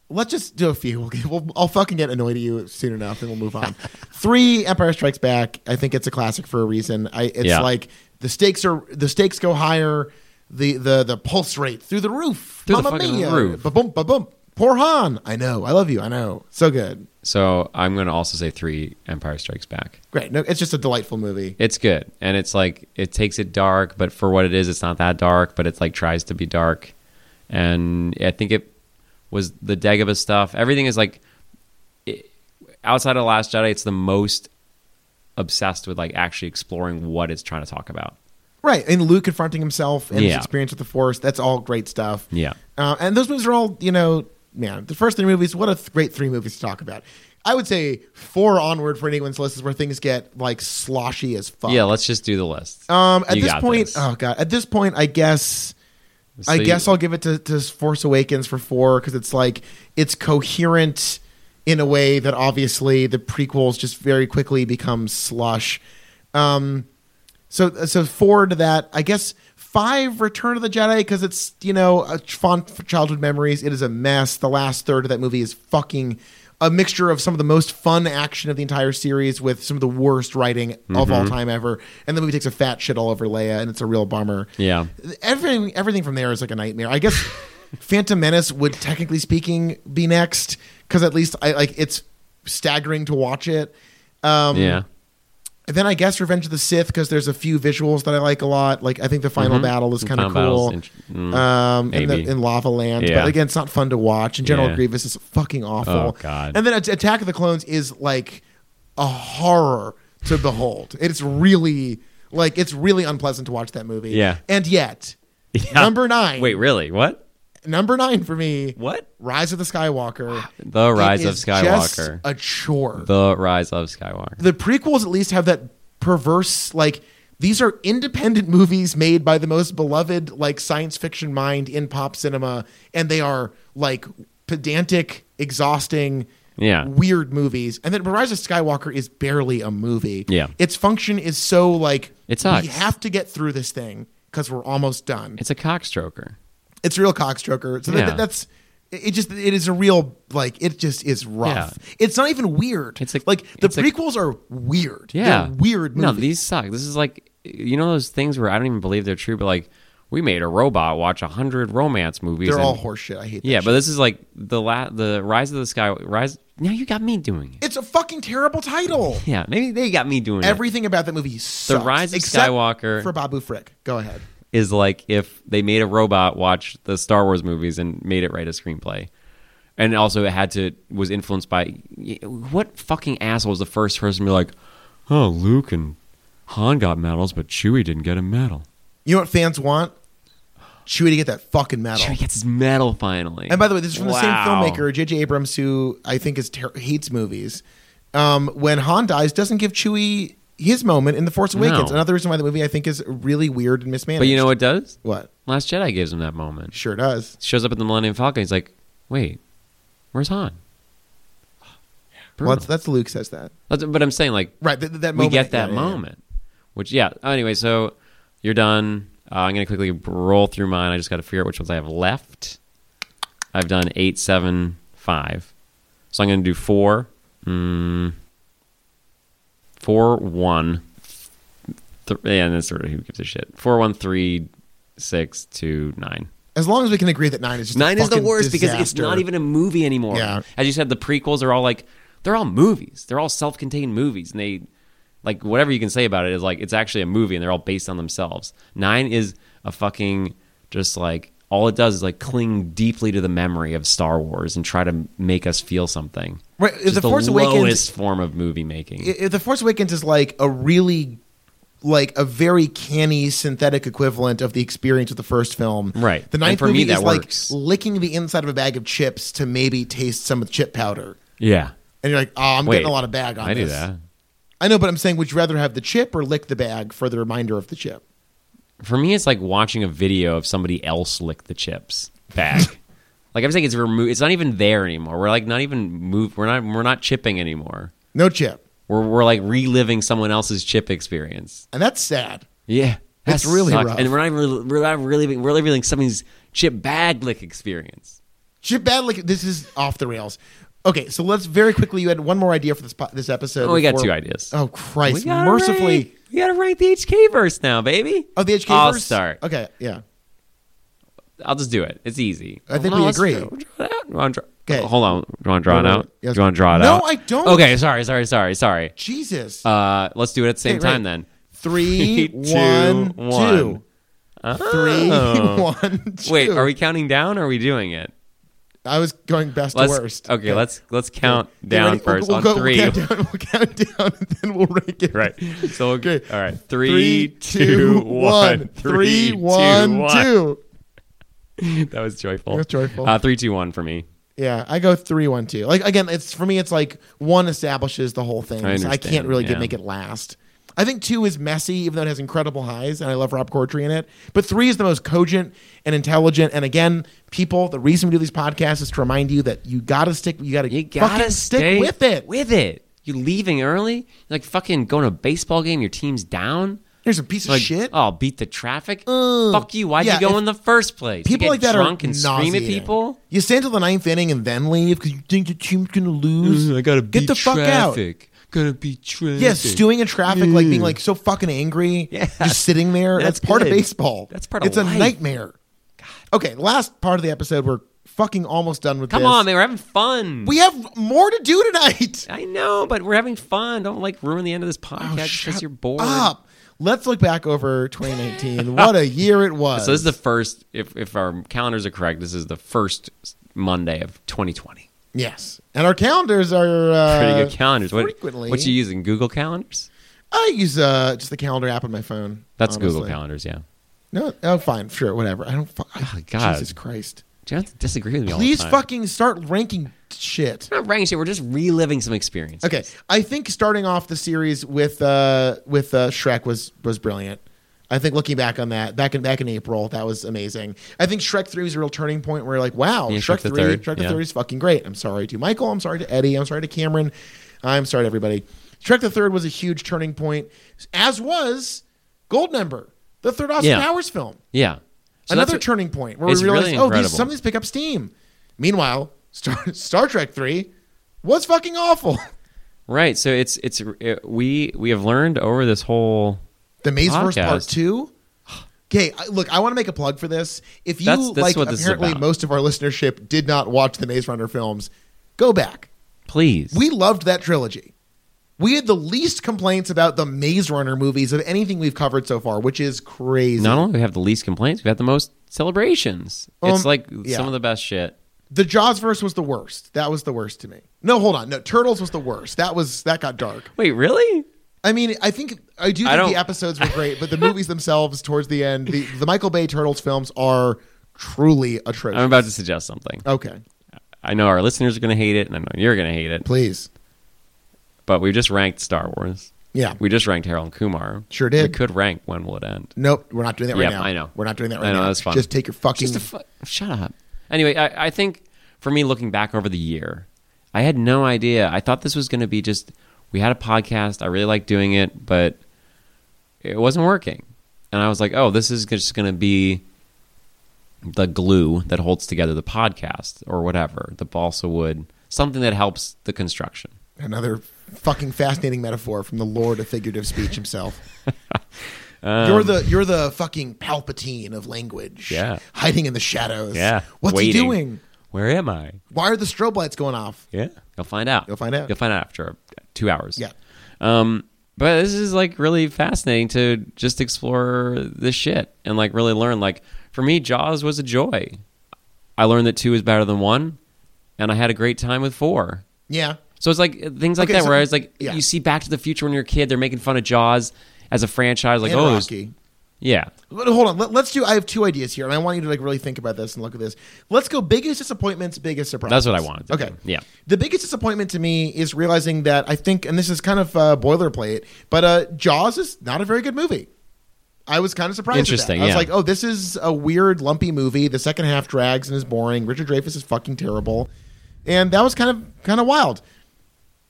Speaker 1: Let's just do a few. (laughs) We'll, get- we'll, I'll fucking get annoyed at you soon enough, and we'll move on. Three, Empire Strikes Back. I think it's a classic for a reason. I, it's
Speaker 2: Yeah.
Speaker 1: like the stakes are the stakes go higher. The the the pulse rate through the roof.
Speaker 2: Through the
Speaker 1: Mamma
Speaker 2: fucking
Speaker 1: mia.
Speaker 2: roof.
Speaker 1: Ba boom ba boom. Poor Han. I know. I love you. I know. So good.
Speaker 2: So I'm going to also say three Empire Strikes Back.
Speaker 1: Great. No, it's just a delightful movie.
Speaker 2: It's good. And it's like, it takes it dark, but for what it is, it's not that dark, but it's like tries to be dark. And I think it was the Dagobah stuff. Everything is like, it, outside of Last Jedi, it's the most obsessed with like actually exploring what it's trying to talk about.
Speaker 1: Right, and Luke confronting himself and his
Speaker 2: Yeah.
Speaker 1: experience with the Force. That's all great stuff.
Speaker 2: Yeah.
Speaker 1: Uh, and those movies are all, you know, man, the first three movies, what a th- great three movies to talk about. I would say four onward for anyone's list is where things get like sloshy as fuck.
Speaker 2: Yeah, let's just do the list.
Speaker 1: Um, at
Speaker 2: You
Speaker 1: this
Speaker 2: got
Speaker 1: point,
Speaker 2: this.
Speaker 1: oh god, at this point, I guess, I
Speaker 2: So you-
Speaker 1: guess I'll give it to, to Force Awakens for four because it's like it's coherent in a way that obviously the prequels just very quickly become slush. Um, so so four to that, I guess. Five Return of the Jedi because it's you know a ch- fond f- childhood memories. It is a mess. The last third of that movie is fucking a mixture of some of the most fun action of the entire series with some of the worst writing of all time ever. And the movie takes a fat shit all over Leia, and it's a real bummer
Speaker 2: Yeah.
Speaker 1: everything everything from there is like a nightmare. I guess Phantom Menace would technically speaking be next because at least I like it's staggering to watch it. Um,
Speaker 2: yeah.
Speaker 1: and Then I guess Revenge of the Sith because there's a few visuals that I like a lot. Like I think the final
Speaker 2: Mhm.
Speaker 1: battle is
Speaker 2: The
Speaker 1: kind of
Speaker 2: final battle's
Speaker 1: cool.
Speaker 2: int- mm,
Speaker 1: um, in, the,
Speaker 2: maybe.
Speaker 1: in Lava Land,
Speaker 2: Yeah.
Speaker 1: but again, it's not fun to watch. And General
Speaker 2: Yeah.
Speaker 1: Grievous is fucking awful.
Speaker 2: Oh, God.
Speaker 1: And then At- Attack of the Clones is like a horror to behold. It's really like it's really unpleasant to watch that movie.
Speaker 2: Yeah.
Speaker 1: and yet.
Speaker 2: (laughs) Yeah.
Speaker 1: Number nine.
Speaker 2: Wait, really? What?
Speaker 1: Number nine for me.
Speaker 2: What?
Speaker 1: Rise of the Skywalker.
Speaker 2: The Rise
Speaker 1: It
Speaker 2: of
Speaker 1: is
Speaker 2: Skywalker.
Speaker 1: Just a chore. The-,
Speaker 2: the Rise of Skywalker.
Speaker 1: prequels at least have that perverse like These are independent (laughs) movies made by the most beloved like science fiction mind in pop cinema, and they are like pedantic, exhausting,
Speaker 2: Yeah.
Speaker 1: weird movies. And then Rise of Skywalker is barely a movie.
Speaker 2: Yeah.
Speaker 1: its function is so like
Speaker 2: It sucks.
Speaker 1: we have to get through this thing because we're almost done.
Speaker 2: It's a cockstroker.
Speaker 1: It's a real cockstroker. So that-
Speaker 2: Yeah.
Speaker 1: that, that's it. it Just it is a real like it just is rough. It's not even weird.
Speaker 2: It's a-
Speaker 1: like the
Speaker 2: it's a-
Speaker 1: prequels are weird.
Speaker 2: Yeah.
Speaker 1: They're weird. Movies.
Speaker 2: No, these suck. This is like you know those things where I don't even believe they're true, but like we made a robot watch a hundred romance movies.
Speaker 1: they're
Speaker 2: and-
Speaker 1: all horseshit. I hate. That
Speaker 2: Yeah,
Speaker 1: shit.
Speaker 2: but this is like the la- the Rise of the Sky Rise. Now you got me doing it.
Speaker 1: it's a fucking terrible title.
Speaker 2: (laughs) Yeah, maybe they got me doing it.
Speaker 1: Everything about that movie sucks.
Speaker 2: Rise of
Speaker 1: except
Speaker 2: Skywalker-
Speaker 1: for Babu Frick. Go ahead.
Speaker 2: is like if they made a robot watch the Star Wars movies and made it write a screenplay. And also it had to was influenced by what fucking asshole was the first person to be like, "Oh, Luke and Han got medals, but Chewie didn't get a medal.
Speaker 1: You know what fans want? Chewie to get that fucking medal.
Speaker 2: Chewie gets his medal finally."
Speaker 1: And by the way, this is from the same
Speaker 2: Wow.
Speaker 1: filmmaker, J.J. Abrams, who I think is ter- hates movies. Um, when Han dies, doesn't give Chewie his moment in The Force Awakens.
Speaker 2: No.
Speaker 1: Another reason why the movie I think is really weird and mismanaged.
Speaker 2: But you know what it does?
Speaker 1: what?
Speaker 2: Last Jedi gives him that moment.
Speaker 1: Sure does.
Speaker 2: Shows up at the Millennium Falcon. He's like, "Wait, where's Han?" (gasps)
Speaker 1: Well,
Speaker 2: Brutal.
Speaker 1: that's, that's Luke says that.
Speaker 2: That's- but I'm saying like
Speaker 1: Right. Th- th- that
Speaker 2: we
Speaker 1: moment.
Speaker 2: get that
Speaker 1: yeah, yeah, yeah.
Speaker 2: moment. Which yeah. Anyway, so you're done. Uh, I'm gonna quickly roll through mine. I just got to figure out which ones I have left. I've done eight, seven, five. So I'm gonna do four, mm, four, one, th- yeah, and then sort of who gives a shit. Four, one, three, six, two, nine.
Speaker 1: As long as we can agree that nine is just a
Speaker 2: Nine is the
Speaker 1: fucking
Speaker 2: worst because it's
Speaker 1: disaster.
Speaker 2: not even a movie anymore.
Speaker 1: Yeah.
Speaker 2: As you said, the prequels are all like they're all movies. They're all self-contained movies, and they like whatever you can say about it is like it's actually a movie, and they're all based on themselves. Nine is a fucking just like all it does is like cling deeply to the memory of Star Wars and try to make us feel something.
Speaker 1: Right,
Speaker 2: Just
Speaker 1: The Force
Speaker 2: lowest
Speaker 1: Awakens-
Speaker 2: form of movie making.
Speaker 1: I- I- the Force Awakens is like a really like a very canny synthetic equivalent of the experience of the first film.
Speaker 2: Right.
Speaker 1: The
Speaker 2: And
Speaker 1: ninth
Speaker 2: for me,
Speaker 1: movie
Speaker 2: that
Speaker 1: is
Speaker 2: works.
Speaker 1: like licking the inside of a bag of chips to maybe taste some of the chip powder.
Speaker 2: yeah.
Speaker 1: And you're like, oh, I'm
Speaker 2: Wait,
Speaker 1: getting a lot of bag on
Speaker 2: I do
Speaker 1: this.
Speaker 2: that.
Speaker 1: I know, but I'm saying, would you rather have the chip or lick the bag for the reminder of the chip?
Speaker 2: For me, it's like watching a video of somebody else lick the chips
Speaker 1: (laughs)
Speaker 2: back. like I'm saying, it's removed. It's not even there anymore. We're like not even move. We're not. We're not chipping anymore.
Speaker 1: No chip.
Speaker 2: We're we're like reliving someone else's chip experience.
Speaker 1: And that's sad.
Speaker 2: Yeah,
Speaker 1: That's really rough.
Speaker 2: And we're not even. rel- We're not reliving. We're reliving somebody's chip bag lick experience.
Speaker 1: Chip bad lick, this is off the rails. Okay, so let's very quickly, you had one more idea for this, po- this episode.
Speaker 2: Oh, we got
Speaker 1: before-
Speaker 2: two ideas.
Speaker 1: Oh, Christ.
Speaker 2: gotta
Speaker 1: Mercifully.
Speaker 2: rank- we gotta rank the HK verse now, baby.
Speaker 1: Oh, the HK
Speaker 2: I'll
Speaker 1: verse?
Speaker 2: start.
Speaker 1: Okay, yeah.
Speaker 2: I'll just do it. It's easy.
Speaker 1: I think
Speaker 2: No,
Speaker 1: we
Speaker 2: let's
Speaker 1: agree.
Speaker 2: Draw, draw it out. You wanna draw-
Speaker 1: Okay.
Speaker 2: Hold on. Do you want to draw
Speaker 1: Wait,
Speaker 2: it
Speaker 1: wait,
Speaker 2: out?
Speaker 1: wait. Yes.
Speaker 2: Do you want to draw it
Speaker 1: No,
Speaker 2: out?
Speaker 1: I don't.
Speaker 2: Okay. Sorry. Sorry. Sorry. Sorry.
Speaker 1: Jesus.
Speaker 2: Uh, let's do it at the same
Speaker 1: Okay, right.
Speaker 2: time then.
Speaker 1: Three,
Speaker 2: Three, two,
Speaker 1: one, two.
Speaker 2: one. Oh.
Speaker 1: Three, one, two.
Speaker 2: Uh-huh. Wait, are we counting down or are we doing it?
Speaker 1: I was going best
Speaker 2: Let's,
Speaker 1: to worst.
Speaker 2: Okay, let's let's count
Speaker 1: Okay,
Speaker 2: down
Speaker 1: ready?
Speaker 2: 1st
Speaker 1: We'll- we'll go-
Speaker 2: on 3 (laughs)
Speaker 1: We'll count down, we'll count down and then we'll rank it.
Speaker 2: right. So okay.
Speaker 1: Okay.
Speaker 2: All right.
Speaker 1: Three, two,
Speaker 2: (laughs)
Speaker 1: one. Three, one, two.
Speaker 2: (laughs) That was joyful.
Speaker 1: That was joyful.
Speaker 2: Uh, three, two, one for me.
Speaker 1: Yeah, I go three, one, two. Like again, it's for me. It's like one establishes the whole thing.
Speaker 2: I
Speaker 1: so I can't
Speaker 2: understand,
Speaker 1: really get,
Speaker 2: yeah.
Speaker 1: make it last. I think two is messy, even though it has incredible highs, and I love Rob Corddry in it. But three is the most cogent and intelligent. And again, people, the reason we do these podcasts is to remind you that you gotta stick. You gotta,
Speaker 2: You gotta
Speaker 1: fucking
Speaker 2: stay
Speaker 1: stick with it.
Speaker 2: With it. You leaving early? You're like fucking going to a baseball game. Your team's down.
Speaker 1: There's a piece of
Speaker 2: Like,
Speaker 1: shit.
Speaker 2: Oh, beat the traffic.
Speaker 1: Ugh.
Speaker 2: Fuck you. Why'd
Speaker 1: Yeah,
Speaker 2: you go
Speaker 1: if-
Speaker 2: in the first place? You
Speaker 1: people
Speaker 2: get
Speaker 1: like that
Speaker 2: drunk
Speaker 1: are
Speaker 2: and scream at
Speaker 1: nauseating.
Speaker 2: people.
Speaker 1: You stay until the ninth inning and then leave because you think your team's gonna lose.
Speaker 2: I gotta
Speaker 1: get the fuck out.
Speaker 2: Gotta be traffic.
Speaker 1: Yeah, stewing in traffic, like being like so fucking angry,
Speaker 2: Yeah.
Speaker 1: just sitting there. That's,
Speaker 2: That's
Speaker 1: part of
Speaker 2: good.
Speaker 1: baseball.
Speaker 2: That's part of
Speaker 1: It's a
Speaker 2: life.
Speaker 1: nightmare. Okay, last part of the episode. We're fucking almost done with
Speaker 2: Come
Speaker 1: this.
Speaker 2: on, man. We're having fun.
Speaker 1: We have more to do
Speaker 2: (laughs)
Speaker 1: tonight.
Speaker 2: I know, but we're having fun. Don't like ruin the end of this podcast
Speaker 1: Oh, shut
Speaker 2: because you're bored.
Speaker 1: Up. Let's look back over 2019. what a year it was.
Speaker 2: (laughs) So this is the first. If if our calendars are correct, this is the first Monday of 2020.
Speaker 1: yes, and our calendars are uh,
Speaker 2: Pretty good calendars. What,
Speaker 1: frequently.
Speaker 2: what you using? Google Calendars.
Speaker 1: I use uh, just the calendar app on my phone.
Speaker 2: That's Google
Speaker 1: honestly.
Speaker 2: Calendars. Yeah.
Speaker 1: No, oh, fine, sure, whatever. I don't. Fu- I,
Speaker 2: God.
Speaker 1: Jesus Christ.
Speaker 2: Do you have to disagree with me? all the
Speaker 1: Please
Speaker 2: time?
Speaker 1: fucking start ranking shit.
Speaker 2: We're not bragging shit. We're just reliving some experience.
Speaker 1: Okay, I think starting off the series with uh, with uh, Shrek was was brilliant. I think looking back on that, back in back in April, that was amazing. I think Shrek Three was a real turning point where like, wow,
Speaker 2: Yeah,
Speaker 1: Shrek,
Speaker 2: Shrek the
Speaker 1: Three,
Speaker 2: Third,
Speaker 1: Shrek the
Speaker 2: yeah.
Speaker 1: Third is fucking great. I'm sorry to Michael. I'm sorry to Eddie. I'm sorry to Cameron. I'm sorry to everybody. Shrek the Third was a huge turning point, as was Goldmember, the third Austin
Speaker 2: Yeah.
Speaker 1: Powers film.
Speaker 2: Yeah. So that's
Speaker 1: Another
Speaker 2: what-
Speaker 1: turning point where we
Speaker 2: it's
Speaker 1: realized,
Speaker 2: really
Speaker 1: oh, these,
Speaker 2: incredible.
Speaker 1: some of these pick up steam. Meanwhile, Star, (laughs) Star Trek Three was fucking awful. (laughs)
Speaker 2: Right. So it's it's it, we we have learned over this whole.
Speaker 1: The Maze Verse
Speaker 2: Podcast.
Speaker 1: Part Two. Okay, I- look, I want to make a plug for this. If you
Speaker 2: That's- that's
Speaker 1: like,
Speaker 2: what this is
Speaker 1: apparently
Speaker 2: about.
Speaker 1: most of our listenership did not watch the Maze Runner films. Go back.
Speaker 2: Please.
Speaker 1: We loved that trilogy. We had the least complaints about the Maze Runner movies of anything we've covered so far, which is crazy.
Speaker 2: not only do we have the least complaints, we have the most celebrations.
Speaker 1: Um,
Speaker 2: it's like
Speaker 1: yeah.
Speaker 2: some of the best shit.
Speaker 1: the Jaws verse was the worst. That was the worst to me. No, hold on. No, Turtles was the worst. That was that got dark.
Speaker 2: Wait, really?
Speaker 1: I mean, I think I do think
Speaker 2: I
Speaker 1: the
Speaker 2: don't-
Speaker 1: episodes were great, but the movies themselves towards the end, the, the Michael Bay Turtles films are truly atrocious.
Speaker 2: I'm about to suggest something.
Speaker 1: Okay.
Speaker 2: I know our listeners are going to hate it, and I know you're going to hate it.
Speaker 1: Please.
Speaker 2: But we just ranked Star Wars.
Speaker 1: Yeah.
Speaker 2: We just ranked Harold and Kumar.
Speaker 1: Sure did.
Speaker 2: We could rank when will it end.
Speaker 1: nope, we're not doing that
Speaker 2: Yeah,
Speaker 1: right now.
Speaker 2: I know.
Speaker 1: We're not doing that right
Speaker 2: I know,
Speaker 1: now.
Speaker 2: that's fun.
Speaker 1: Just take your fucking
Speaker 2: Just a fu- shut up. Anyway, I, I think for me, looking back over the year, I had no idea. I thought this was going to be just we had a podcast. I really liked doing it, but it wasn't working. And I was like, oh, this is just going to be the glue that holds together the podcast or whatever, the balsa wood, something that helps the construction.
Speaker 1: another fucking fascinating metaphor from the Lord of figurative speech
Speaker 2: (laughs)
Speaker 1: himself.
Speaker 2: Um,
Speaker 1: you're the you're the fucking Palpatine of language.
Speaker 2: Yeah.
Speaker 1: Hiding in the shadows.
Speaker 2: Yeah.
Speaker 1: What's he
Speaker 2: Waiting.
Speaker 1: doing?
Speaker 2: Where am I?
Speaker 1: Why are the strobe lights going off?
Speaker 2: Yeah. You'll find out.
Speaker 1: You'll find out.
Speaker 2: You'll find out after two hours.
Speaker 1: Yeah.
Speaker 2: Um, but this is like really fascinating to just explore this shit and like really learn. Like for me, Jaws was a joy. I learned that two is better than one, and I had a great time with four.
Speaker 1: Yeah.
Speaker 2: So it's like things like
Speaker 1: Okay,
Speaker 2: that
Speaker 1: so-
Speaker 2: where I was like,
Speaker 1: yeah.
Speaker 2: you see Back to the Future when you're a kid, they're making fun of Jaws as a franchise. Like,
Speaker 1: and
Speaker 2: oh, there's-
Speaker 1: Rocky.
Speaker 2: yeah,
Speaker 1: But hold on. Let, us do. I have two ideas here, and I want you to like really think about this and look at this. Let's go. Biggest disappointments, biggest surprises.
Speaker 2: That's what I wanted to
Speaker 1: okay.
Speaker 2: do. Yeah.
Speaker 1: The biggest disappointment to me is realizing that I think, and this is kind of uh, boilerplate, but uh, Jaws is not a very good movie. I was kind of surprised. at that.
Speaker 2: Interesting,
Speaker 1: I was
Speaker 2: yeah.
Speaker 1: like, oh, this is a weird, lumpy movie. The second half drags and is boring. Richard Dreyfuss is fucking terrible, and that was kind of kind of wild.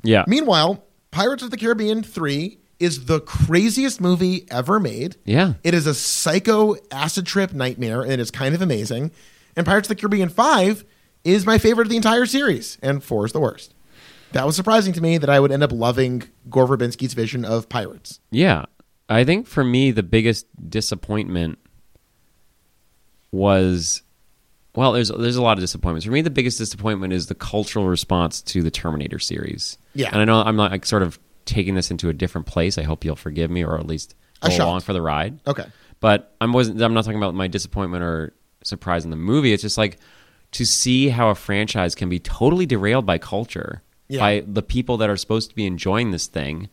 Speaker 2: yeah,
Speaker 1: Meanwhile, Pirates of the Caribbean 3 is the craziest movie ever made.
Speaker 2: Yeah.
Speaker 1: It is a psycho acid trip nightmare and it is kind of amazing. And Pirates of the Caribbean 5 is my favorite of the entire series and 4 is the worst. That was surprising to me that I would end up loving Gore Verbinski's vision of pirates.
Speaker 2: yeah. I think for me the biggest disappointment was well, there's there's a lot of disappointments. For me, the biggest disappointment is the cultural response to the Terminator series.
Speaker 1: Yeah.
Speaker 2: and I know I'm like sort of taking this into a different place. I hope you'll forgive me, or at least
Speaker 1: A
Speaker 2: go
Speaker 1: shot.
Speaker 2: along for the ride.
Speaker 1: Okay.
Speaker 2: but I wasn't. I'm not talking about my disappointment or surprise in the movie. It's just like to see how a franchise can be totally derailed by culture,
Speaker 1: Yeah.
Speaker 2: by the people that are supposed to be enjoying this thing,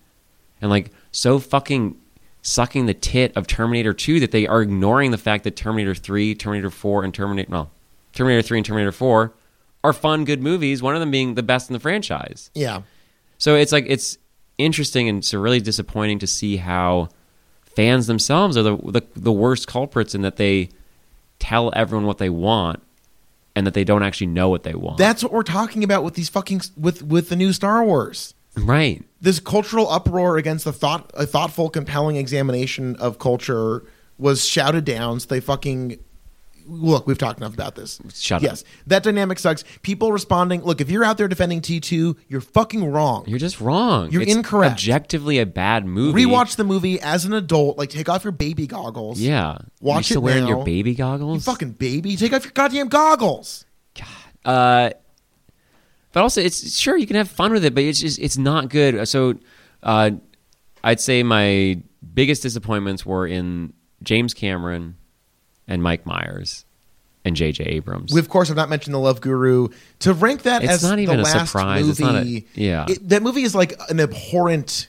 Speaker 2: and like so fucking sucking the tit of Terminator 2 that they are ignoring the fact that Terminator 3, Terminator 4, and Terminator well, Terminator 3 and Terminator 4 are fun, good movies. One of them being the best in the franchise.
Speaker 1: Yeah.
Speaker 2: So it's like it's interesting and so really disappointing to see how fans themselves are the, the the worst culprits in that they tell everyone what they want and that they don't actually know what they want.
Speaker 1: That's what we're talking about with these fucking with with the new Star Wars.
Speaker 2: right.
Speaker 1: this cultural uproar against the thought a thoughtful compelling examination of culture was shouted down so they fucking look we've talked enough about this
Speaker 2: Shut up.
Speaker 1: yes that dynamic sucks people responding look if you're out there defending t2 you're fucking wrong
Speaker 2: You're just wrong.
Speaker 1: You're
Speaker 2: It's
Speaker 1: incorrect.
Speaker 2: Objectively a bad movie.
Speaker 1: rewatch the movie as an adult like take off your baby goggles
Speaker 2: Yeah.
Speaker 1: Watch
Speaker 2: You're still
Speaker 1: it
Speaker 2: wearing
Speaker 1: now.
Speaker 2: your baby goggles.
Speaker 1: fucking baby take off your goddamn goggles
Speaker 2: Uh, but also, it's sure you can have fun with it, but it's just it's not good. So, uh, I'd say my biggest disappointments were in James Cameron and Mike Myers and J.J. Abrams.
Speaker 1: We of course have not mentioned the Love Guru. To rank that
Speaker 2: It's
Speaker 1: as
Speaker 2: not even
Speaker 1: the
Speaker 2: a
Speaker 1: last
Speaker 2: surprise.
Speaker 1: movie,
Speaker 2: It's not a- yeah.
Speaker 1: it- that movie is like an abhorrent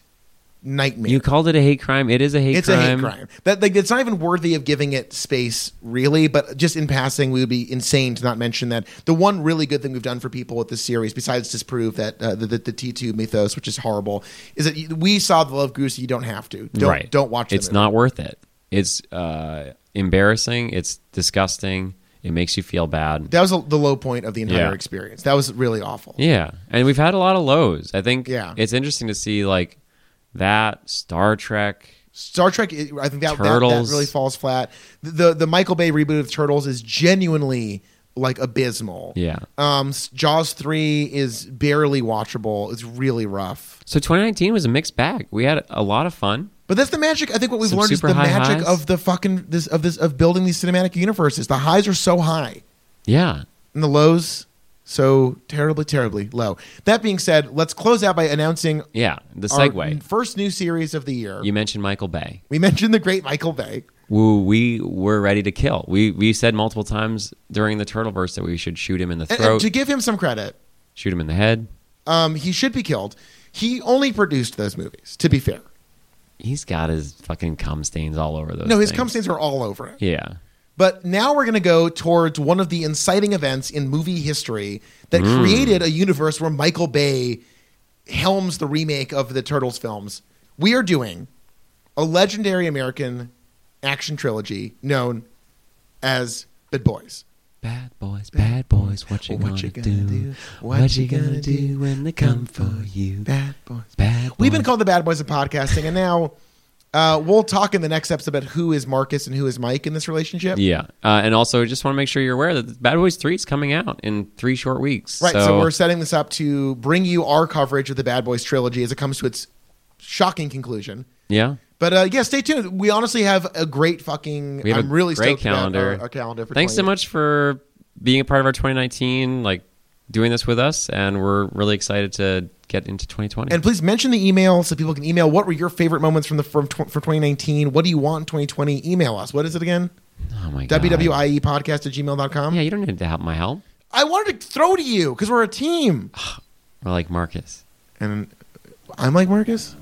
Speaker 1: nightmare.
Speaker 2: You called it a hate crime. It is a hate
Speaker 1: it's
Speaker 2: crime.
Speaker 1: a hate crime. That like it's not even worthy of giving it space, really. But just in passing, we would be insane to not mention that the one really good thing we've done for people with this series, besides disprove that uh, the, the the T2 mythos, which is horrible, is that you- we saw the Love Goose. You don't have to. Don't
Speaker 2: right.
Speaker 1: don't watch. the
Speaker 2: It's
Speaker 1: movie.
Speaker 2: not worth it. It's uh, embarrassing. It's disgusting. It makes you feel bad.
Speaker 1: That was the low point of the entire
Speaker 2: Yeah.
Speaker 1: experience. That was really awful.
Speaker 2: Yeah, and we've had a lot of lows. I think
Speaker 1: Yeah.
Speaker 2: it's interesting to see like that Star Trek.
Speaker 1: Star Trek, it- I think that, that, that
Speaker 2: Turtles.
Speaker 1: really falls flat. The, the the Michael Bay reboot of Turtles is genuinely like abysmal.
Speaker 2: Yeah.
Speaker 1: Um, s- Jaws three is barely watchable. It's really rough.
Speaker 2: So 2019 was a mixed bag. We had a lot of fun.
Speaker 1: But that's the magic. I think what we've
Speaker 2: Some
Speaker 1: learned is
Speaker 2: super
Speaker 1: the
Speaker 2: high
Speaker 1: magic
Speaker 2: highs.
Speaker 1: of the fucking this of this of building these cinematic universes. The highs are so high,
Speaker 2: Yeah.
Speaker 1: and the lows so terribly, terribly low. That being said, let's close out by announcing
Speaker 2: Yeah. The
Speaker 1: our
Speaker 2: segue.
Speaker 1: first new series of the year.
Speaker 2: you mentioned Michael Bay.
Speaker 1: We mentioned the great Michael Bay.
Speaker 2: Woo, we were ready to kill. We we said multiple times during the Turtleverse that we should shoot him in the
Speaker 1: And-
Speaker 2: throat,
Speaker 1: and to give him some credit,
Speaker 2: shoot him in the head.
Speaker 1: Um, he should be killed. He only produced those movies, to be fair.
Speaker 2: He's got his fucking cum stains all over those.
Speaker 1: No, his
Speaker 2: things.
Speaker 1: cum stains are all over it.
Speaker 2: Yeah.
Speaker 1: But now we're going to go towards one of the inciting events in movie history that created a universe where Michael Bay helms the remake of the Turtles films. We are doing a legendary American action trilogy known as Bad Boys.
Speaker 2: Bad boys, bad boys, what you
Speaker 1: What
Speaker 2: gonna,
Speaker 1: you gonna
Speaker 2: do?
Speaker 1: do?
Speaker 2: What, you gonna do when they come for you?
Speaker 1: Bad Boys.
Speaker 2: Bad
Speaker 1: We've been
Speaker 2: boys.
Speaker 1: called the Bad Boys of podcasting, and now uh, we'll talk in the next episode about who is Marcus and who is Mike in this relationship.
Speaker 2: Yeah, uh, and also just want to make sure you're aware that Bad Boys Three is coming out in three short weeks.
Speaker 1: Right. So, we're setting this up to bring you our coverage of the Bad Boys trilogy as it comes to its shocking conclusion.
Speaker 2: yeah.
Speaker 1: But uh, yeah, stay tuned. We honestly have a great fucking.
Speaker 2: We have
Speaker 1: I'm
Speaker 2: a
Speaker 1: really
Speaker 2: great
Speaker 1: stoked about
Speaker 2: calendar.
Speaker 1: Our, our calendar. For
Speaker 2: Thanks so
Speaker 1: 20.
Speaker 2: much for being a part of our 2019, like doing this with us, and we're really excited to get into 2020.
Speaker 1: And please mention the email so people can email. What were your favorite moments from the from tw- for 2019? What do you want in 2020? Email us. What is it again?
Speaker 2: oh my god,
Speaker 1: WWIE E podcast at gmail.com.
Speaker 2: Yeah, you don't need to help my help.
Speaker 1: I wanted to throw to you because we're a team.
Speaker 2: Or like Marcus.
Speaker 1: And I'm like Marcus.